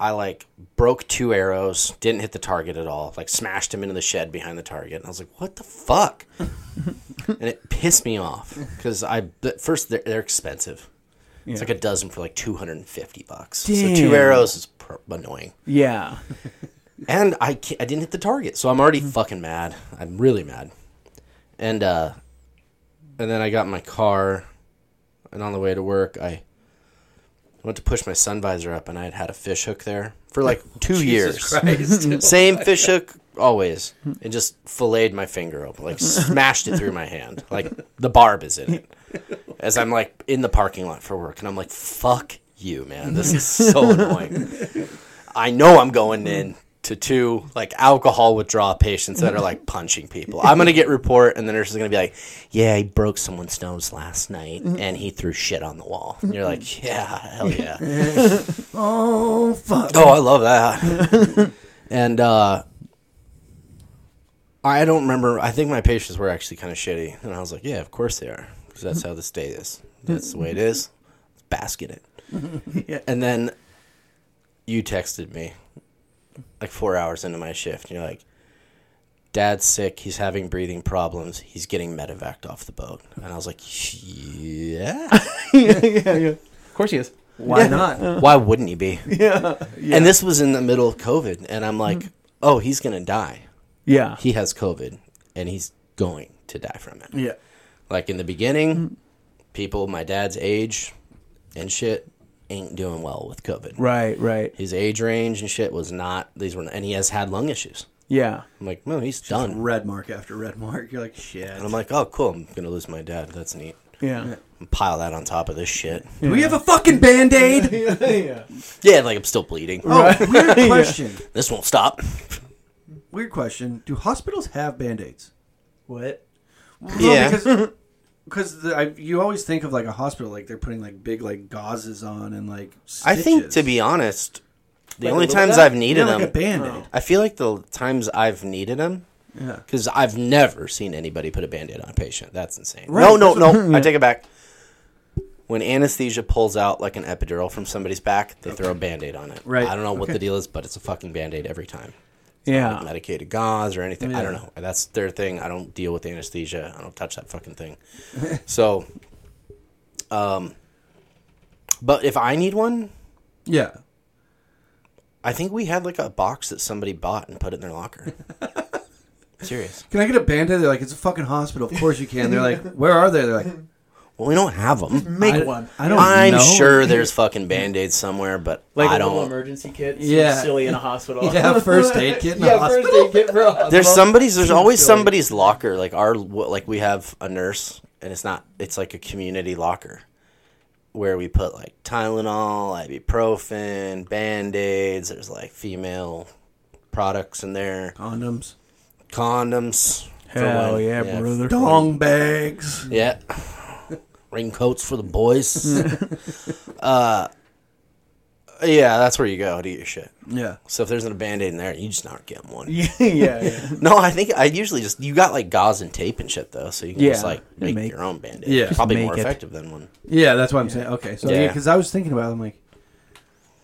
I like broke two arrows, didn't hit the target at all. Like smashed him into the shed behind the target, and I was like, "What the fuck?" and it pissed me off because I but first they're, they're expensive. It's like a dozen for like two hundred and fifty bucks. So
Damn.
two arrows is pr- annoying,
yeah.
and I ca I didn't hit the target, so I'm already fucking mad. I'm really mad and uh and then I got in my car and on the way to work I went to push my sun visor up and I had had a fish hook there for like two years. Same fish hook always. And just filleted my finger open, like smashed it through my hand. Like the barb is in it. As I'm like in the parking lot for work and I'm like, fuck you, man. This is so annoying. I know I'm going in to two like alcohol withdrawal patients that are like punching people. I'm gonna get report, and the nurse is gonna be like, "Yeah, he broke someone's nose last night, and he threw shit on the wall." And you're like, "Yeah, hell yeah."
Oh fuck.
oh, I love that. and uh, I don't remember. I think my patients were actually kind of shitty, and I was like, "Yeah, of course they are, because that's how this day is. That's the way it is. Bask in it." And then you texted me like four hours into my shift. And you're like, Dad's sick. He's having breathing problems. He's getting medevaced off the boat. And I was like, yeah.
yeah. Yeah. Yeah. Of course he is.
Why not?
Why wouldn't he be?
Yeah. Yeah.
And this was in the middle of COVID. And I'm like, oh, he's going to die.
yeah.
He has COVID and he's going to die from it.
Yeah.
Like in the beginning, people my dad's age and shit ain't doing well with COVID.
Right. Right.
His age range and shit was not, these were, and he has had lung issues.
Yeah.
I'm like, no, he's done.
Red mark after red mark. You're like, shit.
And I'm like, oh, cool. I'm gonna lose my dad. That's neat.
Yeah.
Pile that on top of this shit.
Do we have a fucking band aid?
Yeah, like I'm still bleeding.
oh, weird question.
This won't stop.
Weird question. Do hospitals have band aids?
What?
Yeah.
because because the, I, you always think of like a hospital, like they're putting like big like gauzes on and like. Stitches.
I think, to be honest, the
Like a
only
little
times
guy?
I've needed
yeah, like a
them,
band aid.
I feel like the times I've needed them,
Yeah.
because I've never seen anybody put a band aid on a patient. That's insane.
Right,
No, no,
that's
no. I take it back. When anesthesia pulls out like an epidural from somebody's back, they throw a band aid on it.
Right,
I don't know what
okay.
the deal is, but it's a fucking band aid every time.
Yeah.
medicated gauze or anything. I don't
Yeah.
know. That's their thing. I don't deal with anesthesia. I don't touch that fucking thing. so, um, but if I need one,
Yeah.
I think we had like a box that somebody bought and put it in their locker. Serious.
Can I get a band aid? They're like, it's a fucking hospital. Of course you can. They're like, where are they? They're like,
Well, we don't have them.
Make
I,
one.
I don't.
I'm
know.
sure there's fucking band aids somewhere, but
Like
I
a little
don't.
emergency kit. so
Yeah.
Silly in a hospital.
Yeah, first aid kit in a
yeah,
hospital.
first aid kit for a hospital.
There's somebody's. There's always somebody's locker. Like our, like we have a nurse, and it's not. It's like a community locker, where we put like Tylenol, ibuprofen, band aids. There's like female products in there,
Condoms,
condoms. for
Hell
when-
yeah,
yeah,
brother.
dong bags.
Yeah. Raincoats for the boys. uh, yeah, that's where you go to get your shit.
Yeah.
So if there's not a band aid in there, you just not getting one.
yeah, yeah, yeah.
No, I think I usually just you got like gauze and tape and shit though, so you can just
Yeah.
like make,
Make-
your own band aid.
Yeah.
probably
Just
more
make it.
effective than one.
Yeah, that's what I'm saying. Okay, so yeah,
Yeah.
because I was thinking about, it, I'm like,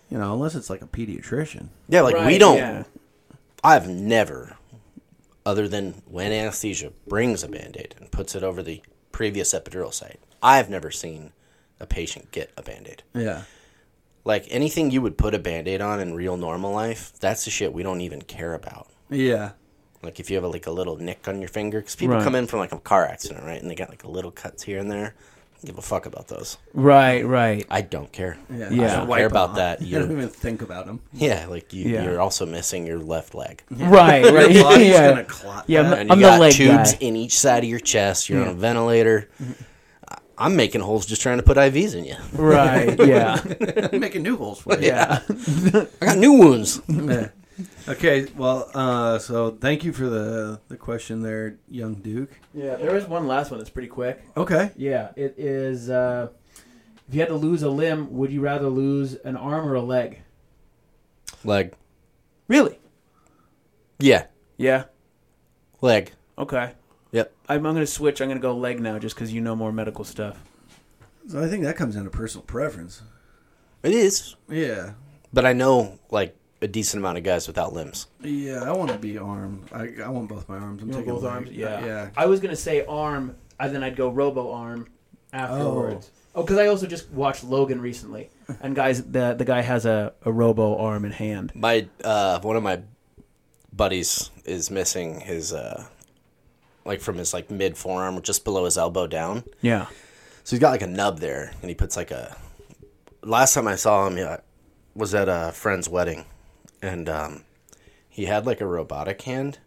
you know, unless it's like a pediatrician.
Yeah, like we
Right,
don't.
yeah.
I've never, other than when anesthesia brings a band aid and puts it over the previous epidural site, I've never seen a patient get a band aid.
Yeah.
Like anything you would put a band aid on in real normal life, that's the shit we don't even care about.
Yeah.
Like if you have a, like a little nick on your finger, because people
Right.
come in from like a car accident, right, and they got like a little cuts here and there. I don't Give a fuck about those.
Right, right.
I don't care.
Yeah.
Yeah.
Just
Don't
wipe
care
'em
about
off.
that.
You don't
You're-
even think about them.
Yeah, like you,
Yeah.
you're also missing your left leg.
Right,
Your
right.
body's
yeah.
gonna clot.
yeah,
that.
I'm, the-
And you
I'm the
got
leg
tubes
guy. Mm-hmm.
in each side of your chest. You're on a ventilator. I- I'm making holes just trying to put IVs in you.
Right, yeah.
making new holes for you.
Yeah.
I got new wounds.
Yeah. Okay, well, uh, so thank you for the the question there, young Duke.
Yeah, there is one last one that's pretty quick.
Okay.
Yeah, it is. Uh, if you had to lose a limb, would you rather lose an arm or a leg?
Leg.
Really?
Yeah,
Yeah.
leg.
Okay.
Yep.
I'm, I'm going to switch. I'm going to go leg now just because you know more medical stuff.
So I think that comes down to personal preference.
It is.
Yeah.
But I know like a decent amount of guys without limbs.
Yeah, I want to be armed. I, I want both my arms. I'm
You want
taking
both
leg.
arms? Yeah.
Yeah.
I was gonna say arm, and then I'd go robo arm afterwards. Oh, because I also just watched Logan recently,
And guys, the the guy has a, a robo arm in hand.
My uh, one of my buddies is missing his uh, like from his like mid forearm, just below his elbow down.
Yeah.
So he's got like a nub there, and he puts like a. Last time I saw him, yeah, was at a friend's wedding, and um, he had like a robotic hand,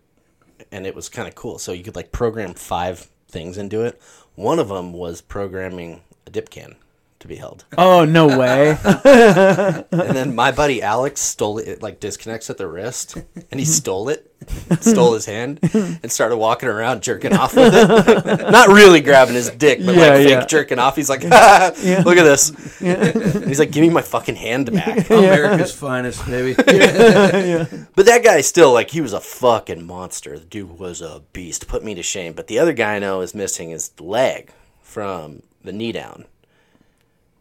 and it was kind of cool. So you could like program five things into it. One of them was programming a dip can to be held,
Oh, no way.
and then my buddy Alex stole it. It like disconnects at the wrist, and he stole it, stole his hand, and started walking around jerking off with it. Not really grabbing his dick, but
Yeah,
like fake
yeah.
jerking off. He's like, "Ah, look at this. And he's like, give me my fucking hand back.
America's finest, baby.
But that guy still like he was a fucking monster. The dude was a beast. Put me to shame. But the other guy I know is missing his leg from the knee down.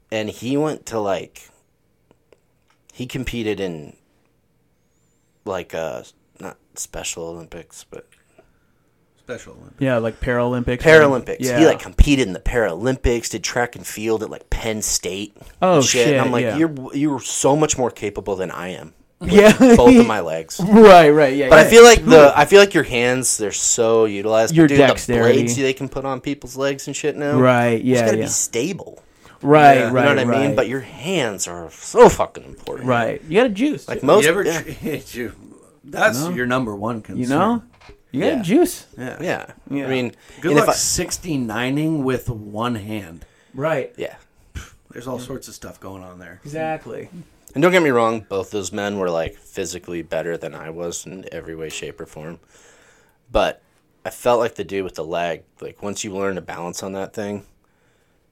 And he went to like he competed in like uh not special Olympics, but
Special one.
yeah, like Paralympics.
Paralympics.
Yeah.
He like competed in the Paralympics, did track and field at like Penn State. and
Oh, shit,
And I'm like,
yeah.
you're you're so much more capable than I am. with
Yeah.
both of my legs.
Right, right. Yeah.
But
yeah.
I feel like the I feel like your hands they're so utilized.
Your
Dude, the
dexterity.
blades they can put on people's legs and shit now.
Right,
It's
yeah,
gotta
yeah.
be stable.
Right,
Yeah. You know
right.
You know what I mean?
right.
But your hands are so fucking important.
Right. You got a juice.
Like
too.
most
you ever
yeah.
you That's your number one concern.
You know, you got
Yeah.
juice.
Yeah.
Yeah.
Yeah.
I mean,
Good
and if
luck
I-
69ing with one hand.
Right.
yeah.
There's all sorts of stuff going on there.
Exactly.
And don't get me wrong, both those men were like physically better than I was in every way, shape, or form. But I felt like the dude with the leg, like once you learn to balance on that thing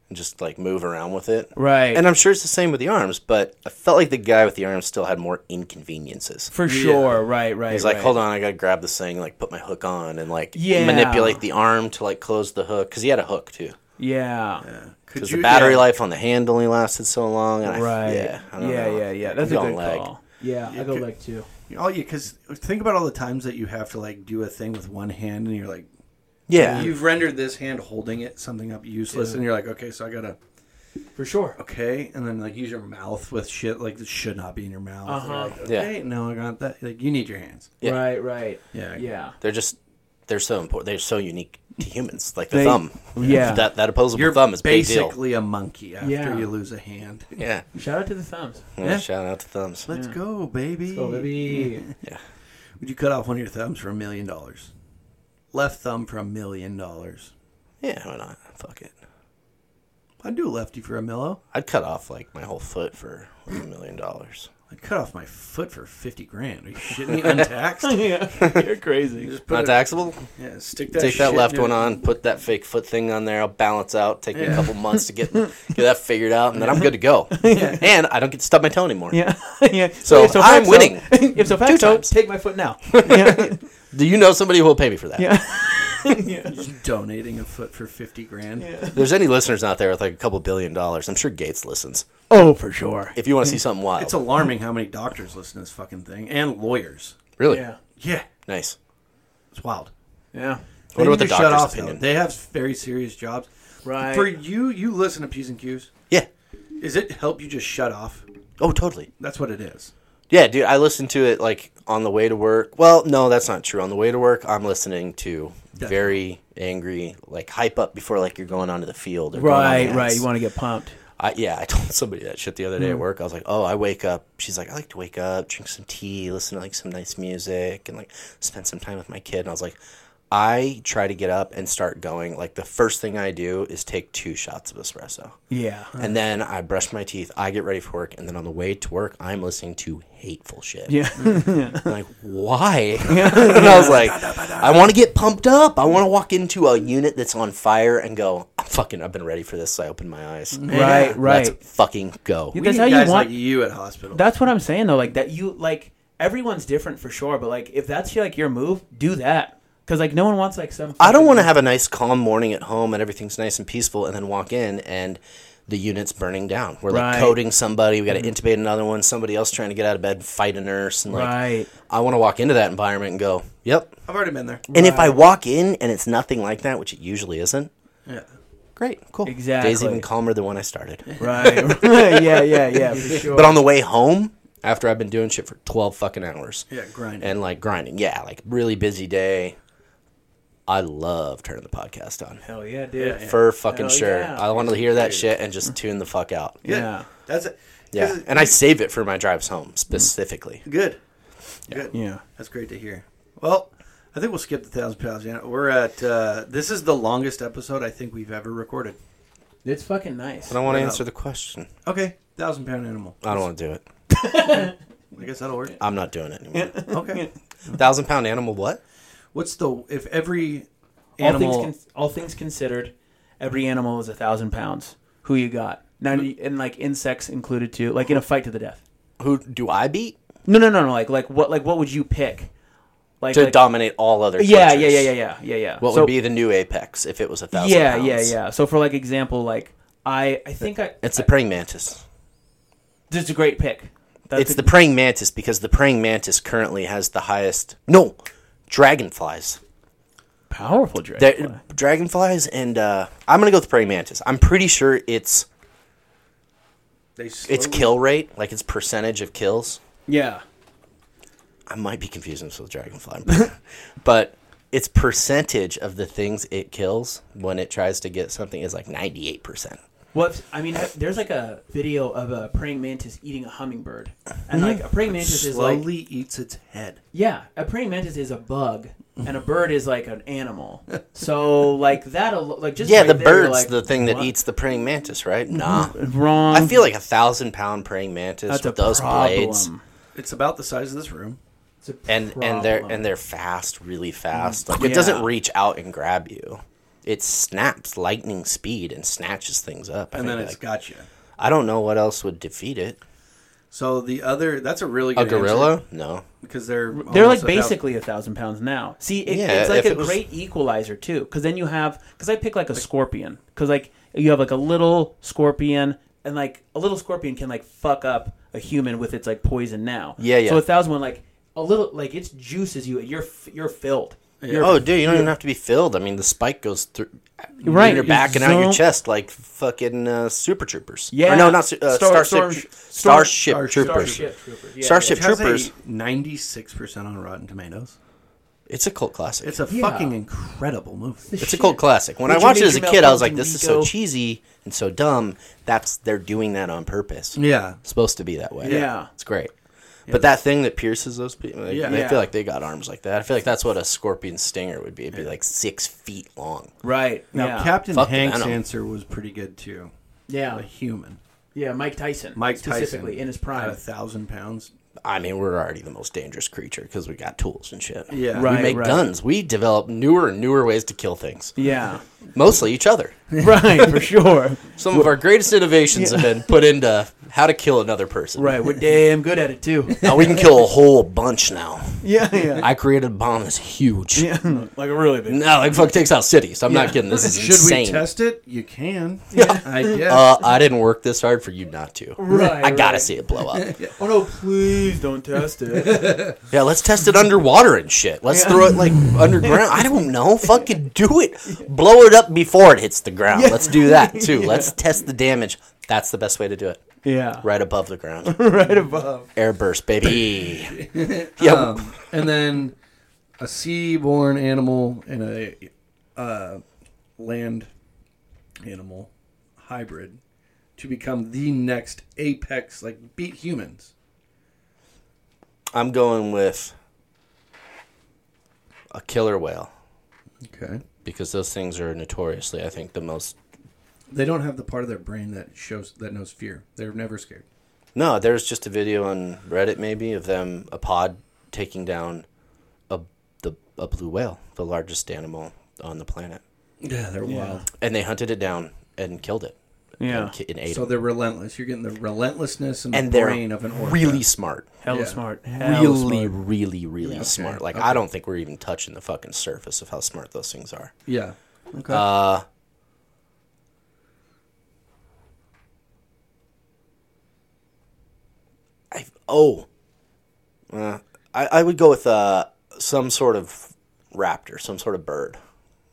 and just like move around with it.
Right.
And I'm sure it's the same with the arms, but I felt like the guy with the arms still had more inconveniences.
For sure. Right. Right.
He's like, hold on, I gotta grab this thing, like put my hook on, and like
Yeah.
manipulate the arm to like close the hook because he had a hook too.
Yeah.
Could
Because the battery
yeah.
life on the hand only lasted so long. And I,
Right.
yeah, I don't
yeah,
know.
yeah. Yeah.
I'm
That's a
going
good
leg.
call. Yeah. I
You
go
could-
leg too.
Oh yeah, because think about all the times that you have to like do a thing with one hand, and you're like,
Yeah,
you've rendered this hand holding it something up useless, and you're like, okay, so I gotta
For sure.
okay, and then like use your mouth with shit like that should not be in your mouth. And you're like,
Yeah.
okay, no, I got that. Like you need your hands.
Yeah.
Right. Right.
Yeah.
Yeah.
they're just they're so important. They're so unique to humans, like the
They-
thumb.
yeah.
that that opposable
You're
thumb is big deal.
basically a monkey after
Yeah.
you lose a hand.
Yeah.
Shout out to the thumbs.
Yeah,
Yeah.
shout out to thumbs.
Let's go, baby.
Oh, baby.
Would you cut off one of your thumbs for a million dollars? Left thumb for a million dollars.
Yeah, why not? Fuck it.
I'd do a lefty for a millo.
I'd cut off like my whole foot for a million dollars.
I'd cut off my foot for fifty grand. Are you shitting me? Untaxed?
yeah. You're crazy.
Just put
Not
it-
taxable.
Yeah, stick that.
Take that
shit
left
in-
one on. Put that fake foot thing on there. I'll balance out. Take me
Yeah.
a couple months to get get that figured out, and then I'm good to go. And I don't get to stub my toe anymore.
Yeah. yeah.
So, I'm
facto-
winning.
if so,
Two
facto,
times.
take my foot now. yeah.
Do you know somebody who will pay me for that?
Yeah. yeah.
Donating a foot for fifty grand.
Yeah.
If there's any listeners out there with like a couple billion dollars, I'm sure Gates listens.
Oh, for sure.
If you want to see something wild,
It's alarming how many doctors listen to this fucking thing and lawyers.
really
Yeah.
Yeah,
nice.
it's wild.
Yeah.
I wonder
They
what the
need to shut
doctor's
off, though.
opinion.
They have very serious jobs.
Right.
For you, you listen to P's and Q's.
Yeah.
Is it help you just shut off?
Oh, totally.
That's what it is.
Yeah, dude, I listen to it like on the way to work. Well, no, that's not true. On the way to work, I'm listening to very angry, like hype up before like you're going onto the field. Or going on the
right.
ice.
Right. You want to get pumped.
I, yeah, I told somebody that shit the other day at work. I was like, "Oh, I wake up." She's like, "I like to wake up, drink some tea, listen to like some nice music, and like spend some time with my kid." And I was like, "I try to get up and start going. Like the first thing I do is take two shots of espresso,
Yeah.
and then I brush my teeth. I get ready for work, and then on the way to work, I'm listening to hateful shit.
Yeah.
I'm like, why? and I was like, I want to get pumped up. I want to walk into a unit that's on fire and go, I'm fucking, I've been ready for this. So I opened my eyes.
Right. Right.
Let's fucking go.
Yeah,
We
That's
need
how you
guys
want-
like you at hospital.
That's what I'm saying though. Like that you like everyone's different for sure, but like if that's like your move, do that because like no one wants like some.
I don't want to have a nice, calm morning at home and everything's nice and peaceful and then walk in and the unit's burning down. We're like
Right. Mm.
coding somebody. We got to intubate another one. Somebody else trying to get out of bed, fight a nurse. And like,
Right.
I want to walk into that environment and go, yep.
I've already been there.
And if I walk in and it's nothing like that, which it usually isn't,
Yeah.
great, cool. Day's
Exactly.
even calmer than when I started.
Right. yeah. Yeah. Yeah. For sure.
But on the way home, after I've been doing shit for 12 fucking hours
Yeah, grinding.
and like grinding, yeah, like really busy day, I love turning the podcast on.
Hell yeah, dude. Yeah.
For fucking
Hell
sure.
yeah.
I want to hear that shit and just tune the fuck out.
yeah.
Yeah.
That's it.
Yeah. And I save it for my drives home specifically.
Good. Good. That's great to hear. Well, I think we'll skip the thousand pounds. You know, we're at uh, this is the longest episode I think we've ever recorded.
It's fucking nice.
I don't want to
Yeah.
answer the question.
Okay, thousand pound animal.
I don't want to do it.
I guess that'll work.
I'm not doing it anymore.
Okay.
Thousand pound animal, what?
What's the if every
All
animal?
things, con- all things considered, every animal is a thousand pounds. Who you got? Ninety and like insects included too. Like in a fight to the death.
Who do I beat?
No, no, no, no. Like, like what? Like what would you pick? Like,
To
like-
dominate all other
Yeah, yeah,
creatures.
yeah, yeah, yeah, yeah, yeah.
What
So-
would be the new apex if it was a thousand
Yeah,
pounds?
yeah, yeah. So for like example, like I, I think I.
It's the praying mantis.
This is a great pick. That's
it's
a-
the praying mantis because the praying mantis currently has the highest. No, dragonflies.
powerful dragon.
They're- dragonflies and uh, I'm gonna go with praying mantis. I'm pretty sure it's
they
it's
slowly-
kill rate, like its percentage of kills.
yeah.
I might be confusing this with dragonfly, but its percentage of the things it kills when it tries to get something is like 98 percent.
What I mean, there's like a video of a praying mantis eating a hummingbird, and like a praying mantis is like
Slowly eats its head.
yeah, a praying mantis is a bug, and a bird is like an animal. So like that, al- like just
Yeah,
right
the
there,
bird's
like,
the thing that
what?
eats the praying mantis, right? Nah.
Wrong.
I feel like a thousand pound praying mantis
That's a
with those
problem.
blades.
It's about the size of this room.
It's a
and and they're
problem.
and they're fast, really fast. Like it doesn't reach out and grab you. It snaps lightning speed and snatches things up. I
And then
think,
it's
like,
got you.
I don't know what else would defeat it.
So the other, that's a really
A
good answer,
gorilla? No.
because they're
They're like
almost about-
basically a thousand pounds now. See, it,
Yeah,
it's
if
like a
it was-
great equalizer too, because then you have because I pick like a scorpion because like you have like a little scorpion and like a little scorpion can like fuck up a human with its like poison now.
Yeah, yeah.
So a thousand one like a little like its juices you you're f- you're filled. You're-
Oh, dude, you don't even have to be filled. I mean, the spike goes through
Right.
your back and out your
Zoom.
chest like fucking uh, super troopers.
Yeah.
Or no, not su- uh,
Star-
starship,
Storm-
starship
Star-
troopers.
Starship.
Starship,
Trooper, yeah,
It has
troopers.
a 96% on Rotten Tomatoes.
It's a cult classic.
It's a fucking incredible movie.
It's a cult classic. When I
Richard
watched it as a
Major
kid, I was like,
Malcolm
"This is so
Rico.
cheesy and so dumb." That's they're doing that on purpose.
Yeah.
It's supposed to be that way.
Yeah. Yeah.
it's great. But that thing that pierces those people, like,
Yeah.
I
Yeah.
feel like they got arms like that. I feel like that's what a scorpion stinger would be. It'd be like six feet long.
Right.
Now,
yeah.
Captain
Fuck the
Hank's
venom.
answer was pretty good, too.
yeah.
A human.
Yeah. Mike Tyson.
Mike
specifically
Tyson.
in his
At a
prime.
thousand pounds.
I mean, we're already the most dangerous creature because we got tools and shit.
Yeah.
Right,
we make
right.
guns. We develop newer and newer ways to kill things,
Yeah.
mostly each other.
right. For sure.
Some of our greatest innovations have been put into how to kill another person.
Right. We're damn good at it too.
Now we can kill a whole bunch now.
yeah. Yeah.
I created a bomb that's huge.
like a really big.
No, like fuck takes out cities. I'm not kidding. This is
Should
insane.
we test it? You can. Yeah. I guess.
uh, I didn't work this hard for you not to.
Right,
I gotta
right.
see it blow up.
Oh no! Please don't test it.
yeah, let's test it underwater and shit. Let's throw it like underground. I don't know. Fucking do it. Blow it up before it hits the ground. Let's do that too. Let's test the damage. That's the best way to do it.
yeah.
Right above the ground.
Right above. Um,
Airburst, baby. yeah.
and then a sea-born animal and a uh, land animal hybrid to become the next apex, like beat humans.
I'm going with a killer whale
Okay.
because those things are notoriously, I think, the most
They don't have the part of their brain that shows that knows fear. They're never scared.
No, there was just a video on Reddit maybe of them a pod taking down a the a blue whale, the largest animal on the planet,
Yeah, they're wild.
and they hunted it down and killed it.
Yeah.
and, ki- and ate
So
it.
they're relentless. You're getting the relentlessness and,
And
the
they're
brain of an orca.
really smart,
Hella
Yeah.
smart.
really, really, really smart. Like I don't think we're even touching the fucking surface of how smart those things are.
yeah. Okay.
I oh, Uh, I I would go with uh some sort of raptor, some sort of bird,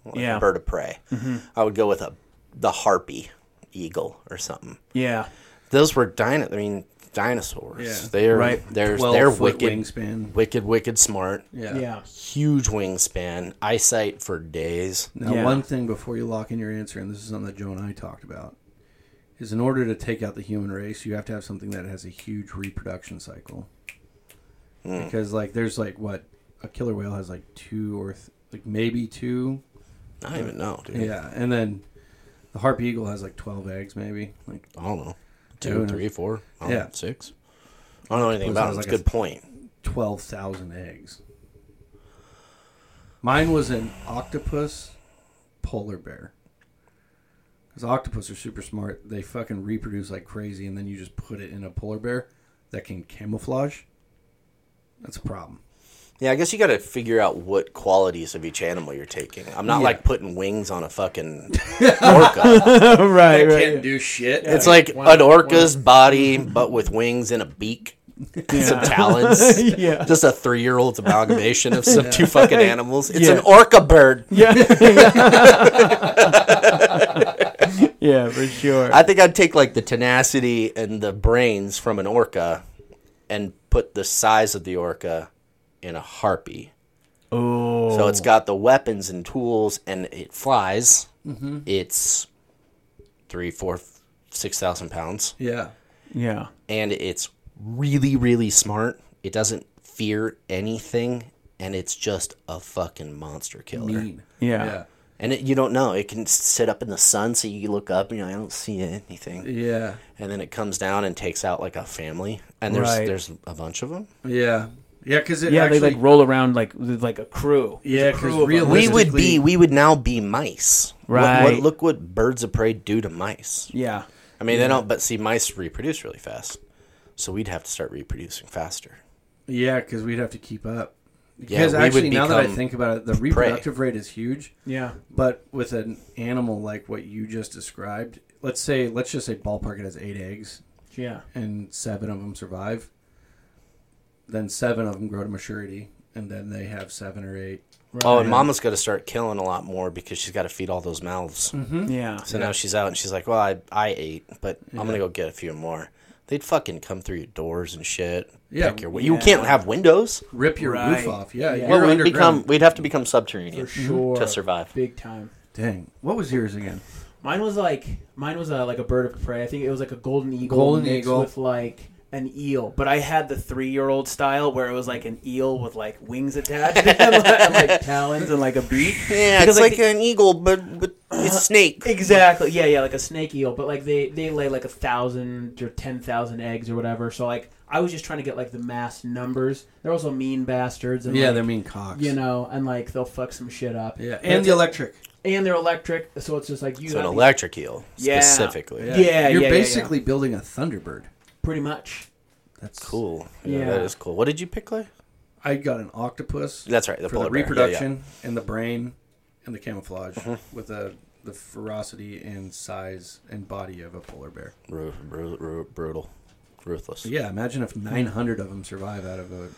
like
Yeah.
a bird of prey.
Mm-hmm.
I would go with a the harpy eagle or something.
Yeah.
Those were dino. I mean dinosaurs.
Yeah.
They're
Right.
they're they're
12 foot
wicked,
wingspan.
wicked, wicked smart.
Yeah.
Yeah.
Huge wingspan, eyesight for days.
Now,
Yeah.
one thing before you lock in your answer, and this is something that Joe and I talked about, is in order to take out the human race, you have to have something that has a huge reproduction cycle.
Hmm.
Because, like, there's like what a killer whale has like two or th- like maybe two.
I don't even know, dude.
Yeah. And then the harpy eagle has like 12 eggs, maybe. Like,
I don't know.
Who
Two,
knows?
three, four, I don't
Yeah.
know, six. I don't know anything
Well,
about it.
sounds
It's a
like
good point.
12,000 eggs. Mine was an octopus polar bear. Because octopus are super smart. They fucking reproduce like crazy, and then you just put it in a polar bear that can camouflage. That's a problem.
Yeah, I guess you got to figure out what qualities of each animal you're taking. I'm not
Yeah.
like putting wings on a fucking orca.
right. Right.
Can't do shit.
it's like an orca's body, but with wings and a beak, some talons.
Yeah.
Just a three year old's amalgamation of some two fucking animals. It's
Yeah.
an orca bird.
Yeah. yeah. For sure.
I think I'd take like the tenacity and the brains from an orca and put the size of the orca in a harpy.
oh.
So it's got the weapons
Mm-hmm.
and tools, and it flies. It's three, four, six thousand pounds,
Yeah.
Yeah.
and it's really really smart. It doesn't fear anything, and it's just a fucking monster killer.
Mean.
Yeah.
Yeah.
And it, you don't know. It can sit up in the sun, so you look up and you're like, I don't see anything.
Yeah.
And then it comes down and takes out like a family. And there's
Right.
there's a bunch of them.
Yeah. Yeah, because it
Yeah,
actually,
they like roll around like with, like a crew.
Yeah,
It's a crew
'cause
of them.
realistic-
We would be. We would now be mice. What- What,
Right.
look what birds of prey do to mice.
Yeah.
I mean, they don't. But see, mice reproduce really fast, so we'd have to start reproducing faster.
yeah, because we'd have to keep up.
Yeah,
Because
we would
actually, now that I
become
think about it, the reproductive rate is huge.
Yeah.
But with an animal like what you just described, let's say, let's just say ballpark it has eight eggs
Yeah.
and seven of them survive. Then seven of them grow to maturity, and then they have seven or eight.
Oh, and Mama's got to start killing a lot more because she's got to feed all those mouths.
Mm-hmm.
Yeah.
So now she's out and she's like, "Well, I I ate, but I'm gonna go get a few more." They'd fucking come through your doors and shit.
Yeah,
pick your, you can't have windows.
Rip your
Right.
roof off. Yeah,
Yeah.
you're
well, we'd
underground.
become we'd have to become subterranean
sure.
to survive.
Big time.
Dang, what was yours again?
Mine was like mine was uh, like a bird of prey. I think it was like a golden eagle
Golden
mixed
eagle.
with like an eel. But I had the three year old style where it was like an eel with like wings attached and, like, and, like, talons and like a beak.
Yeah,
Because,
it's like,
the-
an eagle, but but
Uh-huh.
it's snake.
Exactly. Yeah, yeah, like a snake eel, but like they they lay like a thousand or ten thousand eggs or whatever. So like I was just trying to get like the mass numbers. They're also mean bastards. And,
Yeah,
like,
they're mean cocks.
You know, and like they'll fuck some shit up.
yeah, and the electric.
and they're electric, so it's just like you.
So an
got these-
electric eel
Yeah.
specifically.
Yeah.
you're
yeah, yeah.
basically building a thunderbird.
pretty much.
That's
Cool. Yeah,
Yeah.
that is cool. What did you pick, Clay?
I got an octopus.
That's right, the
for the
polar bear. Yeah,
reproduction and the brain and the camouflage with the the ferocity and size and body of a polar bear.
Ru- ru- ru- brutal, ruthless.
Yeah, imagine if 900 of them survive out of a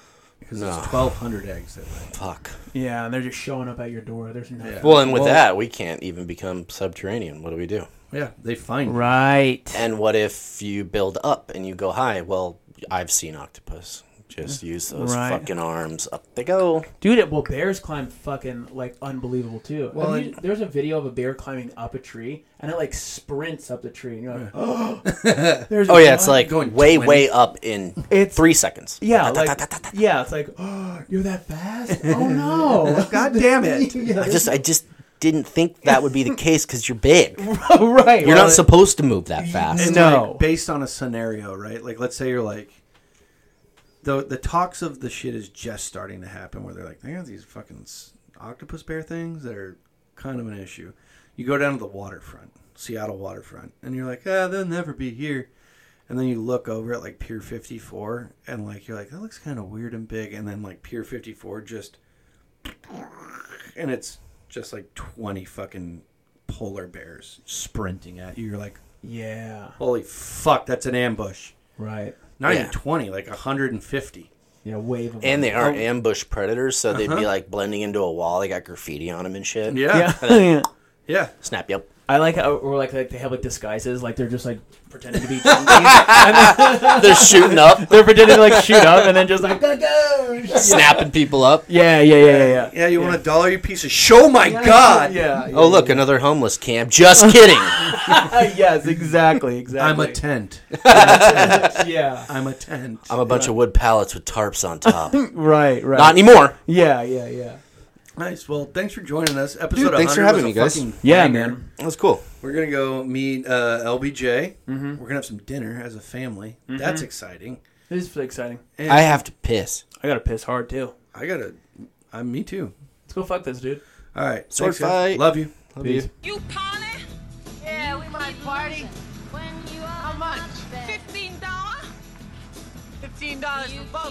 because
No.
it's 1,200 eggs that lay.
Fuck.
Yeah, and they're just showing up at your door. There's nothing.
Yeah.
Well, and with
Well-
that, we can't even become subterranean. What do we do?
Yeah, they find
Right.
And what if you build up and you go high? Well, I've seen octopus. Just use those
Right.
fucking arms. Up they go.
Dude, it- well, bears climb fucking like unbelievable too.
Well,
Have you-
and-
there's a video of a bear climbing up a tree, and it like sprints up the tree, and you're like, oh, there's
Oh yeah, it's
one."
like
going
way
20.
way up in
It's-
three seconds.
yeah, like yeah, it's like oh, you're that fast. Oh no,
God damn it!
I just I just didn't think that would be the case because you're big.
right?
You're not supposed to move that fast.
It's
No.
like based on a scenario, right? Like, let's say you're like. The, the talks of the shit is just starting to happen where they're like, they have these fucking s- octopus bear things that are kind of an issue. You go down to the waterfront, Seattle waterfront, and you're like, ah, they'll never be here. And then you look over at like Pier 54, and like, you're like, that looks kind of weird and big. And then like Pier 54 just. And it's just like 20 fucking polar bears sprinting at you. You're like,
Yeah,
Holy fuck, that's an ambush.
right.
Not
Yeah.
even 20, like 150.
Yeah, wave. Of
And they are ambush predators, so they'd be like blending into a wall. They got graffiti on them and shit.
Yeah.
yeah.
Yeah.
Snap you up.
I like how, or like, like they have like disguises, like they're just like pretending to be zombies.
They're shooting up,
they're pretending to like shoot up, and then just like go go.
snapping people up.
Yeah, yeah, yeah, yeah, yeah.
Yeah, you want a dollar, you piece of show my god!
Yeah.
Oh look, another homeless camp. Just kidding.
yes, exactly,
I'm
exactly.
a tent.
yeah.
I'm a tent.
I'm a bunch of wood pallets with tarps on top.
Right, right.
Not anymore.
yeah, yeah, yeah.
nice. Well, thanks for joining us. Episode
Dude, thanks for
100
having
was
me,
a
guys.
fucking
Yeah,
banger.
man.
That was cool.
We're going to go meet uh, LBJ.
Mm-hmm.
We're going to have some dinner as a family. That's exciting.
This is exciting.
And
I have to piss.
I gotta piss hard too.
I got to. I'm me too.
Let's go fuck this dude.
All right.
Sword
thanks, guys.
fight.
Love you.
Love
Peace.
You Connie?
Yeah, we might party.
When you are
How much?
not bad,
Fifteen dollars
you
for both
keep